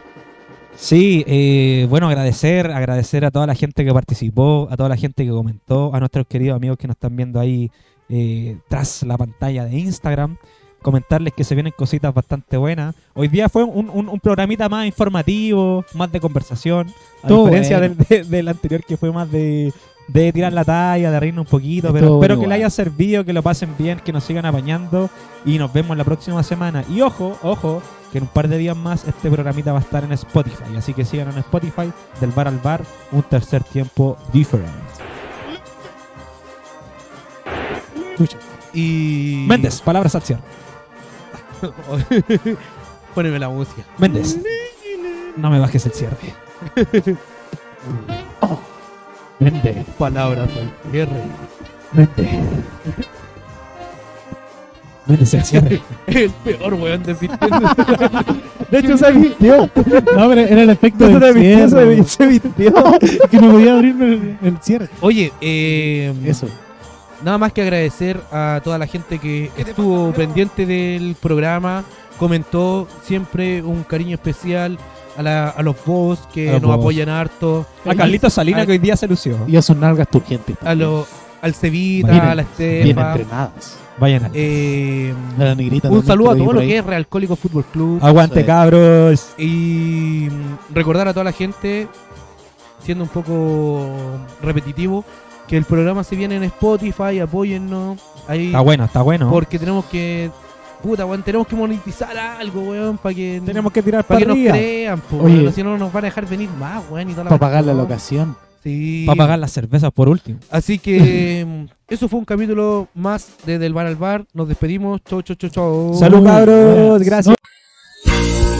Speaker 1: Sí, eh, bueno, agradecer, agradecer a toda la gente que participó, a toda la gente que comentó, a nuestros queridos amigos que nos están viendo ahí eh, tras la pantalla de Instagram. Comentarles que se vienen cositas bastante buenas. Hoy día fue un, un- un programita más informativo, más de conversación. A
Speaker 3: Todo
Speaker 1: diferencia
Speaker 3: bueno.
Speaker 1: del, de- del anterior que fue más de, de tirar la talla, de reírnos un poquito.
Speaker 3: Todo
Speaker 1: Pero
Speaker 3: bueno
Speaker 1: espero que le
Speaker 3: igual.
Speaker 1: haya servido, que lo pasen bien, que nos sigan apañando. Y nos vemos la próxima semana. Y ojo, ojo, que en un par de días más este programita va a estar en Spotify. Así que sigan en Spotify, del bar al bar, un tercer tiempo different.
Speaker 2: Y.
Speaker 1: Méndez, palabras al cierre.
Speaker 2: Póneme la música.
Speaker 1: Méndez, no me bajes el cierre.
Speaker 3: Vente,
Speaker 2: Palabras al cierre.
Speaker 3: vente.
Speaker 1: Méndez, el cierre.
Speaker 2: El peor weón de Nintendo.
Speaker 1: De hecho, se vistió.
Speaker 3: No, pero era el efecto del cierre. que no podía abrirme el, el cierre.
Speaker 2: Oye, eh,
Speaker 3: Eso.
Speaker 2: nada más que agradecer a toda la gente que estuvo pendiente del programa, comentó siempre un cariño especial a, la- a los boss que
Speaker 1: A los
Speaker 2: nos
Speaker 1: boss.
Speaker 2: apoyan harto,
Speaker 1: A Carlito Salina, que hoy día se lució.
Speaker 3: Y a sus nalgas turgentes.
Speaker 2: a lo, al Cevita,
Speaker 3: Bien,
Speaker 2: a la
Speaker 3: Bien
Speaker 2: Estefa.
Speaker 3: entrenadas.
Speaker 1: Vayan a.
Speaker 2: eh,
Speaker 3: A
Speaker 1: Ah,
Speaker 3: la negrita
Speaker 2: un
Speaker 3: también
Speaker 2: saludo a
Speaker 3: que lo
Speaker 2: todo
Speaker 3: vi por
Speaker 2: lo
Speaker 3: ahí.
Speaker 2: que es Realcólico Fútbol Club.
Speaker 1: Aguante,
Speaker 3: Sí.
Speaker 1: cabros.
Speaker 2: Y mm, recordar a toda la gente, siendo un poco repetitivo, que el programa se viene en Spotify, apóyennos. Ahí,
Speaker 1: Está bueno, está bueno.
Speaker 2: Porque tenemos que. Puta, weón, tenemos que monetizar algo, weón, para que,
Speaker 1: Tenemos que tirar
Speaker 2: pa'
Speaker 1: para
Speaker 2: que nos
Speaker 1: arriba.
Speaker 2: crean, po,
Speaker 3: Oye.
Speaker 2: weón, si no nos van a dejar venir más, weón, y toda la
Speaker 3: Para pagar la
Speaker 2: cuestión.
Speaker 3: locación.
Speaker 2: Sí.
Speaker 1: Para pagar las cervezas por último.
Speaker 2: Así que mm, eso fue un capítulo más de Del Bar al Bar. Nos despedimos. Chau, chau, chau, chau.
Speaker 1: Salud, cabros.
Speaker 3: buenas.
Speaker 1: Gracias.